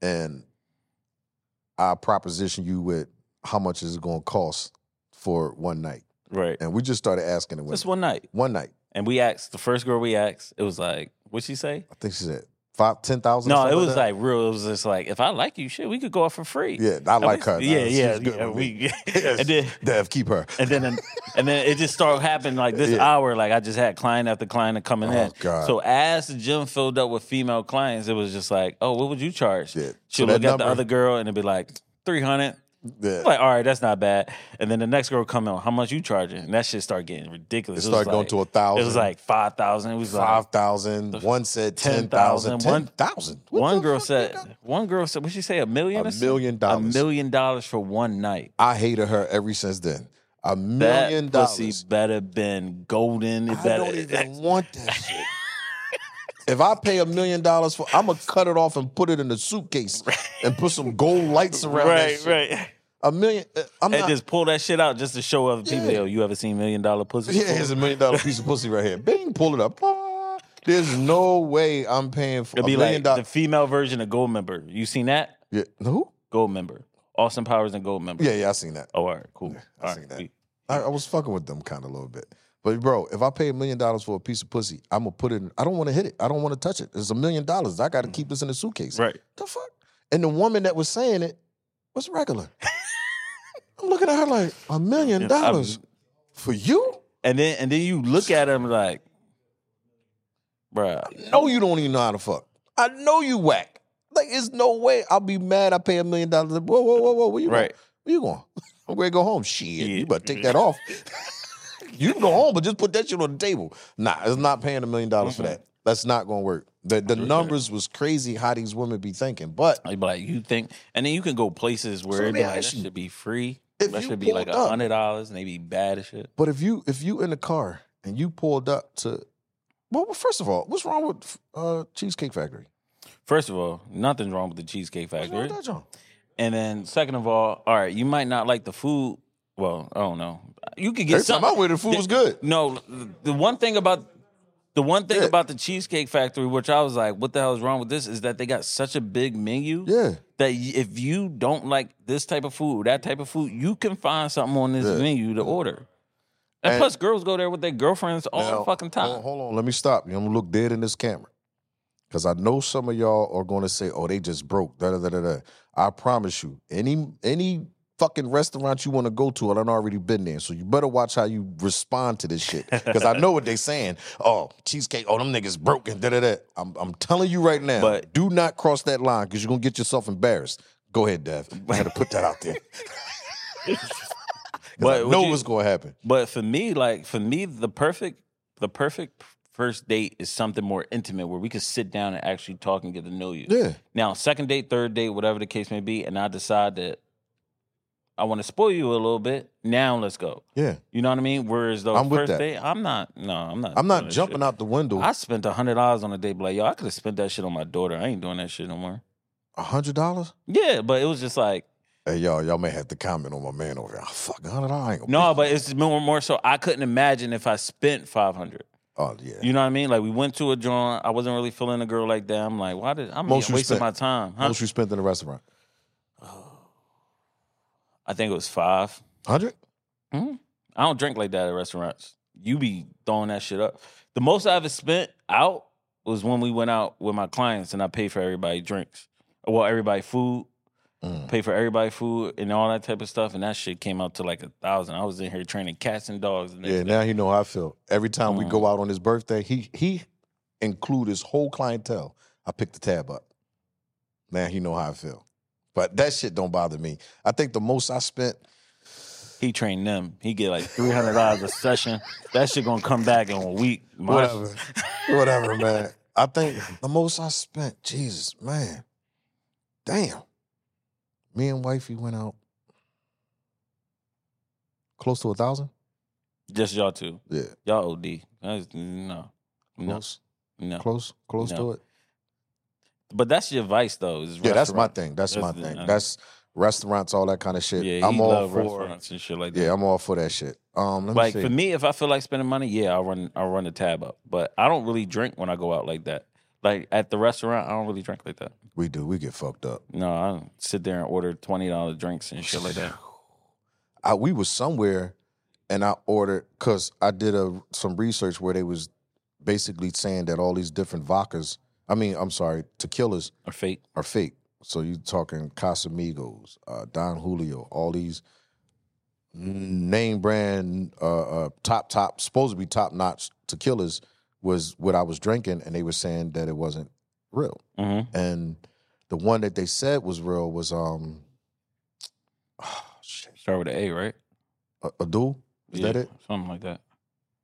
Speaker 1: and I proposition you with how much is it gonna cost for one night.
Speaker 2: Right.
Speaker 1: And we just started asking it.
Speaker 2: Just one night.
Speaker 1: One night.
Speaker 2: And we asked the first girl we asked, it was like, what'd she say?
Speaker 1: I think she said five, ten thousand.
Speaker 2: No, it was like real. It was just like, if I like you, shit, we could go out for free.
Speaker 1: Yeah, I
Speaker 2: And
Speaker 1: like
Speaker 2: we-
Speaker 1: her.
Speaker 2: Yeah,
Speaker 1: Nah,
Speaker 2: yeah.
Speaker 1: she's good
Speaker 2: yeah,
Speaker 1: with me.
Speaker 2: we,
Speaker 1: Yes.
Speaker 2: and then
Speaker 1: Dev, keep her.
Speaker 2: and then and then it just started happening like this
Speaker 1: Yeah.
Speaker 2: hour. Like I just had client after client coming
Speaker 1: Oh,
Speaker 2: in.
Speaker 1: God.
Speaker 2: So as the gym filled up with female clients, it was just like, oh, what would you charge?
Speaker 1: Yeah.
Speaker 2: She'll
Speaker 1: So that
Speaker 2: look at
Speaker 1: number-
Speaker 2: the other girl and it'd be like three hundred.
Speaker 1: Yeah.
Speaker 2: Like, all right, that's not bad. And then the next girl come in, how much you charging? And that shit started getting
Speaker 1: it
Speaker 2: ridiculous. was
Speaker 1: started going
Speaker 2: like-
Speaker 1: to a thousand.
Speaker 2: It was like five thousand. It was like
Speaker 1: five thousand. One said ten thousand.
Speaker 2: 10,000, one-
Speaker 1: Ten thousand.
Speaker 2: one girl said. One girl said, "What she say? A million?
Speaker 1: A
Speaker 2: or something?
Speaker 1: million
Speaker 2: A
Speaker 1: dollars.
Speaker 2: million dollars for one night?
Speaker 1: I hated her ever since then. A
Speaker 2: That
Speaker 1: million
Speaker 2: pussy
Speaker 1: dollars.
Speaker 2: better been golden. It
Speaker 1: I
Speaker 2: better,
Speaker 1: don't even want that shit. If I pay a million dollars for, I'm gonna cut it off and put it in a suitcase and put some gold lights around that
Speaker 2: right,
Speaker 1: shit.
Speaker 2: right.
Speaker 1: A million. uh, I'm
Speaker 2: And
Speaker 1: not.
Speaker 2: just pull that shit out just to show other people.
Speaker 1: Yeah.
Speaker 2: Yo, you ever seen million dollar pussy?
Speaker 1: Yeah, here's a million dollar piece of pussy right here. Bing, pull it up. Ah, There's no way I'm paying for
Speaker 2: It'd
Speaker 1: a
Speaker 2: be
Speaker 1: million
Speaker 2: like the
Speaker 1: dollars.
Speaker 2: female version of Gold Member. You seen that?
Speaker 1: Yeah, who?
Speaker 2: Gold Member. Austin Powers and Gold Member.
Speaker 1: Yeah, yeah, I seen that.
Speaker 2: Oh, all right, cool.
Speaker 1: I
Speaker 2: All
Speaker 1: seen
Speaker 2: right,
Speaker 1: that.
Speaker 2: we-
Speaker 1: I, I was fucking with them kind of a little bit. But bro, if I pay a million dollars for a piece of pussy, I'm gonna put it. In, I don't want to hit it. I don't want to touch it. It's a million dollars. I got to keep this in a suitcase.
Speaker 2: Right.
Speaker 1: The fuck? And the woman that was saying it was regular. I'm looking at her like a million
Speaker 2: Yeah, I'm-
Speaker 1: dollars for you?
Speaker 2: And then and then you look at him like, bruh.
Speaker 1: No, you don't even know how to fuck. I know you whack. Like, it's no way I'll be mad I pay a million dollars. Whoa, whoa, whoa, whoa. Where you
Speaker 2: Right.
Speaker 1: going? Where you going? I'm going to go home. Shit.
Speaker 2: Yeah.
Speaker 1: You better take that off. you can go home, but just put that shit on the table. Nah, it's not paying a million dollars for that. That's not going to work. The, the numbers was crazy how these women be thinking. But
Speaker 2: I'd be like, you think, and then you can go places where
Speaker 1: So let
Speaker 2: it'd
Speaker 1: me
Speaker 2: be like, that
Speaker 1: ask you,
Speaker 2: should be free.
Speaker 1: if
Speaker 2: That
Speaker 1: you
Speaker 2: should be like
Speaker 1: pulled
Speaker 2: a
Speaker 1: up-
Speaker 2: hundred dollars, and they be bad as shit.
Speaker 1: but if you if you in the car and you pulled up to, well, well, first of all, what's wrong with uh, Cheesecake Factory?
Speaker 2: First of all, nothing's wrong with the Cheesecake
Speaker 1: What's wrong with
Speaker 2: Factory.
Speaker 1: that, John?
Speaker 2: And then second of all, all right, you might not like the food. Well, I don't know. You could get
Speaker 1: Every time I
Speaker 2: something.
Speaker 1: went, the food was good.
Speaker 2: No, the one thing about the one thing
Speaker 1: Yeah.
Speaker 2: about the Cheesecake Factory, which I was like, what the hell is wrong with this, is that they got such a big menu
Speaker 1: Yeah.
Speaker 2: that y- if you don't like this type of food, that type of food, you can find something on this
Speaker 1: Yeah.
Speaker 2: menu to order. And,
Speaker 1: And-
Speaker 2: plus, girls go there with their girlfriends all
Speaker 1: Now,
Speaker 2: the fucking time.
Speaker 1: Hold on, hold on, let me stop you. I'm gonna look dead in this camera. Cause I know some of y'all are gonna say, oh, they just broke. Da, da, da, da, da. I promise you, any any fucking restaurant you wanna go to, I done already been there. So you better watch how you respond to this shit. Cause I know what they saying. Oh, cheesecake, oh, them niggas broken. Da, da, da. I'm, I'm telling you right now,
Speaker 2: But-
Speaker 1: do not cross that line because you're gonna get yourself embarrassed. Go ahead, Dev. I had to put that out there. 'Cause
Speaker 2: But
Speaker 1: I
Speaker 2: would
Speaker 1: know
Speaker 2: you-
Speaker 1: what's gonna happen.
Speaker 2: But for me, like for me, the perfect the perfect first date is something more intimate where we can sit down and actually talk and get to know you.
Speaker 1: Yeah.
Speaker 2: Now, second date, third date, whatever the case may be, and I decide that I want to spoil you a little bit. Now let's go.
Speaker 1: Yeah.
Speaker 2: You know what I mean? Whereas though
Speaker 1: I'm with
Speaker 2: first
Speaker 1: that.
Speaker 2: date, I'm not. No, I'm not.
Speaker 1: I'm
Speaker 2: doing
Speaker 1: not
Speaker 2: that
Speaker 1: jumping
Speaker 2: shit.
Speaker 1: out the window.
Speaker 2: I spent a hundred dollars on a date, but like yo, I could have spent that shit on my daughter. I ain't doing that shit no more.
Speaker 1: A hundred dollars?
Speaker 2: Yeah, but it was just like
Speaker 1: Hey y'all, y'all may have to comment on my man over here. Oh, fuck, a hundred dollars? I ain't gonna
Speaker 2: no, but it's more more so. I couldn't imagine if I spent five hundred.
Speaker 1: Oh yeah.
Speaker 2: You know what I mean? Like we went to a joint. I wasn't really feeling a girl like that. I'm like, why did I'm
Speaker 1: Most you
Speaker 2: wasting
Speaker 1: spent.
Speaker 2: my time? Huh?
Speaker 1: Most you spent in a restaurant?
Speaker 2: I think it was five.
Speaker 1: Hundred?
Speaker 2: I don't drink like that at restaurants. You be throwing that shit up. The most I ever spent out was when we went out with my clients and I paid for everybody drinks. Well, everybody food,
Speaker 1: Mm.
Speaker 2: paid for everybody food and all that type of stuff. And that shit came out to like a thousand. I was in here training cats and dogs. And
Speaker 1: Yeah, now he know how I feel. Every time we
Speaker 2: Mm.
Speaker 1: go out on his birthday, he he include his whole clientele. I pick the tab up. Now he know how I feel. But that shit don't bother me. I think the most I spent
Speaker 2: he trained them. He get like three hundred dollars a session. That shit gonna come back in a week. My-
Speaker 1: Whatever. Whatever, man. I think the most I spent, Jesus, man. Damn. Me and wifey went out close to a thousand?
Speaker 2: Just y'all two.
Speaker 1: Yeah.
Speaker 2: Y'all OD. That's- no, no,
Speaker 1: Close.
Speaker 2: no.
Speaker 1: Close. Close
Speaker 2: No.
Speaker 1: to it.
Speaker 2: But that's your vice though. is
Speaker 1: Yeah, that's my
Speaker 2: restaurant.
Speaker 1: thing. That's, my
Speaker 2: That's the-
Speaker 1: thing.
Speaker 2: uh,
Speaker 1: That's restaurants, all that kind of shit.
Speaker 2: Yeah,
Speaker 1: I'm
Speaker 2: he
Speaker 1: all
Speaker 2: love
Speaker 1: for
Speaker 2: restaurants and shit like that.
Speaker 1: Yeah, I'm all for that shit. Um let me
Speaker 2: like
Speaker 1: see.
Speaker 2: for me, if I feel like spending money, yeah, I'll run I'll run the tab up. But I don't really drink when I go out like that. Like at the restaurant, I don't really drink like that.
Speaker 1: we do, we get fucked up.
Speaker 2: No, I don't sit there and order twenty dollar drinks and shit like that.
Speaker 1: I we was somewhere and I ordered because I did a some research where they was basically saying that all these different vodkas, I mean, I'm sorry, tequilas
Speaker 2: Or fake.
Speaker 1: are fake. So you talking Casamigos, uh, Don Julio, all these name brand, uh, uh, top top, supposed to be top notch tequilas was what I was drinking, and they were saying that it wasn't real.
Speaker 2: hmm
Speaker 1: And the one that they said was real was um, oh, shit,
Speaker 2: Start with an A, right?
Speaker 1: a, a duel. Is that
Speaker 2: Yeah,
Speaker 1: it?
Speaker 2: Something like that.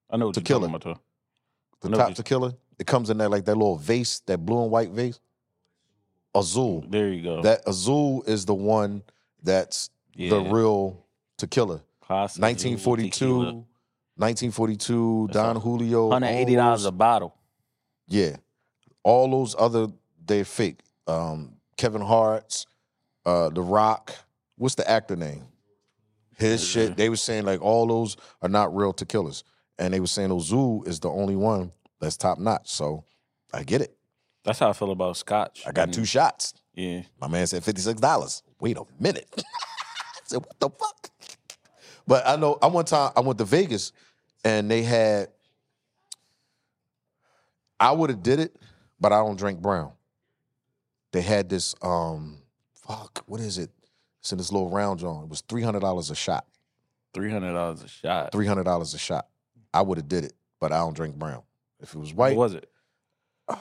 Speaker 2: I know what
Speaker 1: Tequila.
Speaker 2: you're talking about. Though.
Speaker 1: The
Speaker 2: No,
Speaker 1: top
Speaker 2: just-
Speaker 1: tequila. It comes in that like that little vase, that blue and white vase. Azul.
Speaker 2: There you go.
Speaker 1: That azul is the one that's
Speaker 2: yeah.
Speaker 1: the real tequila.
Speaker 2: Class of
Speaker 1: 1942,
Speaker 2: tequila.
Speaker 1: 1942,
Speaker 2: That's
Speaker 1: Don
Speaker 2: all.
Speaker 1: Julio. all
Speaker 2: $180 a
Speaker 1: those-
Speaker 2: bottle.
Speaker 1: Yeah. All those other, they're fake. Um, Kevin Hart's, uh, The Rock. What's the actor name? His shit. They were saying like all those are not real tequilas. And they were saying Azul is the only one that's top notch. So I get it.
Speaker 2: That's how I feel about scotch.
Speaker 1: I got
Speaker 2: And-
Speaker 1: two shots.
Speaker 2: Yeah.
Speaker 1: My man said fifty-six dollars. Wait a minute. I said, what the fuck? But I know I one time I went to Vegas and they had I would have did it, but I don't drink brown. They had this um fuck, what is it? It's in this little round John. It was three hundred dollars a shot.
Speaker 2: $300 a shot.
Speaker 1: Three hundred dollars a shot. I would have did it, but I don't drink brown. If it was
Speaker 2: What
Speaker 1: white,
Speaker 2: was it? A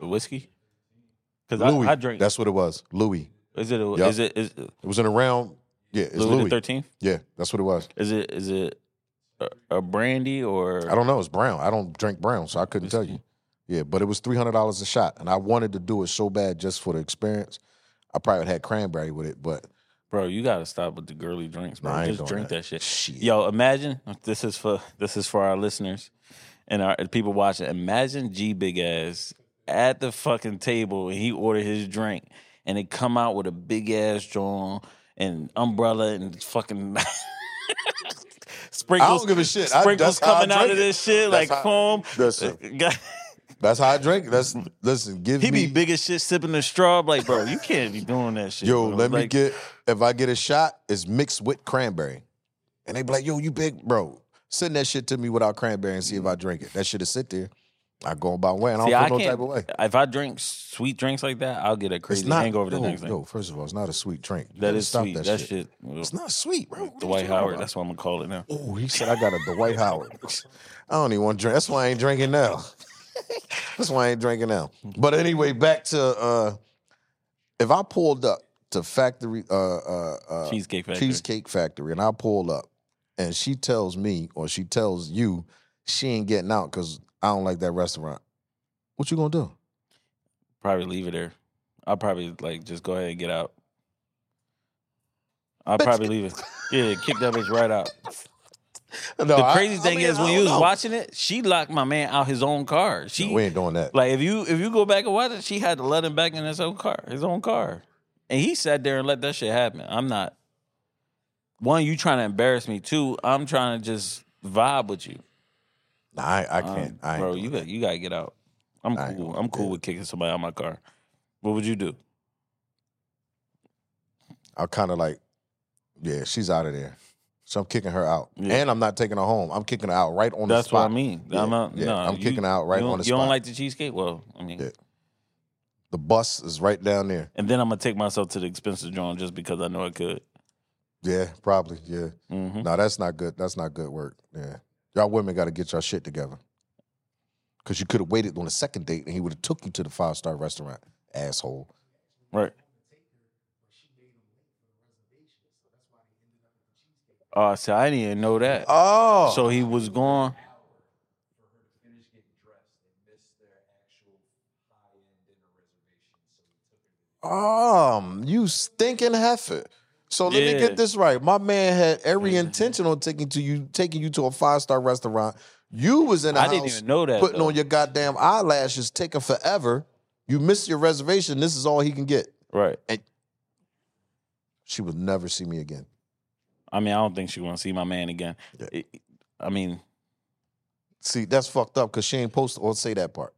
Speaker 2: whiskey? Because
Speaker 1: Louis.
Speaker 2: I, I drink.
Speaker 1: That's what it was. Louis.
Speaker 2: Is it? A,
Speaker 1: Yup.
Speaker 2: Is it? Is
Speaker 1: It was in a round. Yeah, it's
Speaker 2: Louis,
Speaker 1: Louis.
Speaker 2: the Thirteenth?
Speaker 1: yeah, that's what it was.
Speaker 2: Is it? Is it a, a brandy or?
Speaker 1: I don't know. It's brown. I don't drink brown, so I couldn't tell you. Yeah, but it was three hundred dollars a shot, and I wanted to do it so bad just for the experience. I probably had cranberry with it, but
Speaker 2: Bro, you gotta stop with the girly drinks, bro.
Speaker 1: Nah, I ain't
Speaker 2: Just
Speaker 1: doing
Speaker 2: drink
Speaker 1: that.
Speaker 2: that, shit.
Speaker 1: Shit.
Speaker 2: Yo, imagine this is for this is for our listeners and our people watching. Imagine G Big Ass at the fucking table and he ordered his drink and it come out with a big ass drum and umbrella and fucking
Speaker 1: I
Speaker 2: sprinkles.
Speaker 1: don't give a shit. I-
Speaker 2: Sprinkles
Speaker 1: that's how I
Speaker 2: coming out
Speaker 1: drink
Speaker 2: of
Speaker 1: it.
Speaker 2: this shit
Speaker 1: That's
Speaker 2: like
Speaker 1: how-
Speaker 2: foam.
Speaker 1: Listen. that's how I drink. it. That's listen. Give
Speaker 2: he
Speaker 1: me
Speaker 2: be big as shit sipping the straw. I'm Like, bro, you can't be doing that shit.
Speaker 1: yo.
Speaker 2: bro.
Speaker 1: Let me
Speaker 2: Like,
Speaker 1: get if I get a shot, it's mixed with cranberry, and they be like, yo, you big bro. Send that shit to me without cranberry and see if I drink it. That shit is sit there. I go by way, and I
Speaker 2: See,
Speaker 1: don't
Speaker 2: I
Speaker 1: feel no
Speaker 2: can't.
Speaker 1: type of way.
Speaker 2: If I drink sweet drinks like that, I'll get a
Speaker 1: It's
Speaker 2: crazy
Speaker 1: not
Speaker 2: hangover the
Speaker 1: yo,
Speaker 2: next
Speaker 1: Yo,
Speaker 2: day.
Speaker 1: first of all, it's not a sweet drink. You
Speaker 2: That
Speaker 1: gotta
Speaker 2: is
Speaker 1: stop
Speaker 2: sweet. That, shit. ugh,
Speaker 1: It's not sweet, bro. What are you
Speaker 2: Dwight
Speaker 1: talking
Speaker 2: Howard.
Speaker 1: about?
Speaker 2: That's what I'm gonna call it now.
Speaker 1: Oh, he said I got a Dwight Howard. I don't even want to drink. That's why I ain't drinking now. That's why I ain't drinking now. But anyway, back to uh if I pulled up to factory uh uh, uh
Speaker 2: Cheesecake Factory.
Speaker 1: Cheesecake Factory and I pull up and she tells me or she tells you she ain't getting out because I don't like that restaurant. What you gonna do?
Speaker 2: Probably leave it there. I'll probably like just go ahead and get out. I'll probably leave it. Yeah, kick that bitch right out.
Speaker 1: Oh,
Speaker 2: The crazy thing is when you was watching it, she locked my man out his own car. She
Speaker 1: we ain't doing that.
Speaker 2: like if you if you go back and watch it, she had to let him back in his own car, his own car, and he sat there and let that shit happen. I'm not. One, you trying to embarrass me. Two, I'm trying to just vibe with you.
Speaker 1: nah, I, I
Speaker 2: Um,
Speaker 1: can't. I ain't
Speaker 2: bro,
Speaker 1: doing
Speaker 2: you
Speaker 1: that.
Speaker 2: got you gotta get out. I'm
Speaker 1: I ain't
Speaker 2: cool.
Speaker 1: gonna
Speaker 2: I'm
Speaker 1: do
Speaker 2: cool
Speaker 1: that.
Speaker 2: with kicking somebody out of my car. What would you do?
Speaker 1: I kind of like Yeah, she's out of there. So I'm kicking her out,
Speaker 2: Yeah.
Speaker 1: and I'm not taking her home. I'm kicking her out right on
Speaker 2: That's
Speaker 1: the spot.
Speaker 2: what I mean. I'm not.
Speaker 1: yeah,
Speaker 2: no,
Speaker 1: I'm
Speaker 2: you-
Speaker 1: kicking her out right
Speaker 2: you don't-
Speaker 1: on the
Speaker 2: You
Speaker 1: spot.
Speaker 2: don't like the cheesecake? Well, I mean,
Speaker 1: Yeah. The bus is right down there.
Speaker 2: and then I'm gonna take myself to the expensive joint just because I know I could.
Speaker 1: Yeah, probably. Yeah.
Speaker 2: hmm
Speaker 1: No, that's not good. That's not good work. Yeah. Y'all women got to get y'all shit together. Cause you could have waited on the second date, and he would have took you to the five star restaurant, asshole.
Speaker 2: Right. Oh, see, I didn't even know that.
Speaker 1: Oh,
Speaker 2: So he was gone.
Speaker 1: um, you stinking heifer. So let me
Speaker 2: Yeah.
Speaker 1: get this right. My man had every
Speaker 2: Mhm.
Speaker 1: intention on taking to you, taking you to a five star restaurant. You was in the
Speaker 2: I
Speaker 1: house
Speaker 2: didn't even know that.
Speaker 1: putting
Speaker 2: though.
Speaker 1: on your goddamn eyelashes, taking forever. You missed your reservation. This is all he can get.
Speaker 2: right.
Speaker 1: She would never see me again.
Speaker 2: I mean, I don't think she want to see my man again.
Speaker 1: Yeah.
Speaker 2: It- I mean,
Speaker 1: See, that's fucked up because she ain't post or say that part.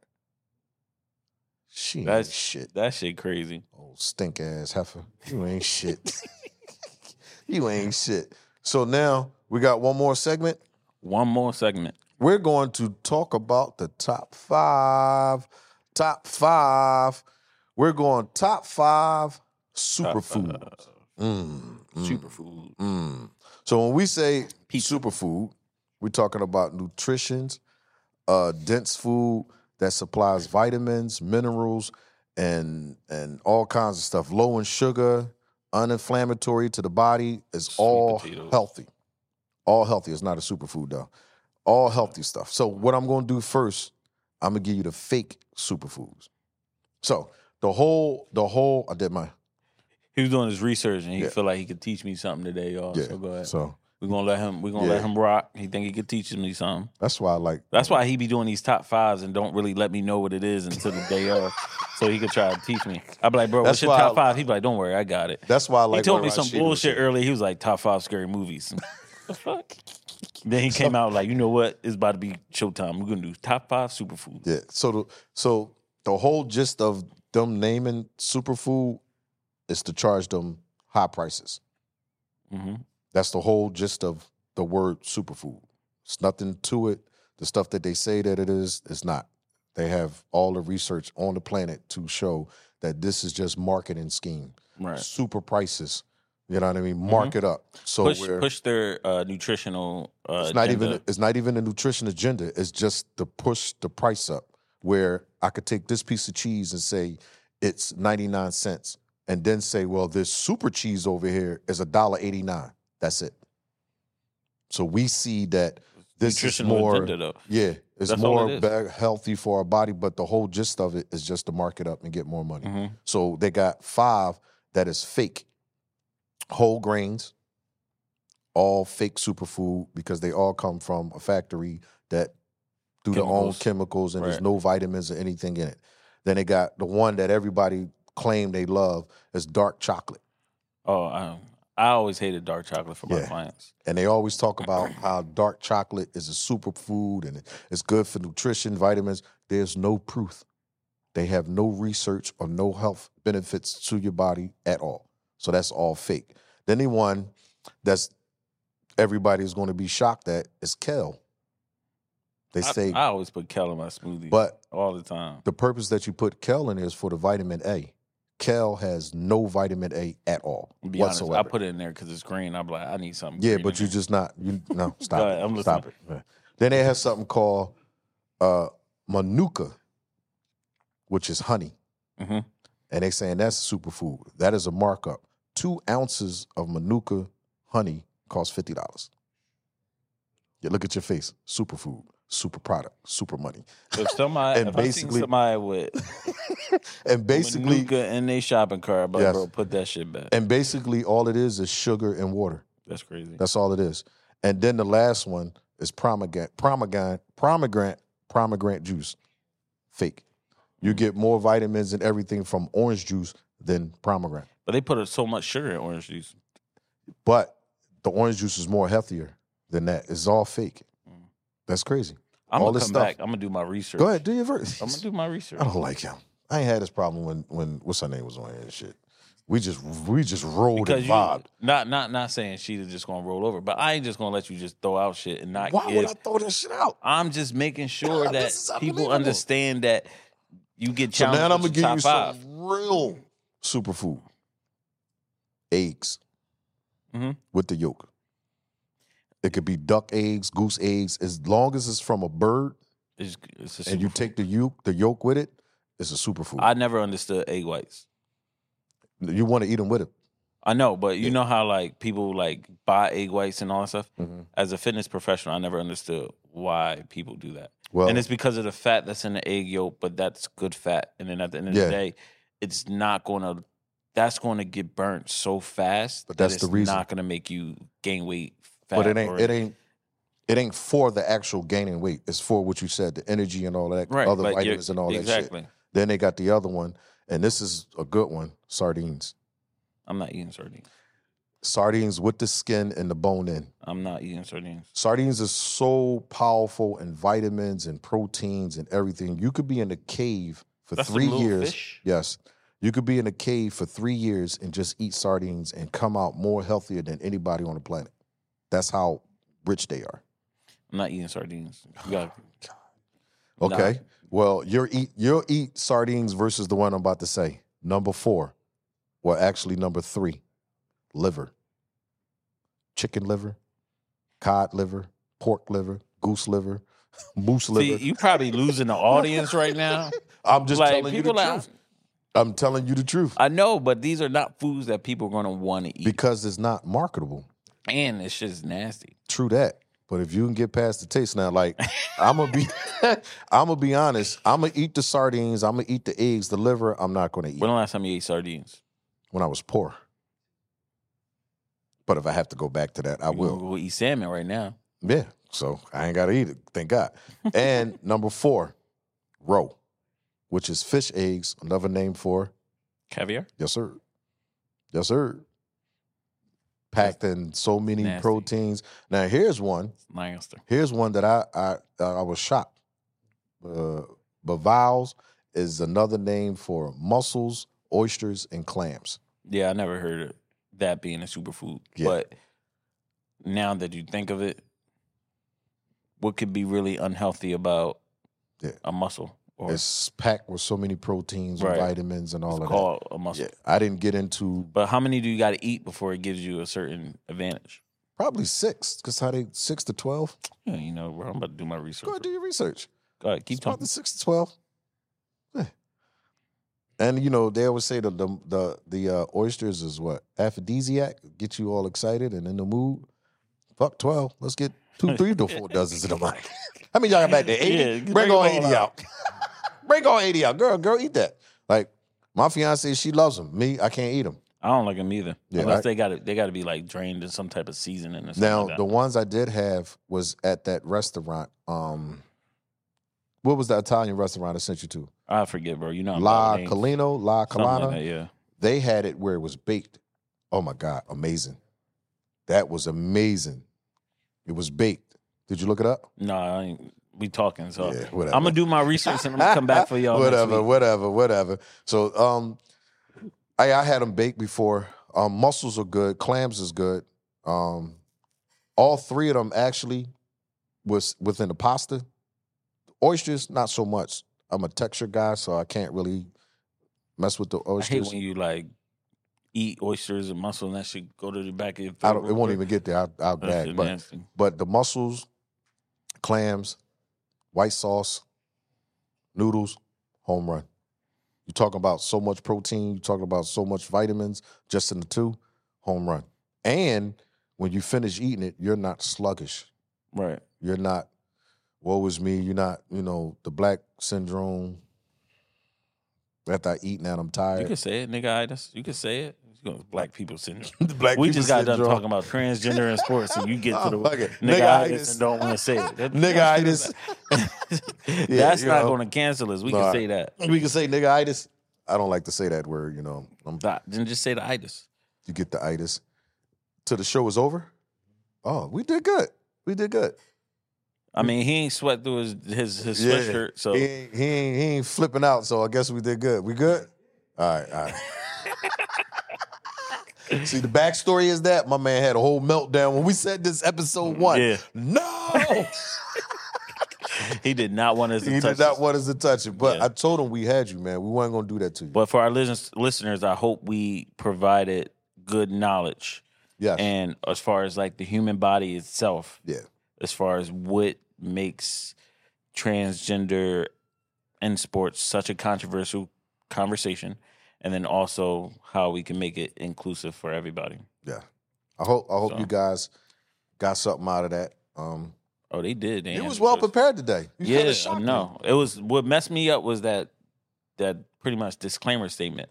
Speaker 1: She ain't
Speaker 2: That's-
Speaker 1: shit.
Speaker 2: that shit crazy.
Speaker 1: Oh, stink ass heifer. You ain't shit. you ain't shit. So now we got one more segment.
Speaker 2: One more segment.
Speaker 1: We're going to talk about the top five. Top five. We're going top five superfoods. Mm, mm,
Speaker 2: Superfood.
Speaker 1: mm. So when we say
Speaker 2: Pizza.
Speaker 1: superfood, we're talking about nutritions, uh, dense food that supplies vitamins, minerals, and and all kinds of stuff. Low in sugar, uninflammatory to the body. It's
Speaker 2: Sweet
Speaker 1: all
Speaker 2: potatoes.
Speaker 1: healthy. All healthy. It's not a superfood though. All healthy stuff. So what I'm going to do first, I'm gonna give you the fake superfoods. So the whole, the whole. I did my
Speaker 2: He was doing his research and he
Speaker 1: Yeah.
Speaker 2: felt like he could teach me something today, y'all.
Speaker 1: yeah.
Speaker 2: Oh, So go ahead.
Speaker 1: So
Speaker 2: We're gonna let him. We're gonna let
Speaker 1: Yeah.
Speaker 2: him rock. He think he could teach me something.
Speaker 1: that's why I like.
Speaker 2: That's why he be doing these top fives and don't really let me know what it is until the day of, so he could try to teach me. I'd be like, bro,
Speaker 1: That's
Speaker 2: what's your
Speaker 1: why
Speaker 2: top
Speaker 1: I-
Speaker 2: five? He'd be like, don't worry, I got it.
Speaker 1: That's why I like.
Speaker 2: he told
Speaker 1: what
Speaker 2: me some
Speaker 1: Rashida was saying.
Speaker 2: bullshit earlier. He was like, top five scary movies. The fuck? Then he came out like, you know what? It's about to be showtime. We're gonna do top five superfoods.
Speaker 1: Yeah. So the so the whole gist of them naming superfood is to charge them high prices.
Speaker 2: hmm
Speaker 1: That's the whole gist of the word superfood. It's nothing to it. The stuff that they say that it is, it's not. They have all the research on the planet to show that this is just marketing scheme.
Speaker 2: Right. Mm-hmm.
Speaker 1: Super prices. You know what I mean? Mark it up. So
Speaker 2: push
Speaker 1: we're
Speaker 2: push their uh, nutritional. Uh,
Speaker 1: it's not even
Speaker 2: agenda.
Speaker 1: it's not even a nutrition agenda. It's just to push the price up. Where I could take this piece of cheese and say it's ninety nine cents, and then say, well, this super cheese over here is a dollar eighty nine. That's it. So we see that this
Speaker 2: nutritional
Speaker 1: is more
Speaker 2: agenda though.
Speaker 1: yeah, it's
Speaker 2: That's all
Speaker 1: more
Speaker 2: it is.
Speaker 1: be- healthy for our body. But the whole gist of it is just to mark it up and get more money.
Speaker 2: Mhm.
Speaker 1: So they got five that is fake, whole grains, all fake superfood because they all come from a factory that do their own
Speaker 2: Chemicals.
Speaker 1: chemicals and there's
Speaker 2: Right.
Speaker 1: no vitamins or anything in it. Then they got the one that everybody claim they love is dark chocolate,
Speaker 2: Oh, I, I always hated dark chocolate for my
Speaker 1: Yeah.
Speaker 2: clients.
Speaker 1: and they always talk about how dark chocolate is a superfood and it's good for nutrition, vitamins. There's no proof. They have no research or no health benefits to your body at all. So that's all fake. Then the one that's everybody's going to be shocked at is kale. They
Speaker 2: I,
Speaker 1: say,
Speaker 2: I always put kale in my smoothie,
Speaker 1: but
Speaker 2: all the time.
Speaker 1: the purpose that you put kale in is for the vitamin A. Kale has no vitamin A at all
Speaker 2: To Be
Speaker 1: whatsoever.
Speaker 2: honest, I put it in there because it's green. I'm like, I need something.
Speaker 1: yeah,
Speaker 2: green
Speaker 1: but
Speaker 2: in
Speaker 1: you just not you no stop
Speaker 2: Go
Speaker 1: it.
Speaker 2: ahead, I'm
Speaker 1: stop it. Yeah. Then they have something called uh, manuka, which is honey,
Speaker 2: there. Mhm.
Speaker 1: and they saying that's a superfood. That is a markup. Two ounces of manuka honey costs fifty dollars. Yeah, look at your face. Superfood, super product, super money,
Speaker 2: If somebody,
Speaker 1: And
Speaker 2: if I
Speaker 1: basically-
Speaker 2: seen somebody with
Speaker 1: and basically,
Speaker 2: Manuka in their shopping cart, but
Speaker 1: Yes.
Speaker 2: bro, put that shit back.
Speaker 1: and basically, all it is is sugar and water.
Speaker 2: That's crazy.
Speaker 1: That's all it is. And then the last one is pomegranate, pomegranate, pomegranate, pomegranate juice. Fake.
Speaker 2: Mm.
Speaker 1: You get more vitamins and everything from orange juice than pomegranate.
Speaker 2: But they put so much sugar in orange juice.
Speaker 1: But the orange juice is more healthier than that. It's all fake.
Speaker 2: Mm.
Speaker 1: That's crazy.
Speaker 2: I'm
Speaker 1: All
Speaker 2: gonna
Speaker 1: this
Speaker 2: come
Speaker 1: stuff.
Speaker 2: back. I'm gonna do my research.
Speaker 1: Go ahead, do your verse.
Speaker 2: I'm gonna do my research.
Speaker 1: I don't like him. I ain't had this problem when when what's her name was on here and shit. We just we just rolled
Speaker 2: Because
Speaker 1: and
Speaker 2: you-
Speaker 1: vibed.
Speaker 2: not not not saying she's just gonna roll over, but I ain't just gonna let you just throw out shit and not
Speaker 1: Why
Speaker 2: give.
Speaker 1: would I throw this shit out?
Speaker 2: I'm just making sure
Speaker 1: Nah,
Speaker 2: that
Speaker 1: this is
Speaker 2: people
Speaker 1: unbelievable.
Speaker 2: understand that you get
Speaker 1: So
Speaker 2: challenged.
Speaker 1: now I'm
Speaker 2: with
Speaker 1: gonna
Speaker 2: your
Speaker 1: give
Speaker 2: top
Speaker 1: you
Speaker 2: five.
Speaker 1: some real superfood eggs
Speaker 2: Mhm.
Speaker 1: with the yolk. It could be duck eggs, goose eggs, as long as it's from a bird
Speaker 2: It's, it's a
Speaker 1: and you
Speaker 2: superfood.
Speaker 1: take the yolk, the yolk with it. It's a superfood.
Speaker 2: I never understood egg whites.
Speaker 1: you want to eat them with it.
Speaker 2: I know, but you
Speaker 1: Yeah.
Speaker 2: know how like people like buy egg whites and all that stuff. As a fitness professional, I never understood why people do that,
Speaker 1: Well,
Speaker 2: and it's because of the fat that's in the egg yolk. But that's good fat, and then at the end of
Speaker 1: Yeah.
Speaker 2: the day, it's not going to. That's going to get burnt so fast.
Speaker 1: But
Speaker 2: that
Speaker 1: that's the
Speaker 2: it's
Speaker 1: reason.
Speaker 2: Not going to make you gain weight. Fat
Speaker 1: but it ain't
Speaker 2: or-
Speaker 1: it ain't it ain't for the actual gaining weight. It's for what you said, the energy and all that,
Speaker 2: right.
Speaker 1: other
Speaker 2: like you're-
Speaker 1: vitamins and all that shit.
Speaker 2: Exactly.
Speaker 1: Then they got the other one, and this is a good one: sardines.
Speaker 2: I'm not eating sardines.
Speaker 1: Sardines with the skin and the bone in.
Speaker 2: I'm not eating sardines.
Speaker 1: Sardines is so powerful in vitamins and proteins and everything. You could be in a cave for
Speaker 2: That's the
Speaker 1: three
Speaker 2: little
Speaker 1: years.
Speaker 2: fish?
Speaker 1: Yes. You could be in a cave for three years and just eat sardines and come out more healthier than anybody on the planet. That's how rich they are.
Speaker 2: I'm not eating sardines. You got Nah.
Speaker 1: Okay. Well, you're eat you'll eat sardines versus the one I'm about to say. Number four. Well, actually number three. Liver. Chicken liver, cod liver, pork liver, goose liver, moose
Speaker 2: see,
Speaker 1: liver.
Speaker 2: you probably losing the audience right now.
Speaker 1: I'm just
Speaker 2: like
Speaker 1: telling you the
Speaker 2: people, like,
Speaker 1: truth. I'm telling you the truth.
Speaker 2: I know, but these are not foods that people are going to want to eat,
Speaker 1: Because it's not marketable.
Speaker 2: and it's just nasty.
Speaker 1: True that. But if you can get past the taste now, like I'm gonna be, I'm gonna be honest. I'm gonna eat the sardines. I'm gonna eat the eggs, the liver. I'm not gonna eat
Speaker 2: When the last time you ate sardines?
Speaker 1: when I was poor. But if I have to go back to that, I
Speaker 2: You gonna
Speaker 1: will.
Speaker 2: go eat salmon right now.
Speaker 1: Yeah. So I ain't gotta eat it. Thank God. And number four, roe, which is fish eggs. Another name for
Speaker 2: Caviar.
Speaker 1: yes sir, yes sir. Packed in so many
Speaker 2: Nasty.
Speaker 1: proteins. Now here's one.
Speaker 2: Lancaster.
Speaker 1: Here's one that I I I was shocked. Uh, bivalves is another name for mussels, oysters, and clams.
Speaker 2: Yeah, I never heard of that being a superfood.
Speaker 1: Yeah.
Speaker 2: But now that you think of it, what could be really unhealthy about
Speaker 1: Yeah.
Speaker 2: a muscle or
Speaker 1: It's packed with so many proteins
Speaker 2: Right.
Speaker 1: and vitamins and all
Speaker 2: it's
Speaker 1: of
Speaker 2: called a
Speaker 1: that.
Speaker 2: muscle?
Speaker 1: Yeah, I didn't get into
Speaker 2: But how many do you got to eat before it gives you a certain advantage?
Speaker 1: probably six because how they six to twelve.
Speaker 2: Yeah, you know, bro, I'm about to do my research.
Speaker 1: Go ahead, do your research.
Speaker 2: Go ahead, keep
Speaker 1: it's about
Speaker 2: talking.
Speaker 1: the six to twelve. Yeah. And you know they always say the the the, the uh, oysters is what aphrodisiac, get you all excited and in the mood. Fuck twelve, let's get two, three to four dozens in the mind. I mean, y'all got back to
Speaker 2: Yeah,
Speaker 1: eighty.
Speaker 2: bring
Speaker 1: bring
Speaker 2: it all
Speaker 1: all eighty out. bring all eighty out, girl. Girl, eat that. Like my fiance, she loves them. Me, I can't eat them.
Speaker 2: I don't like them either.
Speaker 1: Yeah,
Speaker 2: Unless
Speaker 1: I-
Speaker 2: they got to they got to be like drained in some type of seasoning or something.
Speaker 1: Now,
Speaker 2: like
Speaker 1: the
Speaker 2: that.
Speaker 1: ones I did have was at that restaurant. Um, what was the Italian restaurant I sent you to?
Speaker 2: I forget, bro. You know, I'm
Speaker 1: La
Speaker 2: bad with names.
Speaker 1: Colino, La
Speaker 2: Something like
Speaker 1: Colana.
Speaker 2: that, yeah,
Speaker 1: they had it where it was baked. Oh my God, amazing. That was amazing. It was baked. Did you look it up?
Speaker 2: no, I ain't, we talking. So
Speaker 1: Yeah, whatever.
Speaker 2: Uh, I'm gonna do my research and I'm gonna come back for y'all. next
Speaker 1: whatever,
Speaker 2: week.
Speaker 1: whatever, whatever. So um I I had them baked before. Um mussels are good, clams is good. Um all three of them actually was within the pasta. Oysters, not so much. I'm a texture guy, so I can't really mess with the
Speaker 2: I hate
Speaker 1: oysters.
Speaker 2: when you like eat oysters and mussel and that should go to the back of your throat.
Speaker 1: I don't, it
Speaker 2: real
Speaker 1: won't
Speaker 2: quick.
Speaker 1: even get there. I'll, I'll
Speaker 2: That
Speaker 1: gag,
Speaker 2: shit
Speaker 1: but
Speaker 2: nasty.
Speaker 1: But the mussels, clams, white sauce, noodles, home run. You're talking about so much protein, you're talking about so much vitamins just in the two, home run. And when you finish eating it, you're not sluggish.
Speaker 2: right.
Speaker 1: You're not, woe is me, you're not, you know, the black syndrome. After I eat now, I'm
Speaker 2: You
Speaker 1: tired.
Speaker 2: can say it, nigga. I just, you can say it. You know, Black people syndrome.
Speaker 1: the black
Speaker 2: we
Speaker 1: people
Speaker 2: just got done
Speaker 1: syndrome.
Speaker 2: talking about transgender and sports, and you get to the
Speaker 1: Oh, fuck it.
Speaker 2: nigga I
Speaker 1: Nigga-itis.
Speaker 2: just don't want to say it. That-
Speaker 1: Nigga-itis.
Speaker 2: That's
Speaker 1: you
Speaker 2: not
Speaker 1: know.
Speaker 2: going to cancel us. We
Speaker 1: Nah.
Speaker 2: can say that.
Speaker 1: We can say nigga itis. I don't like to say that word, you know. I'm
Speaker 2: Nah, Then just say the itis.
Speaker 1: you get the itis till the show is over. Oh, we did good. We did good.
Speaker 2: I mean, he ain't sweat through his his, his
Speaker 1: Yeah.
Speaker 2: sweatshirt. So
Speaker 1: He ain't, he ain't he ain't flipping out, so I guess we did good. We good? All right, all right. See, the backstory is that my man had a whole meltdown when we said this episode one.
Speaker 2: Yeah.
Speaker 1: No,
Speaker 2: He did not want us to
Speaker 1: he
Speaker 2: touch
Speaker 1: did not
Speaker 2: this.
Speaker 1: want us to touch it. But
Speaker 2: Yeah.
Speaker 1: I told him we had you, man. We weren't gonna do that to you.
Speaker 2: But for our listen- listeners, I hope we provided good knowledge.
Speaker 1: yes,
Speaker 2: And as far as like the human body itself,
Speaker 1: Yeah.
Speaker 2: as far as what makes transgender in sports such a controversial conversation, and then also how we can make it inclusive for everybody.
Speaker 1: I hope I hope
Speaker 2: So.
Speaker 1: you guys got something out of that. Um,
Speaker 2: Oh, they did. They
Speaker 1: you was
Speaker 2: answered
Speaker 1: well
Speaker 2: those.
Speaker 1: prepared today. You kinda
Speaker 2: yeah,
Speaker 1: shocked me.
Speaker 2: no, it was what messed me up was that that pretty much disclaimer statement.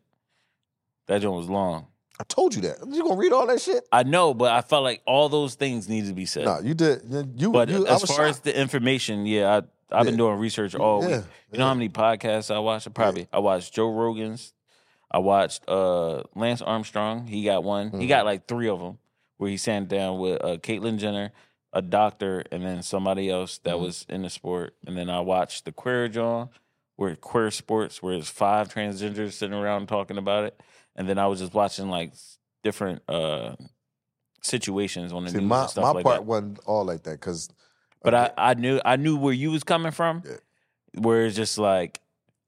Speaker 2: That joint was long.
Speaker 1: I told you that. You gonna read all that shit?
Speaker 2: I know, but I felt like all those things needed to be said.
Speaker 1: No, you did. You,
Speaker 2: but
Speaker 1: you I
Speaker 2: as
Speaker 1: was
Speaker 2: far
Speaker 1: shocked.
Speaker 2: as the information, yeah, I, I've been
Speaker 1: Yeah.
Speaker 2: doing research all
Speaker 1: yeah,
Speaker 2: week. You know how many podcasts I watched? Probably I watched Joe Rogan's. I watched uh, Lance Armstrong. He got one. He
Speaker 1: Mhm.
Speaker 2: got like three of them where he sat down with uh, Caitlyn Jenner, a doctor, and then somebody else that
Speaker 1: Mhm.
Speaker 2: was in the sport. And then I watched the Queer John, where queer sports, where it's five transgenders sitting around talking about it. And then I was just watching like s- different uh, situations on the
Speaker 1: See,
Speaker 2: news
Speaker 1: my,
Speaker 2: and stuff
Speaker 1: my
Speaker 2: like
Speaker 1: part
Speaker 2: that.
Speaker 1: wasn't all like that because.
Speaker 2: But I, I knew I knew where you was coming from,
Speaker 1: Yeah.
Speaker 2: where it's just like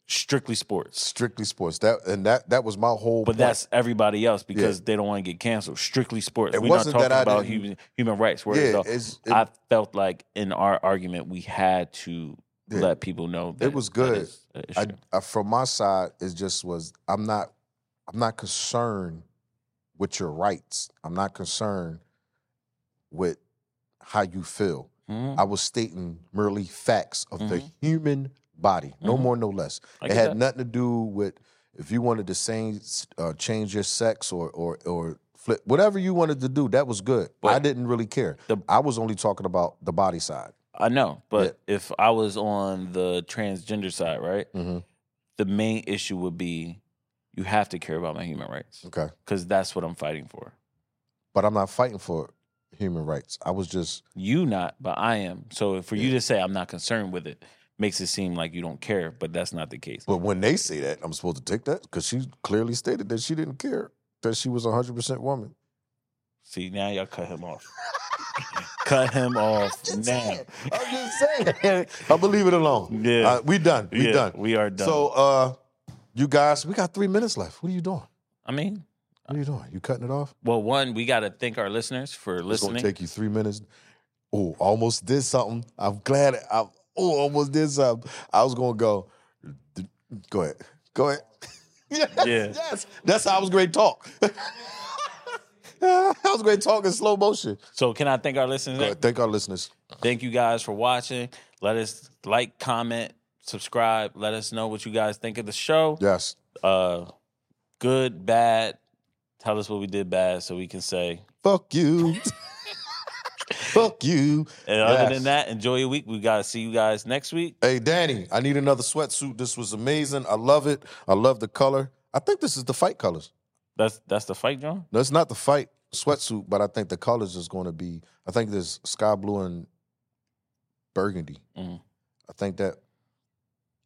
Speaker 2: strictly sports.
Speaker 1: strictly sports. That and that that was my whole.
Speaker 2: But
Speaker 1: point.
Speaker 2: that's everybody else because they don't want to get canceled. Strictly sports.
Speaker 1: It
Speaker 2: We're
Speaker 1: wasn't
Speaker 2: not talking
Speaker 1: that I
Speaker 2: about
Speaker 1: didn't-
Speaker 2: human human rights. Where
Speaker 1: yeah. It's, it,
Speaker 2: I felt like in our argument we had to
Speaker 1: Yeah.
Speaker 2: let people know that
Speaker 1: was
Speaker 2: that
Speaker 1: good.
Speaker 2: is an
Speaker 1: I,
Speaker 2: issue.
Speaker 1: I, from my side, it just was. I'm not. I'm not concerned with your rights. I'm not concerned with how you feel.
Speaker 2: Mhm.
Speaker 1: I was stating merely facts of the
Speaker 2: Mhm.
Speaker 1: human body, no
Speaker 2: Mhm.
Speaker 1: more, no less.
Speaker 2: I
Speaker 1: it
Speaker 2: get
Speaker 1: had
Speaker 2: that.
Speaker 1: nothing to do with if you wanted to change, uh, change your sex or or or flip whatever you wanted to do. That was good. I
Speaker 2: But
Speaker 1: didn't really care.
Speaker 2: the-
Speaker 1: I was only talking about the body side.
Speaker 2: I know, but if I was on the transgender side, right, the main issue would be you have to care about my human rights
Speaker 1: Okay,
Speaker 2: because that's what I'm fighting for.
Speaker 1: but I'm not fighting for human rights. I was just
Speaker 2: You not, but I am. So for you
Speaker 1: Yeah.
Speaker 2: to say I'm not concerned with it makes it seem like you don't care, but that's not the case.
Speaker 1: But when they say that, I'm supposed to take that because she clearly stated that she didn't care that she was 100 percent woman.
Speaker 2: See, now y'all cut him off. cut him off
Speaker 1: Just
Speaker 2: now.
Speaker 1: saying. I'm just saying. I believe it alone.
Speaker 2: Yeah.
Speaker 1: Uh, we done. We
Speaker 2: Yeah,
Speaker 1: done.
Speaker 2: We are done.
Speaker 1: So, uh, you guys, we got three minutes left. What are you doing?
Speaker 2: I mean,
Speaker 1: What are you doing? You cutting it off?
Speaker 2: well, one, we got to thank our listeners for
Speaker 1: It's
Speaker 2: listening.
Speaker 1: gonna take you three minutes. Oh, almost did something. I'm glad. I oh, almost did something. I was gonna go. Go ahead. Go ahead. yes,
Speaker 2: Yeah.
Speaker 1: yes. That's how I was great talk. I was great talk in slow motion.
Speaker 2: so, can I thank our
Speaker 1: Go
Speaker 2: listeners?
Speaker 1: ahead. Thank our listeners.
Speaker 2: Thank you guys for watching. Let us like, comment, subscribe. Let us know what you guys think of the show.
Speaker 1: Yes.
Speaker 2: Uh, good, bad. Tell us what we did bad so we can say.
Speaker 1: Fuck you. Fuck you.
Speaker 2: And other
Speaker 1: Yes.
Speaker 2: than that, enjoy your week. We got to see you guys next week.
Speaker 1: Hey, Danny, I need another sweatsuit. This was amazing. I love it. I love the color. I think this is the fight colors.
Speaker 2: That's that's the fight, John.
Speaker 1: No, it's not the fight sweatsuit, but I think the colors is going to be. I think there's sky blue and burgundy.
Speaker 2: Mhm.
Speaker 1: I think that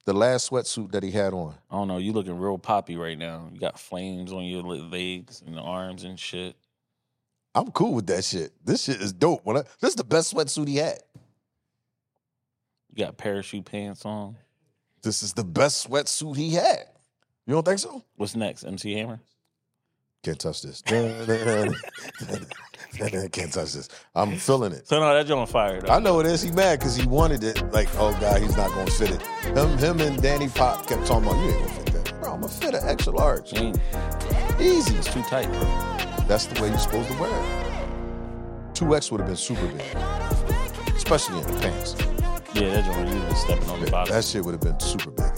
Speaker 1: the last sweatsuit that he had on.
Speaker 2: I don't know. You looking real poppy right now. You got flames on your le- legs and arms and shit.
Speaker 1: I'm cool with that shit. This shit is dope. When I, this is the best sweatsuit he had.
Speaker 2: You got parachute pants on.
Speaker 1: This is the best sweatsuit he had. You don't think so?
Speaker 2: What's next? MC Hammer.
Speaker 1: Can't touch this. Can't touch this. I'm feeling it.
Speaker 2: So no, that joint fire though.
Speaker 1: I know it is. He mad because he wanted it. Like, oh god, he's not gonna fit it. Him, him and Danny Pop kept talking about you ain't gonna fit that. Bro, I'm gonna fit an extra large.
Speaker 2: Jean,
Speaker 1: Easy.
Speaker 2: it's too tight.
Speaker 1: That's the way you're supposed to wear it. 2X would have been super big, especially in the pants.
Speaker 2: Yeah, that joint. You been stepping on the bottom.
Speaker 1: That shit would have been super big.